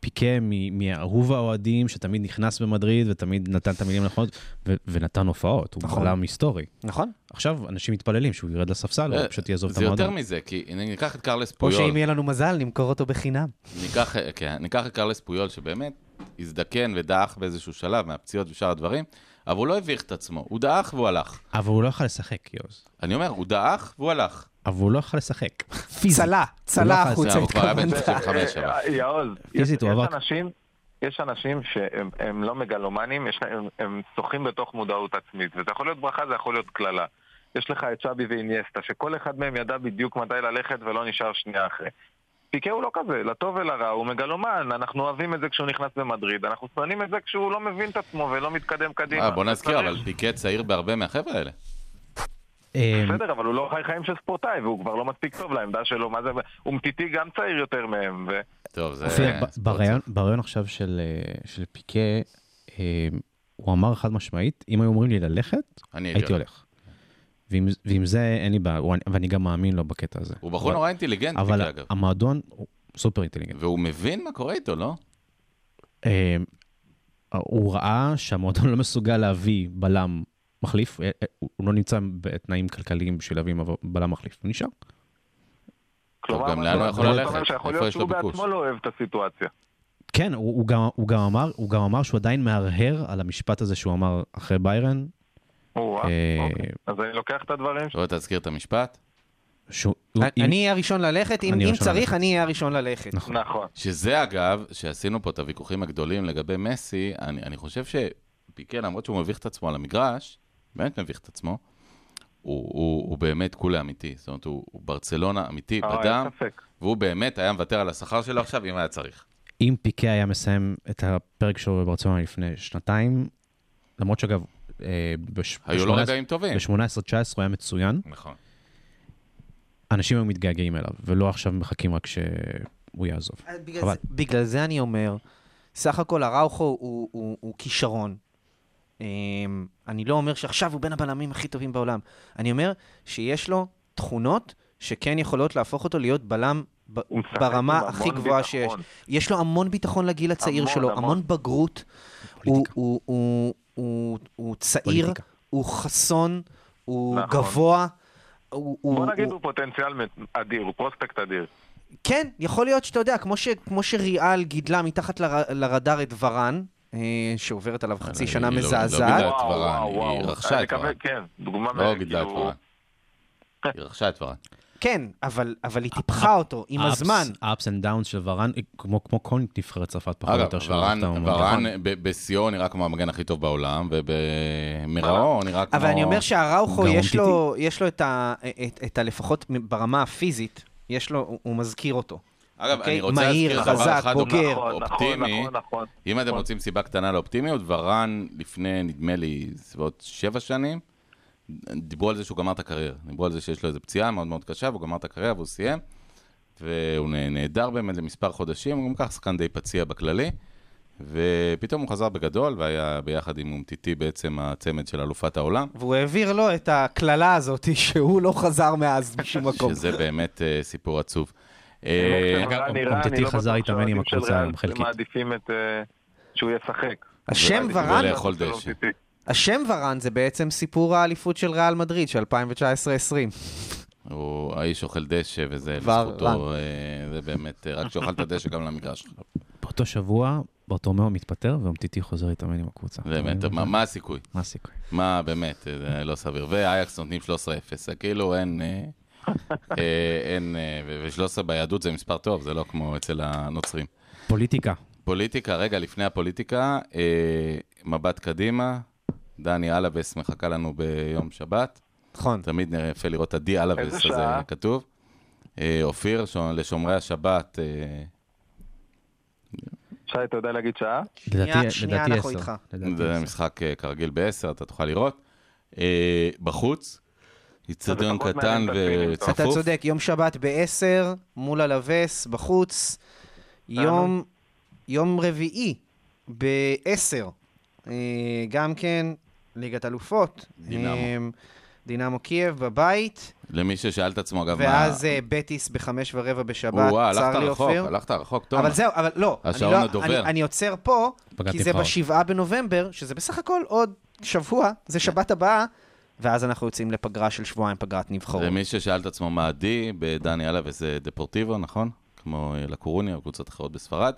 פיקה מ- מאהוב האוהדים, שתמיד נכנס במדריד ותמיד נתן את המילים הנכונות, ו- ונתן הופעות, הוא
נכון.
בלם היסטורי.
נכון?
עכשיו אנשים מתפללים שהוא ירד לספסל, הוא פשוט יעזוב את
זה יותר
המועדון.
מזה, כי הנה, ניקח את קרלס
או
פויול.
שאם יהיה לנו מזל, נמכור אותו בחינם.
ניקח, כן, ניקח את קרלס פויול, שבאמת הזדקן ודעך באיזשהו שלב מהפציעות ושאר הדברים, אבל הוא לא הביך את עצמו, הוא דעך והוא הלך.
אבל הוא לא יכול לשחק, יוז.
אני אומר, הוא דעך והוא הלך.
אבל הוא לא יכול לשחק.
צלה, צלה
הוא
החוצה
לא חזר, הוא כבר היה
התכוונת.
בן 35 אבל.
אה, יעוז, יש
פיזית, הוא
יש
עבר-
אנשים... יש אנשים שהם הם לא מגלומנים, יש להם- הם- הם שוחים בתוך מודעות עצמית, וזה יכול להיות ברכה, זה יכול להיות קללה. יש לך את שבי ואיניאסטה, שכל אחד מהם ידע בדיוק מתי ללכת ולא נשאר שנייה אחרי. פיקה הוא לא כזה, לטוב ולרע, הוא מגלומן, אנחנו אוהבים את זה כשהוא נכנס במדריד, אנחנו שונאים את זה כשהוא לא מבין את עצמו ולא מתקדם קדימה.
אה, בוא נזכיר,
וצריך-
אבל פיקט צעיר בהרבה מהחבר'ה האלה.
אה,
בסדר, אבל הוא לא חי חיים של ספורטאי, והוא כבר לא מספיק טוב לעמדה שלו, מה זה... הוא מטיטי גם צעיר יותר מהם, ו...
טוב, זה...
אופיר, ב-
אה, ספורט.
ברעיון- ברעיון עכשיו של, אה, של פיקה, אה, הוא אמר חד משמעית, אם היו אומרים לי ללכת,
אני
הייתי
הייתי הולך.
הולך. ועם, ועם זה אין לי בעיה, הוא- ואני גם מאמין לו בקטע הזה.
הוא בחור
אבל-
נורא אינטליגנטי,
אבל
אגב.
המועדון הוא סופר אינטליגנט.
והוא מבין מה קורה איתו, לא?
אה, הוא ראה שהמועדון *laughs* לא מסוגל להביא בלם מחליף, אה, אה, הוא הוא לא נמצא בתנאים כלכליים בשביל להביא בלם מחליף, הוא נשאר.
כלומר,
גם לאן הוא
מה-
יכול
זאת
ללכת?
אומרת שיכול
איפה
להיות
יש לו
שהוא
ביקוש?
בעצמו לא אוהב את הסיטואציה.
כן, הוא, הוא, גם, הוא, גם אמר, הוא גם אמר שהוא עדיין מהרהר על המשפט הזה שהוא אמר אחרי ביירן,
או,
אה,
אה, אוקיי. אז אני לוקח את הדברים שלו.
לא תזכיר את המשפט?
שהוא...
אני-
אם-
אני אהיה הראשון ללכת, אם
אני
אם
הראשון
צריך,
ללכת.
אני אהיה הראשון ללכת.
נכון.
אוקיי.
נכון.
שזה אגב, שעשינו פה את הוויכוחים הגדולים לגבי מסי, אני, אני חושב שפיקה, למרות שהוא מביך את עצמו על המגרש, באמת מביך את עצמו, הוא, הוא, הוא באמת כולה אמיתי. זאת אומרת, הוא, הוא ברצלונה אמיתי,
אה,
בדם,
אין ספק.
והוא באמת היה מוותר על השכר שלו עכשיו, אם היה
*laughs*
צריך.
אם פיקה היה מסיים את הפרק שלו בברצלונה לפני שנתיים, למרות שאגב, אה, בש-
היו לו
בשמונה-
רגעים טובים.
ב-18-19 הוא היה מצוין,
נכון.
אנשים היו מתגעגעים אליו, ולא עכשיו מחכים רק שהוא יעזוב.
אז בגלל
חבל.
זה- בגלל זה אני אומר, סך הכל אראוכו הוא- הוא הוא כישרון. אמ, אני לא אומר שעכשיו הוא בין הבלמים הכי טובים בעולם. אני אומר שיש לו תכונות שכן יכולות להפוך אותו להיות בלם ב-
הוא משחק
ברמה
עם המון
הכי גבוהה שיש.
ביטחון.
יש לו המון ביטחון לגיל הצעיר
המון,
שלו,
המון.
המון בגרות. הוא- הוא- הוא- הוא- הוא צעיר,
פוליטיקה.
הוא חסון, הוא
נכון.
גבוה. הוא-
בוא
הוא-
נגיד
הוא-
הוא פוטנציאל מת- אדיר, הוא פרוספקט אדיר.
כן, יכול להיות שאתה יודע, כמו, ש, כמו שריאל גידלה מתחת לר, לרדאר את ורן, אה, שעוברת עליו חצי
היא
שנה
לא- היא לא
מזעזעת,
גידלה. כבר,
וואו,
היא
וואו.
רכשה
אני
את כבר.
מקווה- כן, דוגמה
לא
מעניינת,
גידלה את
כאילו,
ורן. היא רכשה את ורן.
כן, אבל, אבל היא טיפחה אותו עם הזמן.
לא.
ה-ups and downs של ורן, כמו, כמו כל נבחרת צרפת פחות או
אגב,
יותר. שלא
ורן,
זכתה במונדיאל.
נכון.
ורן ב- בשיאו נראה כמו המגן הכי טוב בעולם, ובמראו הוא נראה כמו...
אבל אני אומר שהראוכו,
גרום
יש לו, יש לו את, ה, את, את ה... לפחות ברמה הפיזית, יש לו, הוא, הוא מזכיר אותו.
אגב, אני
אוקיי,
רוצה
מהיר,
להזכיר דבר
חזק,
אחד
בוגר.
אופטימי.
נכון, נכון, נכון, נכון.
אם אתם רוצים סיבה קטנה לאופטימיות, ורן לפני, נדמה לי, סביבות שבע שנים, דיברו על זה שהוא גמר את הקריירה. דיברו על זה שיש לו איזו פציעה מאוד מאוד קשה, והוא גמר את הקריירה והוא סיים, והוא נ- נעדר באמת למספר חודשים, הוא גם ככה שחקן די פציע בכללי, ופתאום הוא חזר בגדול, והיה ביחד עם אומטיטי בעצם הצמד של אלופת העולם.
והוא העביר לו את הקללה הזאת *laughs* שהוא לא חזר מאז בשום מקום.
שזה באמת אה, סיפור עצוב.
באמת,
אה,
חברה
אגב,
נראה,
אומטיטי
אני לא
חזר
בטוח
להתאמן עם
שהאוהדים של
הקבוצה
ריאל
בחלקית.
מעדיפים את... אה, שהוא ישחק.
השם
זה
ורן,
מעדיפים
לאכול
את זה
דשא.
לאומטיטי.
השם ורן זה בעצם סיפור האליפות של ריאל מדריד של 2019-2020.
הוא האיש אוכל דשא, וזה
ורן.
לזכותו, אה, זה באמת, אה, רק שאוכל את הדשא גם למגרש.
באותו שבוע, ברטומיאו מתפטר, ואומטיטי חוזר להתאמן עם הקבוצה.
באמת,
אתה מבין?
מה מה הסיכוי?
אה, מה הסיכוי?
מה, באמת, אה, זה לא סביר. ואייקס נותנים 13-0, אה, כאילו אין... אה, אה, אין, אה, ו- ושלושה ביהדות זה מספר טוב, זה לא כמו אצל הנוצרים.
פוליטיקה.
פוליטיקה, רגע, לפני הפוליטיקה, אה, מבט קדימה, דני אלאבס מחכה לנו ביום שבת,
נכון.
תמיד נראה יפה לראות את הדי אלאבס
איזה
הזה
שעה?
כתוב. אה, אופיר, ש- לשומרי השבת, אה,
שי, אתה יודע להגיד שעה?
לדעתי,
שנייה,
לדעתי
אנחנו
עשר.
איתך.
לדעתי
זה
עשר.
משחק אה, כרגיל ב-10, אתה תוכל לראות. אה, בחוץ, איצטדיון
פחות
קטן
מעניין את הפילים, טוב.
אתה
וצפוף.
צודק, יום שבת ב-10, מול הלווס, בחוץ.
אה,
יום, יום רביעי ב-10, גם כן, ליגת אלופות.
דינמו.
אה, דינמו קייב בבית,
למי ששאל את עצמו, אגב, מה...
ואז אה, בטיס בחמש ורבע בשבת,
וואו, הלכת
צר לי
רחוק,
אופיר.
הלכת רחוק, תומר.
אבל זהו, אבל לא, אני,
השעון
לא
הדובר.
אני, אני עוצר פה,
פגעתי
כי זה
בך עוד.
בשבעה בנובמבר, שזה בסך הכל עוד שבוע, זה שבת הבאה, ואז אנחנו יוצאים לפגרה של שבועיים, פגרת נבחרות.
למי ששאל את עצמו מה עדי, בדני אללה וזה דפורטיבו, נכון? כמו אה, לקורוניה או קבוצות אחרות בספרד.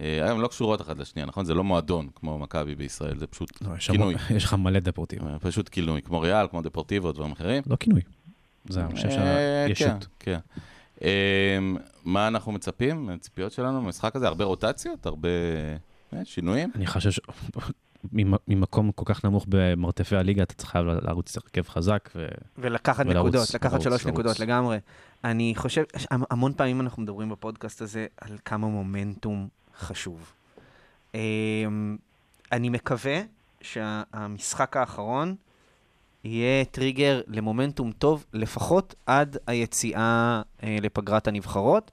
אה, הן לא קשורות אחת לשנייה, נכון? זה לא מועדון כמו מכבי בישראל, זה פשוט
לא, יש
כינוי.
המון- יש לך מלא דפורטיביים.
אה, פשוט כינוי, כמו ריאל, כמו דפורטיבו, דברים אחרים.
לא כינוי. זה, אני חושב
אה,
שהישות.
כן, כן. אמ, מה אנחנו מצפים? הציפיות שלנו במשחק הזה? הרבה רוטציות? הרבה אה, שינויים?
אני חושב ש... ממ- ממקום כל כך נמוך במרתפי הליגה, אתה צריך חייב לרוץ הרכב חזק, ו-
ולקחת
ולרוץ,
נקודות, לקחת
לרוץ,
שלוש
לרוץ.
נקודות לגמרי. אני חושב, ש- המ- המון פעמים אנחנו מדברים בפודקאסט הזה על כמה מומנטום חשוב. אמ, אני מקווה שהמשחק האחרון יהיה טריגר למומנטום טוב, לפחות עד היציאה אה, לפגרת הנבחרות,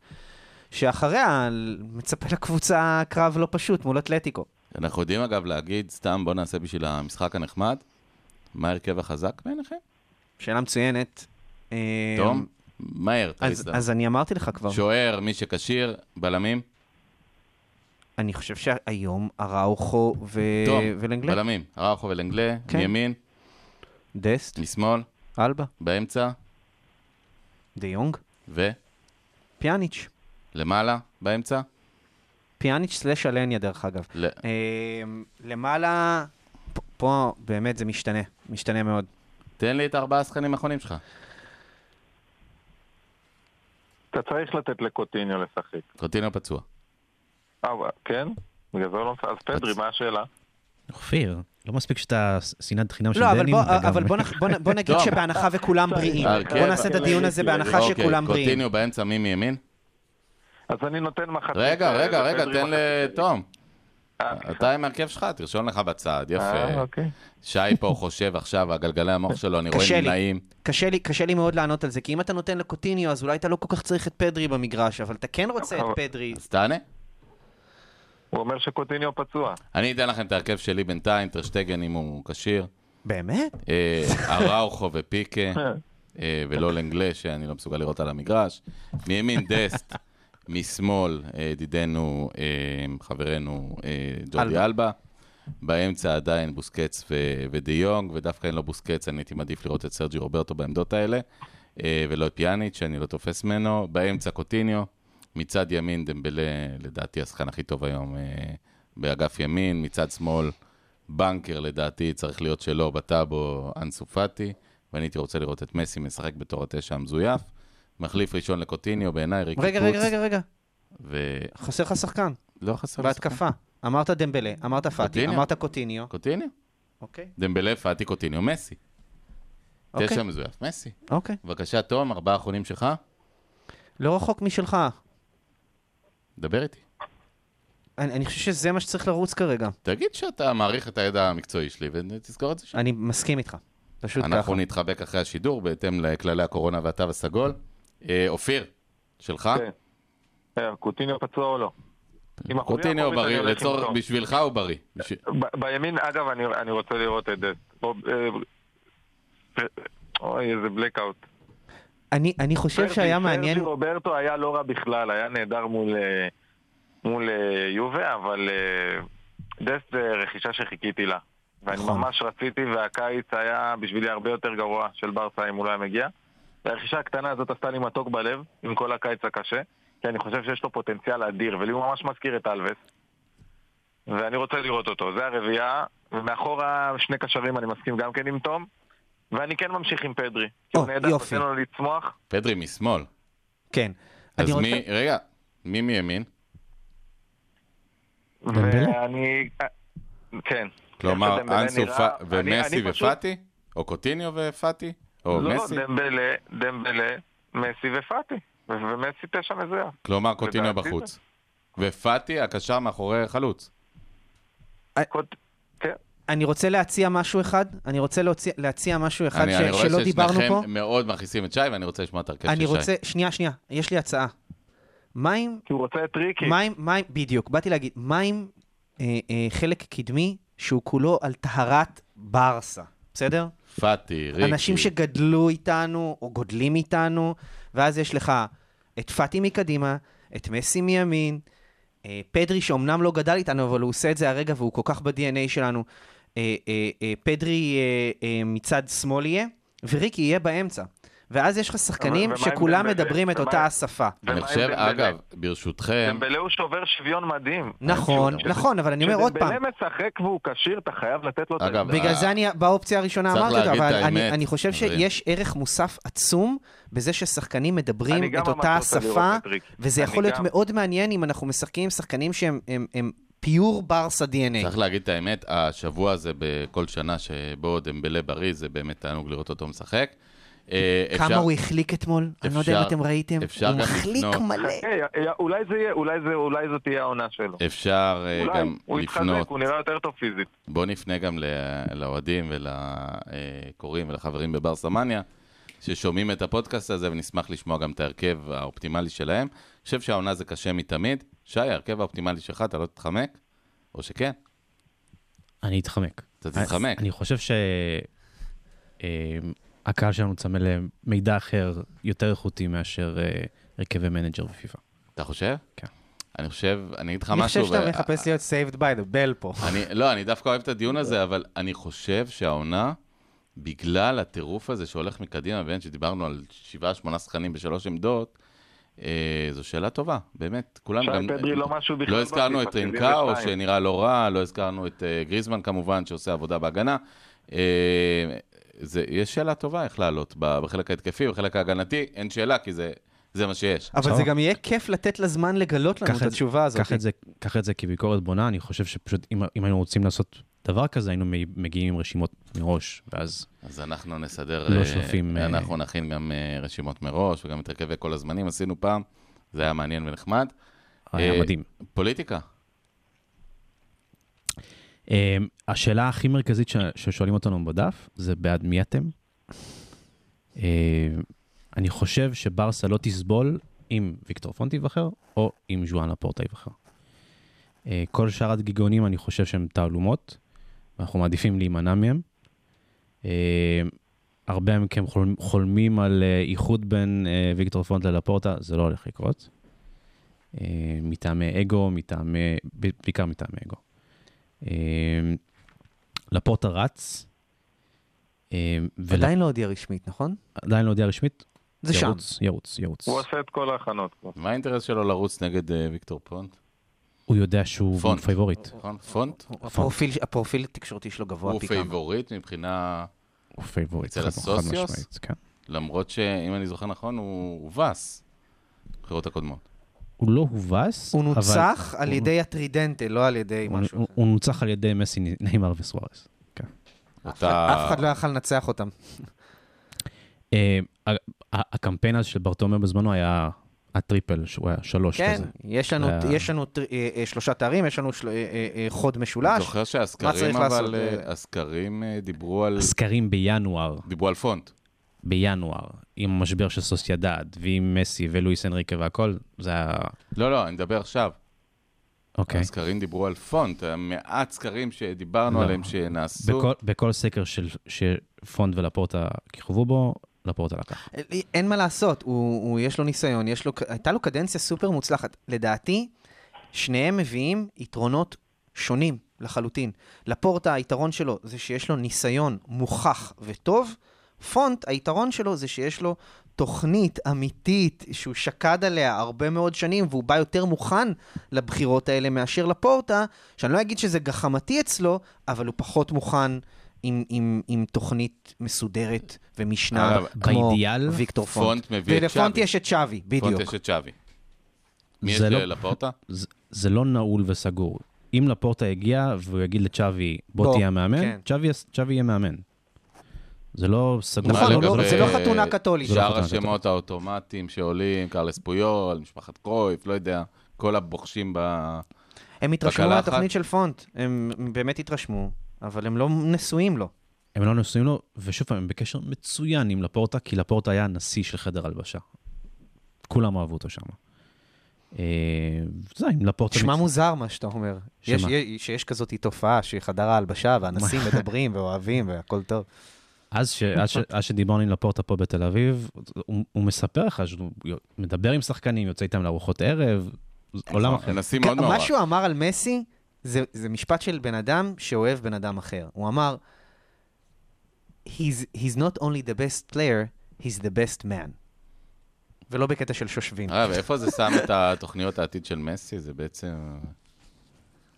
שאחריה מצפה לקבוצה קרב לא פשוט מול אתלטיקו.
אנחנו יודעים אגב להגיד, סתם בוא נעשה בשביל המשחק הנחמד, מה ההרכב החזק בעיניכם?
שאלה מצוינת. אמ,
תום? מהר, תריץ
אז,
לנו.
אז אני אמרתי לך כבר.
שוער, מי שכשיר, בלמים?
אני חושב שהיום אראוכו ו...
תום,
אה, ולנגלה.
בלמים. אראוכו ולנגלה,
כן.
מימין,
דסט,
משמאל,
אלבה,
באמצע,
דה יונג, פיאניץ'.
ולמעלה, באמצע.
פיאניץ' סלאש אלניה דרך אגב.
ל-
אה, למעלה, פ- פה באמת זה משתנה, משתנה מאוד.
תן לי את ארבעה השחקנים האחרונים שלך.
אתה צריך לתת לקוטיניו לשחק.
קוטינו פצוע.
אה, אבל- כן? בגלל זה הוא לא... אז פדרי, מה השאלה?
אופיר, לא מספיק שאתה ס- שנאת חינם של
לא, אבל
דנים,
בוא-
אתה גם-
אבל בוא נח- בוא נ- בוא נגיד
טוב.
שבהנחה וכולם בריאים.
אוקיי.
בוא נעשה את הדיון הזה בהנחה
אוקיי,
שכולם בריאים.
קוטיניו באמצע, מי מימין?
אז אני נותן מחצית...
רגע,
אה,
רגע, רגע, תן
לפדרי מחצית.
לתום.
אה,
אתה עם ההרכב שלך, תרשום לך בצד,
אה,
יפה.
אוקיי.
שי פה *laughs* חושב עכשיו, הגלגלי המוח שלו, אני רואה
קשה לי.
נמנעים.
קשה לי, קשה לי מאוד לענות על זה, כי אם אתה נותן לקוטיניו, אז אולי אתה לא כל כך צריך את פדרי במגרש, אבל אתה כן רוצה את
אבל-
פדרי.
אז תענה.
הוא אומר שקוטיניו פצוע. *laughs*
אני אתן לכם את ההרכב שלי בינתיים, טרשטגן אם הוא כשיר.
באמת?
*laughs*
אה, אראוכו ופיקה, אה, ולא לנגלה, שאני לא מסוגל לראות על המגרש. מימין דסט, משמאל, אה, ידידנו, אה, חברנו אה, ג'ורדי
אלבה.
אלבה. באמצע עדיין בוסקץ ו- ודי יונג, ודווקא אם לא בוסקץ, אני הייתי מעדיף לראות את סרג'י רוברטו בעמדות האלה, אה, ולא את פיאניץ', שאני לא תופס ממנו. באמצע קוטיניו, מצד ימין דמבלה, לדעתי השחקן הכי טוב היום אה, באגף ימין, מצד שמאל, בנקר לדעתי צריך להיות שלו בטאבו אנסופטי, ואני הייתי רוצה לראות את מסי משחק בתור התשע המזויף. מחליף ראשון לקוטיניו, בעיניי ריקי
רגע, רגע, רגע, רגע.
ולא
חסר לך שחקן.
חסר לשחקן.
בהתקפה. אמרת דמבלה, אמרת פאטי,
קוטיניו.
אמרת קוטיניו.
קוטיניו,
אוקיי.
דמבלה, פאטי, קוטיניו, מסי.
אוקיי.
תשע מזויף, מסי.
אוקיי.
בבקשה, תום, ארבעה אחרונים שלך,
לא רחוק משלך.
דבר איתי.
אני, אני חושב שזה מה שצריך לרוץ כרגע.
תגיד שאתה מעריך את הידע המקצועי שלי, ותזכור את זה שם.
אני מסכים איתך. פשוט ככה.
אנחנו נתחבק אחרי השידור, בהתאם לכללי הקורונה והתו הסגול. אה, אופיר, שלך?
כן. אה, קוטיניו פצוע או לא? עם החוליה
קוטיניו
הקרובית אני
בריא,
הולך עם
לצורך,
תום.
בשבילך הוא בריא. בשביל-
ב- בימין, אגב, אני, אני רוצה לראות את זה. או, אה, אה, אוי, איזה בלקאוט.
אני, אני חושב שהיה מעניין...
סרג'י רוברטו היה לא רע בכלל, היה נהדר מול, אה, מול אה, יובה, אבל אה, דסט זה רכישה שחיכיתי לה. ואני
נכון.
ממש רציתי, והקיץ היה בשבילי הרבה יותר גרוע של ברסה אם הוא לא היה מגיע. והרכישה הקטנה הזאת עשתה לי מתוק בלב, עם כל הקיץ הקשה, כי אני חושב שיש לו פוטנציאל אדיר, ולי הוא ממש מזכיר את אלווס. ואני רוצה לראות אותו, זה הרביעייה, ומאחורה שני קשרים אני מסכים גם כן עם תום. ואני כן ממשיך עם פדרי. כי הוא
או,
נהדר,
יופי.
נותן לו לצמוח.
פדרי משמאל.
כן.
אז
אני רוצה-
מי, רגע, מי מימין?
דמבלה?
ואני... כן.
כלומר,
איך שדמבלה
אנסו
נראה,
פ-
אני-
ומסי
אני פשוט-
ופאטי? או קוטיניו ופאטי? או
לא,
מסי?
דמבלה, דמבלה, מסי ופאטי. ו- ומסי תשע מזויף.
כלומר, קוטיניו
לדעתי זה.
בחוץ. ופאטי, הקשר מאחורי חלוץ.
קוד- כן.
אני רוצה להציע משהו אחד, אני רוצה להוציא- להציע משהו אחד
אני,
ש-
אני רואה
שלא דיברנו פה.
ששניכם מאוד מכעיסים את שי, ואני רוצה לשמוע את הרכב של שי.
אני רוצה, שנייה, שנייה, יש לי הצעה. מה אם
כי הוא רוצה את ריקי.
מה עם, מה עם, בדיוק, באתי להגיד, מה עם אה, אה, חלק קדמי שהוא כולו על טהרת ברסה, בסדר?
פאטי, ריקי.
אנשים שגדלו איתנו, או גודלים איתנו, ואז יש לך את פאטי מקדימה, את מסי מימין, אה, פדרי שאומנם לא גדל איתנו, אבל הוא עושה את זה הרגע והוא כל כך ב-DNA שלנו. אה, אה, אה, פדרי אה, אה, מצד שמאל יהיה, וריקי יהיה באמצע. ואז יש לך שחקנים
ומה עם
שכולם
דמבלה?
מדברים את
ומה
אותה
עם-
השפה.
ומה
אני
עם
חושב,
דמבלה?
אגב, כן. ברשותכם,
דמבלה הוא שובר שוויון מדהים.
נכון, נכון, אבל אני אומר עוד פעם.
כשדמבלה משחק והוא כשיר, אתה חייב לתת לו את
אגב,
זה.
בגלל
אה,
זה אני באופציה הראשונה
צריך
אמרתי אותה,
להגיד את
אבל אני,
האמת,
אני חושב
חברים.
שיש ערך מוסף עצום בזה ששחקנים
אני
מדברים
גם
את אותה
ממש רוצה
השפה,
לראות את ריקי.
וזה
אני
יכול להיות
גם.
מאוד מעניין אם אנחנו משחקים עם שחקנים שהם הם, הם פיור ברסה DNA.
צריך להגיד את האמת, השבוע הזה בכל שנה שבו דמבלה בריא, זה באמת תענוג לראות אותו משחק. אה,
כמה
אפשר-
הוא החליק אתמול, אני לא יודע אם
אפשר-
אתם ראיתם,
אפשר
הוא
גם
מחליק
לפנות.
מלא.
היי, אה, אולי זה יהיה, אולי זה, אולי זו תהיה העונה שלו.
אפשר אה,
אולי,
גם
הוא
לפנות,
התחזק, הוא נראה יותר טוב פיזית.
בואו נפנה גם ל- לאוהדים ולקוראים ולחברים בבר סמניה, ששומעים את הפודקאסט הזה ונשמח לשמוע גם את ההרכב האופטימלי שלהם. אני חושב שהעונה זה קשה מתמיד. שי, ההרכב האופטימלי שלך, אתה לא תתחמק? או שכן?
אני אתחמק.
אתה תתחמק.
אני חושב שהקהל שלנו צמא למידע אחר יותר איכותי מאשר אה, הרכבי מנג'ר ופיפא.
אתה חושב?
כן.
אני חושב, אני אגיד לך משהו.
אני חושב
ו-
שאתה מחפש להיות saved by the bell פה.
אני, לא, אני דווקא אוהב את הדיון הזה, אבל אני חושב שהעונה, בגלל הטירוף הזה שהולך מקדימה, ואין שדיברנו על שבעה, שמונה שחקנים בשלוש עמדות, אה, זו שאלה טובה, באמת. כולם
שי פדרי לא משהו בכלל
לא הזכרנו את
בפסיפס,
רינקאו,
72.
שנראה לא רע, לא הזכרנו את אה, גריזמן כמובן, שעושה עבודה בהגנה. אה, זה, יש שאלה טובה איך לעלות ב- בחלק ההתקפי, בחלק ההגנתי, אין שאלה, כי זה, זה מה שיש.
אבל זה
טוב.
גם יהיה כיף לתת לה זמן לגלות לנו
קח
את
את-
התשובה הזאת.
קח את זה- קח את זה כביקורת בונה, אני חושב שפשוט אם אם היינו רוצים לעשות דבר כזה, היינו מ- מגיעים עם רשימות מראש, ואז
אז אנחנו נסדר,
לא
אה,
שולפים, אה,
אנחנו נכין גם אה, רשימות מראש וגם את הרכבי כל הזמנים, עשינו פעם, זה היה מעניין ונחמד.
היה
אה,
מדהים.
פוליטיקה,
אה, השאלה הכי מרכזית ש- ששואלים אותנו בדף, זה בעד מי אתם? אה, אני חושב שברסה לא תסבול אם ויקטור פונט ייבחר, או אם ז'ואן לפורטה ייבחר. אה, כל שאר הדגיגונים, אני חושב שהם תעלומות, ואנחנו מעדיפים להימנע מהם. אה, הרבה מכם חולמ- חולמים על אה, איחוד בין אה, ויקטור פונט ללפורטה, זה לא הולך לקרות. אה, מטעמי אגו, מטעמי, ב- בעיקר מטעמי אגו. אה, לפורטה רץ, אה,
עדיין לא הודיע רשמית, נכון?
עדיין לא הודיע רשמית.
זה שם.
ירוץ, ירוץ, ירוץ.
הוא עושה את כל ההכנות. כבר.
מה האינטרס שלו לרוץ נגד אה, ויקטור פונט?
הוא יודע שהוא
פונט.
פייבוריט.
נכון? פונט?
הפרופיל, הפרופיל התקשורתי שלו גבוה
הוא
פי כמה.
פייבוריט מבחינה,
הוא פייבוריט.
אצל
חד-
הסוציוס?
חד משמעית, כן.
למרות שאם אני זוכר נכון, הוא הובס. בחירות הקודמות.
הוא לא הובס,
הוא
אבל-
נוצח על
הוא-
ידי הטרידנטה, לא על ידי
הוא-
משהו
הוא-
אחר.
הוא נוצח על ידי מסי, נאמר וסוארס. כן.
אותה...
אף אחד לא יכל לנצח אותם.
אה, ה- ה- הקמפיין הזה של ברטומיאו בזמנו היה הטריפל, שהוא היה שלוש
כן,
כזה.
יש לנו-
זה היה-
יש לנו טר- אה, אה, שלושה תארים, יש לנו של- אה, אה, אה, חוד
אני
משולש.
זוכר
מה צריך
שהסקרים,
לעשות?
אבל אה, הסקרים אה, דיברו על...
הסקרים בינואר,
דיברו על פונט.
בינואר, עם המשבר של סוסיידד, ועם מסי ולואיס אנריקה והכל, זה היה...
לא, לא, אני מדבר עכשיו.
אוקיי.
הסקרים דיברו על פונט, היה מעט סקרים שדיברנו
לא.
עליהם שנעשו.
בכל, בכל סקר של, שפונד ולפורטה כיכבו בו, לפורטה לקח.
אה, אין מה לעשות, הוא- הוא- יש לו ניסיון, יש לו- הייתה לו קדנציה סופר מוצלחת. לדעתי, שניהם מביאים יתרונות שונים לחלוטין. לפורטה, היתרון שלו זה שיש לו ניסיון מוכח וטוב. פונט, היתרון שלו זה שיש לו תוכנית אמיתית שהוא שקד עליה הרבה מאוד שנים, והוא בא יותר מוכן לבחירות האלה מאשר לפורטה, שאני לא אגיד שזה גחמתי אצלו, אבל הוא פחות מוכן עם, עם, עם תוכנית מסודרת ומשנה,
אגב,
כמו
באידיאל,
ויקטור פונט.
פונט מביא את
ולפונט
צ'אבי.
יש את שווי, בדיוק.
פונט יש את שווי. מי יש
זה לא-
לפורטה?
זה- זה לא נעול וסגור. אם לפורטה יגיע והוא יגיד לצ'אבי, בוא
בוא,
תהיה המאמן,
כן.
צ'אבי יס- צ'אבי יהיה מאמן. זה לא סגור.
נכון,
זה
הוא לא-
לגבי
זה לא חתונה קתולית. זה לא
שאר
חתונה
השמות האוטומטיים שעולים, קרלס פויול, משפחת קרויף, לא יודע, כל הבוחשים ב...
הם התרשמו
בקלחת.
מהתוכנית של פונט, הם הם באמת התרשמו, אבל הם לא נשואים לו.
הם לא נשואים לו, ושוב פעם, הם בקשר מצוין עם לפורטה, כי לפורטה היה הנשיא של חדר הלבשה. כולם אהבו אותו שם. אה, זה, אם לפורטה...
נשמע
מת-
מוזר מה שאתה אומר.
שמה?
יש- יש- שיש כזאת תופעה שחדר ההלבשה והאנסים מדברים ואוהבים והכל טוב.
אז, ש, אז, ש, אז שדיברנו עם לפורטה פה בתל אביב, הוא, הוא מספר לך שהוא מדבר עם שחקנים, יוצא איתם לארוחות ערב, זה עולם אחר.
הנשיא
כן,
מאוד מעורב.
מה שהוא אמר על מסי, זה, זה משפט של בן אדם שאוהב בן אדם אחר. הוא אמר, he's, he's not only the best player, he's the best man. ולא בקטע של שושבין.
אה, ואיפה זה שם את התוכניות העתיד של מסי? זה בעצם...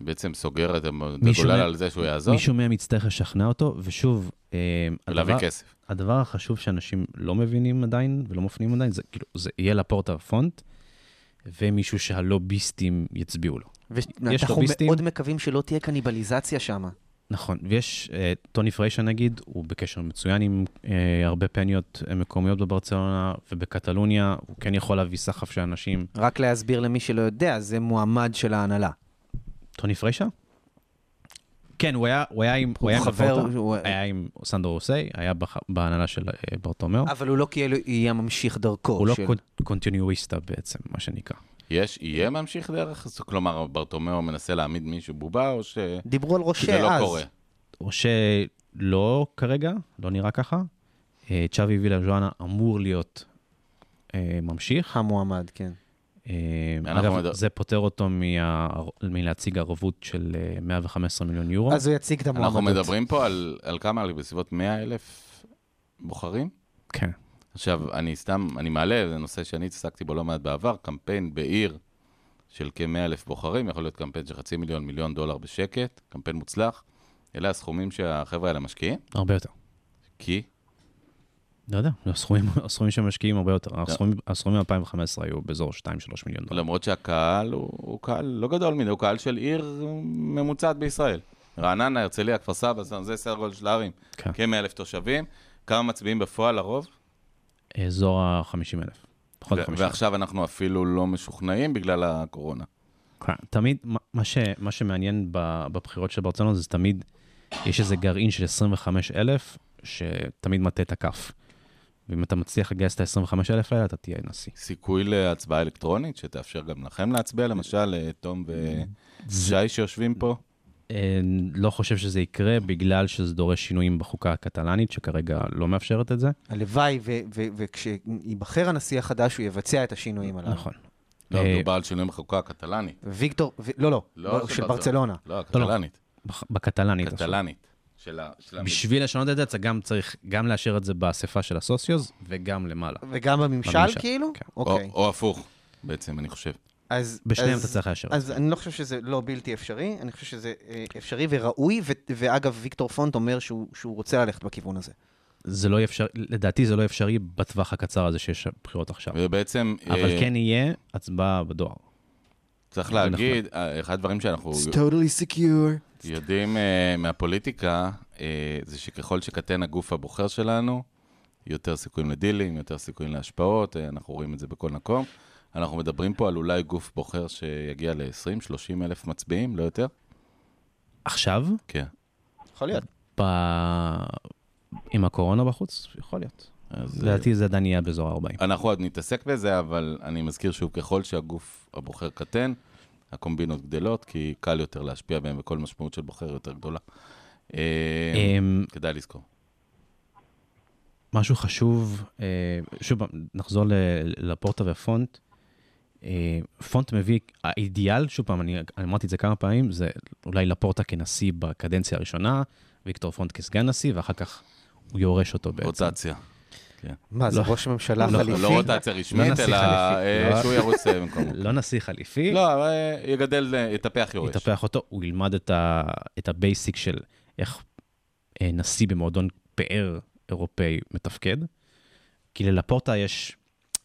בעצם סוגר את
מישהו
הגולל
מה-
על זה שהוא יעזוב,
מישהו מהם יצטרך לשכנע אותו, ושוב, אה,
ולהביא
הדבר,
כסף.
הדבר החשוב שאנשים לא מבינים עדיין ולא מפנים עדיין, זה כאילו, זה יהיה לפורטה פונט, ומישהו שהלוביסטים יצביעו לו. יש
ואנחנו
לוביסטים?
מאוד מקווים שלא תהיה קניבליזציה שם.
נכון, ויש, אה, טוני פריישה נגיד, הוא בקשר מצוין עם אה, הרבה פניות אה, מקומיות בברצלונה ובקטלוניה, הוא כן יכול להביא סחף של אנשים.
רק להסביר למי שלא יודע, זה מועמד של ההנהלה.
טוני פריישה? כן, הוא היה, הוא היה עם... הוא היה עם
חבר,
לפורטה,
הוא-
היה עם סנדרו רוסי, היה בח- בהנהלה של אה, ברטומיאו.
אבל הוא לא כאילו יהיה ממשיך דרכו.
הוא לא
של-
קונ- קונטיניואיסטה בעצם, מה שנקרא.
יש, יהיה ממשיך דרך? זאת- כלומר, ברטומיאו מנסה להעמיד מישהו בובה, או ש-
דיברו על ראשי
שזה
אז.
לא קורה?
או שלא כרגע, לא נראה ככה. אה, צ'אבי וילה ז'ואנה אמור להיות אה, ממשיך.
המועמד, כן.
אה,
אנחנו
אגב,
מדבר-
זה פותר אותו מה- מלהציג ערבות של אה, 115 מיליון יורו.
אז הוא יציג את המועמדות.
אנחנו מדברים פה על, על כמה? על בסביבות 100 אלף בוחרים?
כן.
עכשיו, אני סתם, אני מעלה, זה נושא שאני התעסקתי בו לא מעט בעבר, קמפיין בעיר של כ-100 אלף בוחרים, יכול להיות קמפיין של חצי מיליון, מיליון דולר בשקט, קמפיין מוצלח. אלה הסכומים שהחבר'ה האלה משקיעים,
הרבה יותר.
כי
לא יודע, הסכומים, *laughs* הסכומים שמשקיעים הרבה יותר. הסכומים- הסכומים ב-2015 היו באזור 2-3 מיליון דולר.
למרות שהקהל הוא, הוא קהל לא גדול מדי, הוא קהל של עיר ממוצעת בישראל. רעננה, הרצליה, כפר סבא, זה- זה סדר גודל של הערים,
כן.
כ-100 אלף תושבים. כמה מצביעים בפועל לרוב?
אזור ה-50 אה, אלף. פחות
ו-
מ-50 אלף.
ועכשיו אנחנו אפילו לא משוכנעים בגלל הקורונה.
כן, תמיד, מה- מה, ש, מה שמעניין ב- בבחירות של ברצלונה זה תמיד, יש איזה גרעין של 25 אלף, שתמיד מטה את הכף. ואם אתה מצליח לגייס את ה-25 אלף האלה, אתה תהיה נשיא.
סיכוי להצבעה אלקטרונית, שתאפשר גם לכם להצביע, למשל, אה, תום ושי שיושבים פה.
אה, לא חושב שזה יקרה, בגלל שזה דורש שינויים בחוקה הקטלנית, שכרגע לא מאפשרת את זה.
הלוואי, ו- ו- וכשייבחר הנשיא החדש, הוא יבצע את השינויים הללו.
נכון.
לא,
אה,
מדובר על שינויים בחוקה הקטלנית.
ויקטור, ו- לא, לא,
לא
לא של ברצלונה.
לא, הקטלנית.
בח- בקטלנית. עכשיו.
קטלנית. של ה- של המדינה.
בשביל לשנות את זה, אתה גם צריך גם לאשר את זה באספה של הסוציוז, וגם למעלה.
וגם בממשל,
בממשל,
כאילו?
כן.
או-
אוקיי.
או הפוך, בעצם, אני חושב.
אז...
בשניהם
אז-
אתה צריך לאשר.
אז אני לא חושב שזה לא בלתי אפשרי, אני חושב שזה אה, אפשרי וראוי, ו- ואגב, ויקטור פונט אומר שהוא שהוא רוצה ללכת בכיוון הזה.
זה לא יהיה אפשרי, לדעתי זה לא אפשרי בטווח הקצר הזה שיש בחירות עכשיו.
ובעצם,
אבל
אה,
כן יהיה הצבעה בדואר.
צריך להגיד, אה, אחד הדברים שאנחנו
totally secure.
יודעים אה, מהפוליטיקה, אה, זה שככל שקטן הגוף הבוחר שלנו, יותר סיכויים לדילים, יותר סיכויים להשפעות, אה, אנחנו רואים את זה בכל מקום. אנחנו מדברים פה על אולי גוף בוחר שיגיע ל-20-30 אלף מצביעים, לא יותר.
עכשיו,
כן.
יכול להיות.
ב... עם הקורונה בחוץ, יכול להיות.
אז אה,
לדעתי זה עדיין יהיה באזור ה-40.
אנחנו עוד נתעסק בזה, אבל אני מזכיר שוב, ככל שהגוף הבוחר קטן, הקומבינות גדלות, כי קל יותר להשפיע בהם, וכל משמעות של בוחר יותר גדולה. אה,
אמ,
כדאי לזכור.
משהו חשוב, אה, שוב, נחזור ל- לפורטה והפונט. אה, פונט מביא, האידיאל, שוב פעם, אני אני אמרתי את זה כמה פעמים, זה אולי לפורטה כנשיא בקדנציה הראשונה, ויקטור פונט כסגן נשיא, ואחר כך הוא יורש אותו בעצם.
רוטציה.
מה, זה ראש ממשלה
לא,
חליפי?
לא רוטציה רשמית,
נשיא
אלא
חליפי.
אה,
לא.
שהוא ירוץ אה, במקומו.
*laughs* לא נשיא חליפי,
לא, אה, יגדל, אה, יטפח יורש.
יטפח אותו, הוא ילמד את, ה, את הבייסיק של איך אה, נשיא במועדון פאר אירופאי מתפקד. כי ללפורטה יש,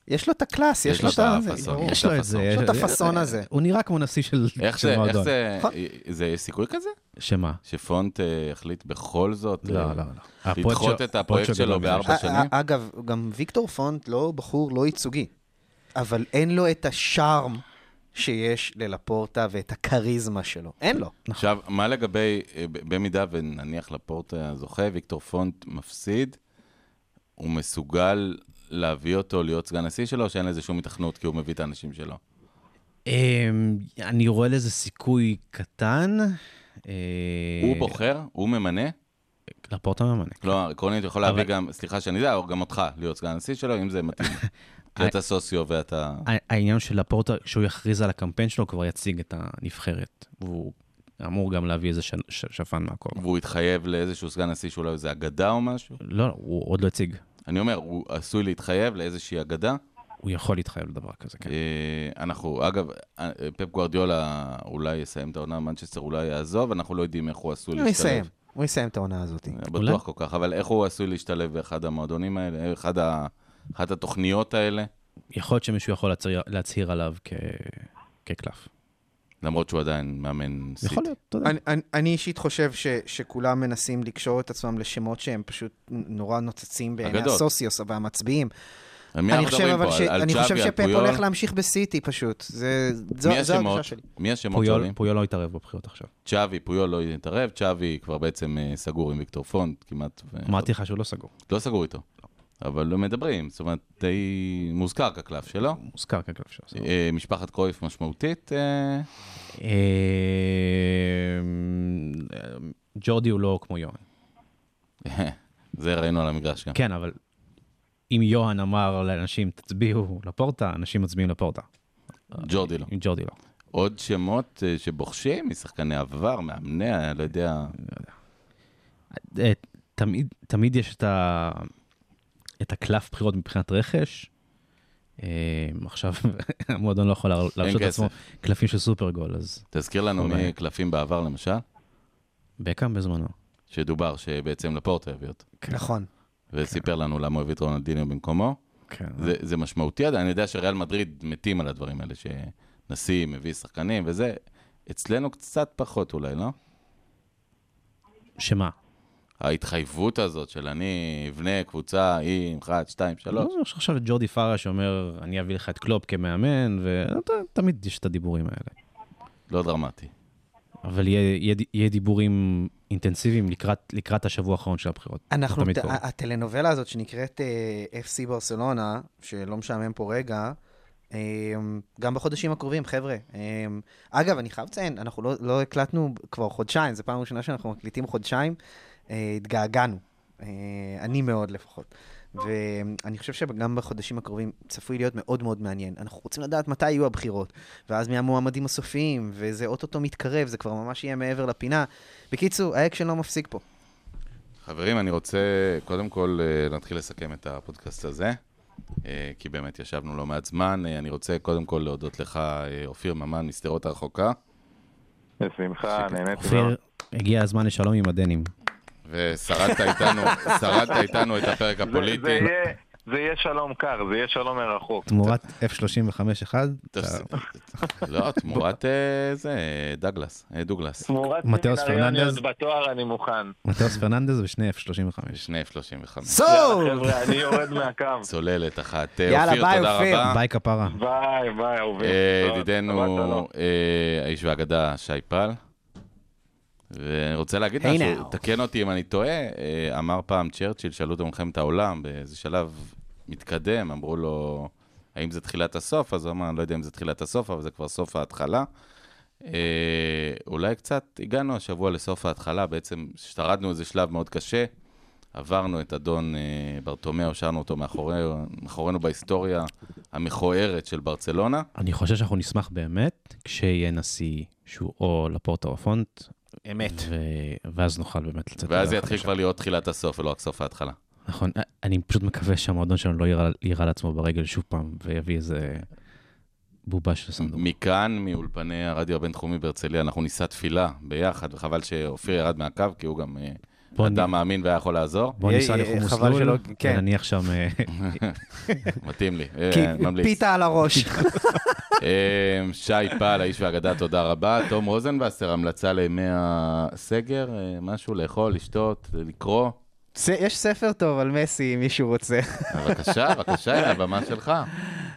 יש לו את הקלאס, יש לו את ה... זה, אה,
הפאסון.
ברור.
יש
יש לו את זה.
יש לו את הפאסון הזה.
אה, הוא נראה כמו נשיא של,
איך
של
זה,
מועדון.
איך זה, אה,
נכון.
זה, יש סיכוי כזה?
שמה?
שפונט אה, יחליט בכל זאת?
לא,
אה,
לא, לא. הפרויקט אה,
לדחות
שלו-
את הפרויקט שלו
גם יש.
בארבע שנים?
א- א- אה, אגב, גם ויקטור פונט לא בחור לא ייצוגי, אבל אין לו את השארם שיש ללפורטה ואת הכריזמה שלו. אין
לא
לו.
אה.
עכשיו, מה לגבי, אה, ב- במידה ונניח לפורטה זוכה, ויקטור פונט מפסיד, הוא מסוגל להביא אותו להיות סגן נשיא שלו, או שאין לזה שום התכנות כי הוא מביא את האנשים שלו?
אמ, אני רואה לזה סיכוי קטן. אה,
הוא בוחר? הוא ממנה?
לפורטה ממנה.
לא, עקרונית, הוא יכול
אבל-
להביא גם, סליחה שאני יודע, או גם אותך, להיות סגן נשיא שלו, אם זה מתאים.
*laughs*
כי אתה סוציו ואתה...
ה- העניין של לפורטה, כשהוא יכריז על הקמפיין שלו, הוא כבר יציג את הנבחרת. והוא אמור גם להביא איזה שנ- ש- שפן מהכובע.
והוא התחייב לאיזשהו סגן נשיא שאולי איזה אגדה או משהו?
לא, הוא עוד לא הציג.
אני אומר, הוא עשוי להתחייב לאיזושהי אגדה.
הוא יכול להתחייב לדבר כזה, כן.
אה, אנחנו, אגב, אה, פפ גוורדיולה אולי יסיים את העונה, מנצ'סטר אולי יעזוב, אנחנו לא יודעים איך הוא עשוי
הוא יסיים,
להשתלב.
הוא יסיים את העונה
אה,
הזאת.
אולי?
בטוח כל כך, אבל איך הוא עשוי להשתלב באחד המועדונים האלה, אה, אחד ה- אחת התוכניות האלה,
יכול להיות שמישהו יכול להצהיר- להצהיר עליו כ- כקלף.
למרות שהוא עדיין מאמן סיטי.
יכול להיות, אתה יודע.
אני- אני- אני אישית חושב ש- שכולם מנסים לקשור את עצמם לשמות שהם פשוט נורא נוצצים בעיני
אגדות.
הסוציוס והמצביעים.
על מי
אני
אנחנו
חושב
מדברים
אבל
פה?
ש...
על- על
אני
צ'אבי,
חושב
על
שפפ
פויול?
הולך להמשיך בסיטי פשוט. זה... זו,
מי
זו
השמות?
הרגשה שלי.
מי השמות
פויול
שעולים?
פויול לא התערב בבחירות עכשיו.
צ'אבי, פויול לא התערב, צ'אבי כבר בעצם אה, סגור עם ויקטור פונט כמעט. ו-
אמרתי לך שהוא לא סגור.
לא סגור איתו, אבל לא מדברים, זאת אומרת, די מוזכר כקלף שלו.
כן.
מוזכר כקלף שלו. סגור.
אה, משפחת קרויף משמעותית, אה,
אמ, ג'ורדי הוא לא כמו יוהן.
זה ראינו על המגרש גם.
כן, אבל אם יוהן אמר לאנשים, תצביעו לפורטה, אנשים מצביעים לפורטה.
ג'ורדי לא.
עם ג'ורדי לא.
עוד שמות אה, שבוחשים משחקני עבר, מאמני, אני לא יודע.
אה, תמיד, תמיד יש את, ה, את הקלף בחירות מבחינת רכש. אה, עכשיו *laughs* המועדון לא יכול להר- להרשות
כסף.
לעצמו קלפים של סופרגול, אז
תזכיר לנו
אולי.
מי קלפים בעבר למשל,
בקאם בזמנו.
שדובר שבעצם לפורטו הביא אותו,
נכון.
וסיפר לנו למה הוא הביא את רונלדיניו במקומו.
כן.
זה, זה משמעותי עדיין, אני יודע שריאל מדריד מתים על הדברים האלה, שנשיא מביא שחקנים וזה. אצלנו קצת פחות אולי, לא?
שמה?
ההתחייבות הזאת של אני אבנה קבוצה עם 1, 2, 3.
לא, יש עכשיו את ג'ורדי פארה שאומר, אני אביא לך את קלופ כמאמן, ותמיד יש את הדיבורים האלה.
לא דרמטי.
אבל יהיה, יהיה, ד- יהיה דיבורים אינטנסיביים לקראת, לקראת השבוע האחרון של הבחירות.
אנחנו,
זה תמיד
ת- אה,
קורה.
ה- הטלנובלה הזאת שנקראת אה, FC ברסלונה, שלא משעמם פה רגע, אה, גם בחודשים הקרובים, חבר'ה. אה, אגב, אני חייב לציין, אנחנו לא, לא הקלטנו כבר חודשיים, זו פעם ראשונה שאנחנו מקליטים חודשיים. אה, התגעגענו, אה, אני מאוד לפחות. ואני חושב שגם בחודשים הקרובים צפוי להיות מאוד מאוד מעניין. אנחנו רוצים לדעת מתי יהיו הבחירות, ואז מי המועמדים הסופיים, וזה אוטוטו מתקרב, זה כבר ממש יהיה מעבר לפינה. בקיצור, האקשן לא מפסיק פה.
חברים, אני רוצה קודם כל אה, להתחיל לסכם את הפודקאסט הזה, אה, כי באמת ישבנו לא מעט זמן. אה, אני רוצה קודם כל להודות לך, אה, אופיר ממן משדרות הרחוקה,
בשמחה, נהניתי מאוד.
אופיר, הגיע הזמן לשלום עם הדנים.
ושרדת
*laughs*
איתנו, שרדת איתנו את הפרק
זה- זה
הפוליטי.
יהיה- זה יהיה שלום קר, זה יהיה שלום מרחוק.
תמורת F35-1,
תפס- *laughs* לא, תמורת אה, זה, אה, דגלס, אה, דוגלס.
תמורת
מתאוס
סמינריוניות
פרננדז.
בתואר אני מוכן.
מטוס פרננדז ושני F35.
שני F35.
יאללה *laughs* חבר'ה, אני יורד מהקו.
צוללת אחת. אה,
יאללה,
אופיר,
ביי,
תודה
אופיר.
רבה.
ביי כפרה.
ביי, ביי, אהובים.
אה,
תודה, שבת שלום.
ידידנו, אה, האיש והאגדה, שי פל. ואני רוצה להגיד
Hey
משהו,
now.
תקן אותי אם אני טועה, אה, אמר פעם צ'רצ'יל, שאלו אותו במלחמת העולם, באיזה שלב מתקדם, אמרו לו, האם זה תחילת הסוף? אז הוא אמר, אני לא יודע אם זה תחילת הסוף, אבל זה כבר סוף ההתחלה. אה, אולי קצת הגענו השבוע לסוף ההתחלה, בעצם שרדנו איזה שלב מאוד קשה, עברנו את אדון אה, ברטומיאו, שרנו אותו מאחורי, מאחורינו בהיסטוריה המכוערת של ברצלונה.
אני חושב שאנחנו נשמח באמת כשיהיה נשיא שהוא או לפורטה או הפונט. אמת. ואז נוכל באמת לצאת.
ואז
לדרך
יתחיל
חדשה.
כבר להיות תחילת הסוף ולא רק סוף ההתחלה.
נכון, אני פשוט מקווה שהמועדון שלנו לא יירה- יירה לעצמו ברגל שוב פעם ויביא איזה בובה של סנדור.
מכאן, מאולפני הרדיו הבינתחומי בהרצליה, אנחנו נישא תפילה ביחד, וחבל שאופיר ירד מהקו, כי הוא גם אה,
בוא נ-
אדם מאמין והיה יכול לעזור. *laughs*
בוא
יהיה-
ניסע
יהיה-
לחומוס
חבל
לול,
שלא- כן.
ונניח שם... אה,
מתאים לי, אה,
כי
ממליץ.
פיתה על *laughs* הראש.
אה, שי פעל, האיש והאגדה, תודה רבה. תום רוזנבסר, המלצה לימי הסגר, אה, משהו לאכול, לשתות, לקרוא.
ס- יש ספר טוב על מסי, אם מישהו רוצה.
בבקשה, בבקשה, הנה הבמה שלך.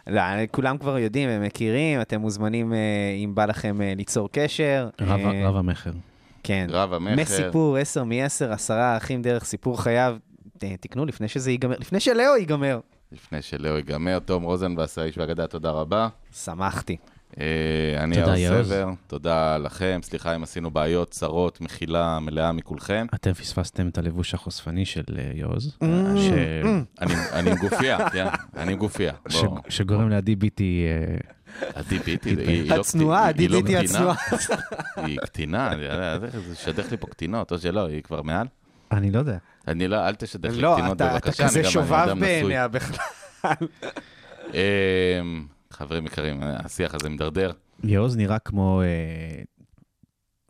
לא, כולם כבר יודעים, הם מכירים, אתם מוזמנים אה, אם בא לכם אה, ליצור קשר.
רב-
אה,
רב המכר.
כן.
רב המכר.
מסיפור 10 מ-10, 10 ערכים דרך סיפור חייו. ת- תקנו לפני שזה ייגמר, לפני שלאו ייגמר.
לפני שלא ייגמר, תום רוזנבסר, האיש והאגדה, תודה רבה.
שמחתי.
אה, אני
תודה,
יאו
יאוז.
סבר, תודה לכם, סליחה אם עשינו בעיות, צרות, מחילה מלאה מכולכם.
אתם פספסתם את הלבוש החושפני של אה, יוז, ש-
אני אני עם גופייה, *laughs* כן, אני עם גופייה.
ש-
בוא.
שגורם ל-DBT...
אה,
הדיבית, היא- היא לא
הצנועה,
קטי- לא
הדיבית היא
קטינה.
הצנועה. *laughs*
היא קטינה, אני יודע, זה שדך לי פה קטינות, או שלא, היא כבר מעל.
אני לא יודע.
אני לא, אל תשדך לי
לא,
קטינות
אתה אתה
בבקשה, אני
כזה
גם- אני
שובב
אדם נשוי.
בעיניה בכלל.
אמ, חברים יקרים, השיח הזה מידרדר.
יוז נראה כמו אה,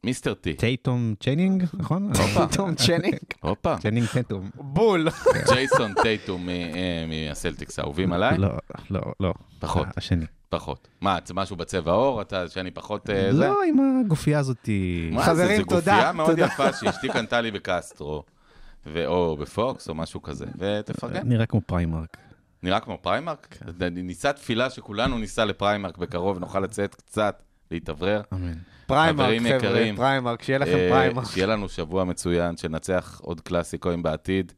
מיסטר טי,
טייטום צ'נינג, נכון? *laughs*
פתאום *laughs* צ'ניק.
הופה,
צ'נינג טייטום.
בול.
ג'ייסון טייטום מ- אה, מהסלטיקס האהובים עליי,
לא, לא, לא.
אה? פחות.
השני.
פחות. מה, זה משהו בצבע עור? אתה, שאני פחות אה, זה?
לא, עם הגופייה הזאת.
מה
חברים,
זה, זה
תודה,
גופייה מאוד
תודה.
יפה שאשתי קנתה לי בקסטרו, ו- או בפוקס, או משהו כזה, ותפרגן.
נראה כמו פריימרק.
נראה כמו פריימרק?
כן.
אני ניסה תפילה שכולנו ניסע לפריימרק בקרוב, נוכל לצאת קצת, להתאוורר.
אמן.
פריימרק,
חברים
חבר'ה,
יקרים.
פריימרק, שיהיה לכם
אה,
פריימרק.
שיהיה לנו שבוע מצוין, שננצח עוד קלאסיקוים בעתיד,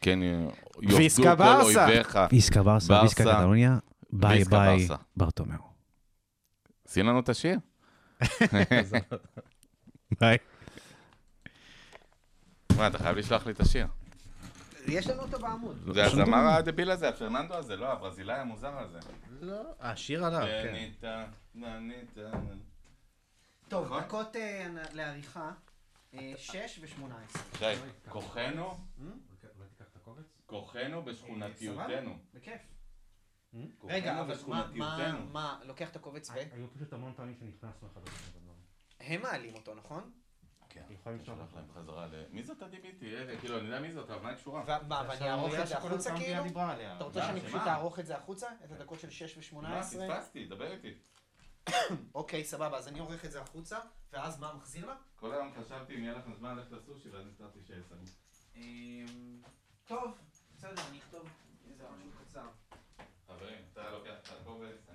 וכן יאבדו
ויסקה
כל
ברסה.
אויביך.
איסקה ברסה,
ברסה.
איסקה קטלוניה, ביי
ויסקה
ביי,
ברסה.
ברטומיאו.
שים לנו את
*laughs*
השיר. *laughs*
ביי.
מה, אתה חייב לשלוח לי את השיר.
יש לנו אותו בעמוד.
זה הזמר הדביל הזה, הפרננדו הזה, לא, הברזילאי המוזר הזה.
אה, השיר
אה,
עליו,
כן.
כן.
כן.
פניטה, נניטה.
טוב, דקות אה, לעריכה, אה, 6 ו-18.
שי, כוחנו,
לא אה,
כוחנו בשכונתיותנו.
בכיף.
כוחנו בשכונתיותנו.
מה, לוקח את הקובץ ו...
היו פשוט המון פעמים שנכנסנו אחד לשני.
הם מעלים אותו, נכון?
כן, אני שולח להם חזרה ל... מי זאת הדיביטי? כאילו, אני יודע מי זאת, אבל מה היא קשורה?
מה, ואני אערוך את זה החוצה כאילו? אתה רוצה שאני
שמה?
פשוט אערוך את זה החוצה? את הדקות של 6
מה,
ו-18?
פספסתי, דבר איתי.
אוקיי, סבבה, אז אני עורך את זה החוצה, ואז מה מחזיר לה?
כל היום חשבתי אם יהיה לכם זמן ללכת לסושי, ואז נפתחתי שיהיה סגור.
אמ, טוב, בסדר, אני אכתוב איזה משהו קצר.
חברים, אתה לוקח את הקובץ.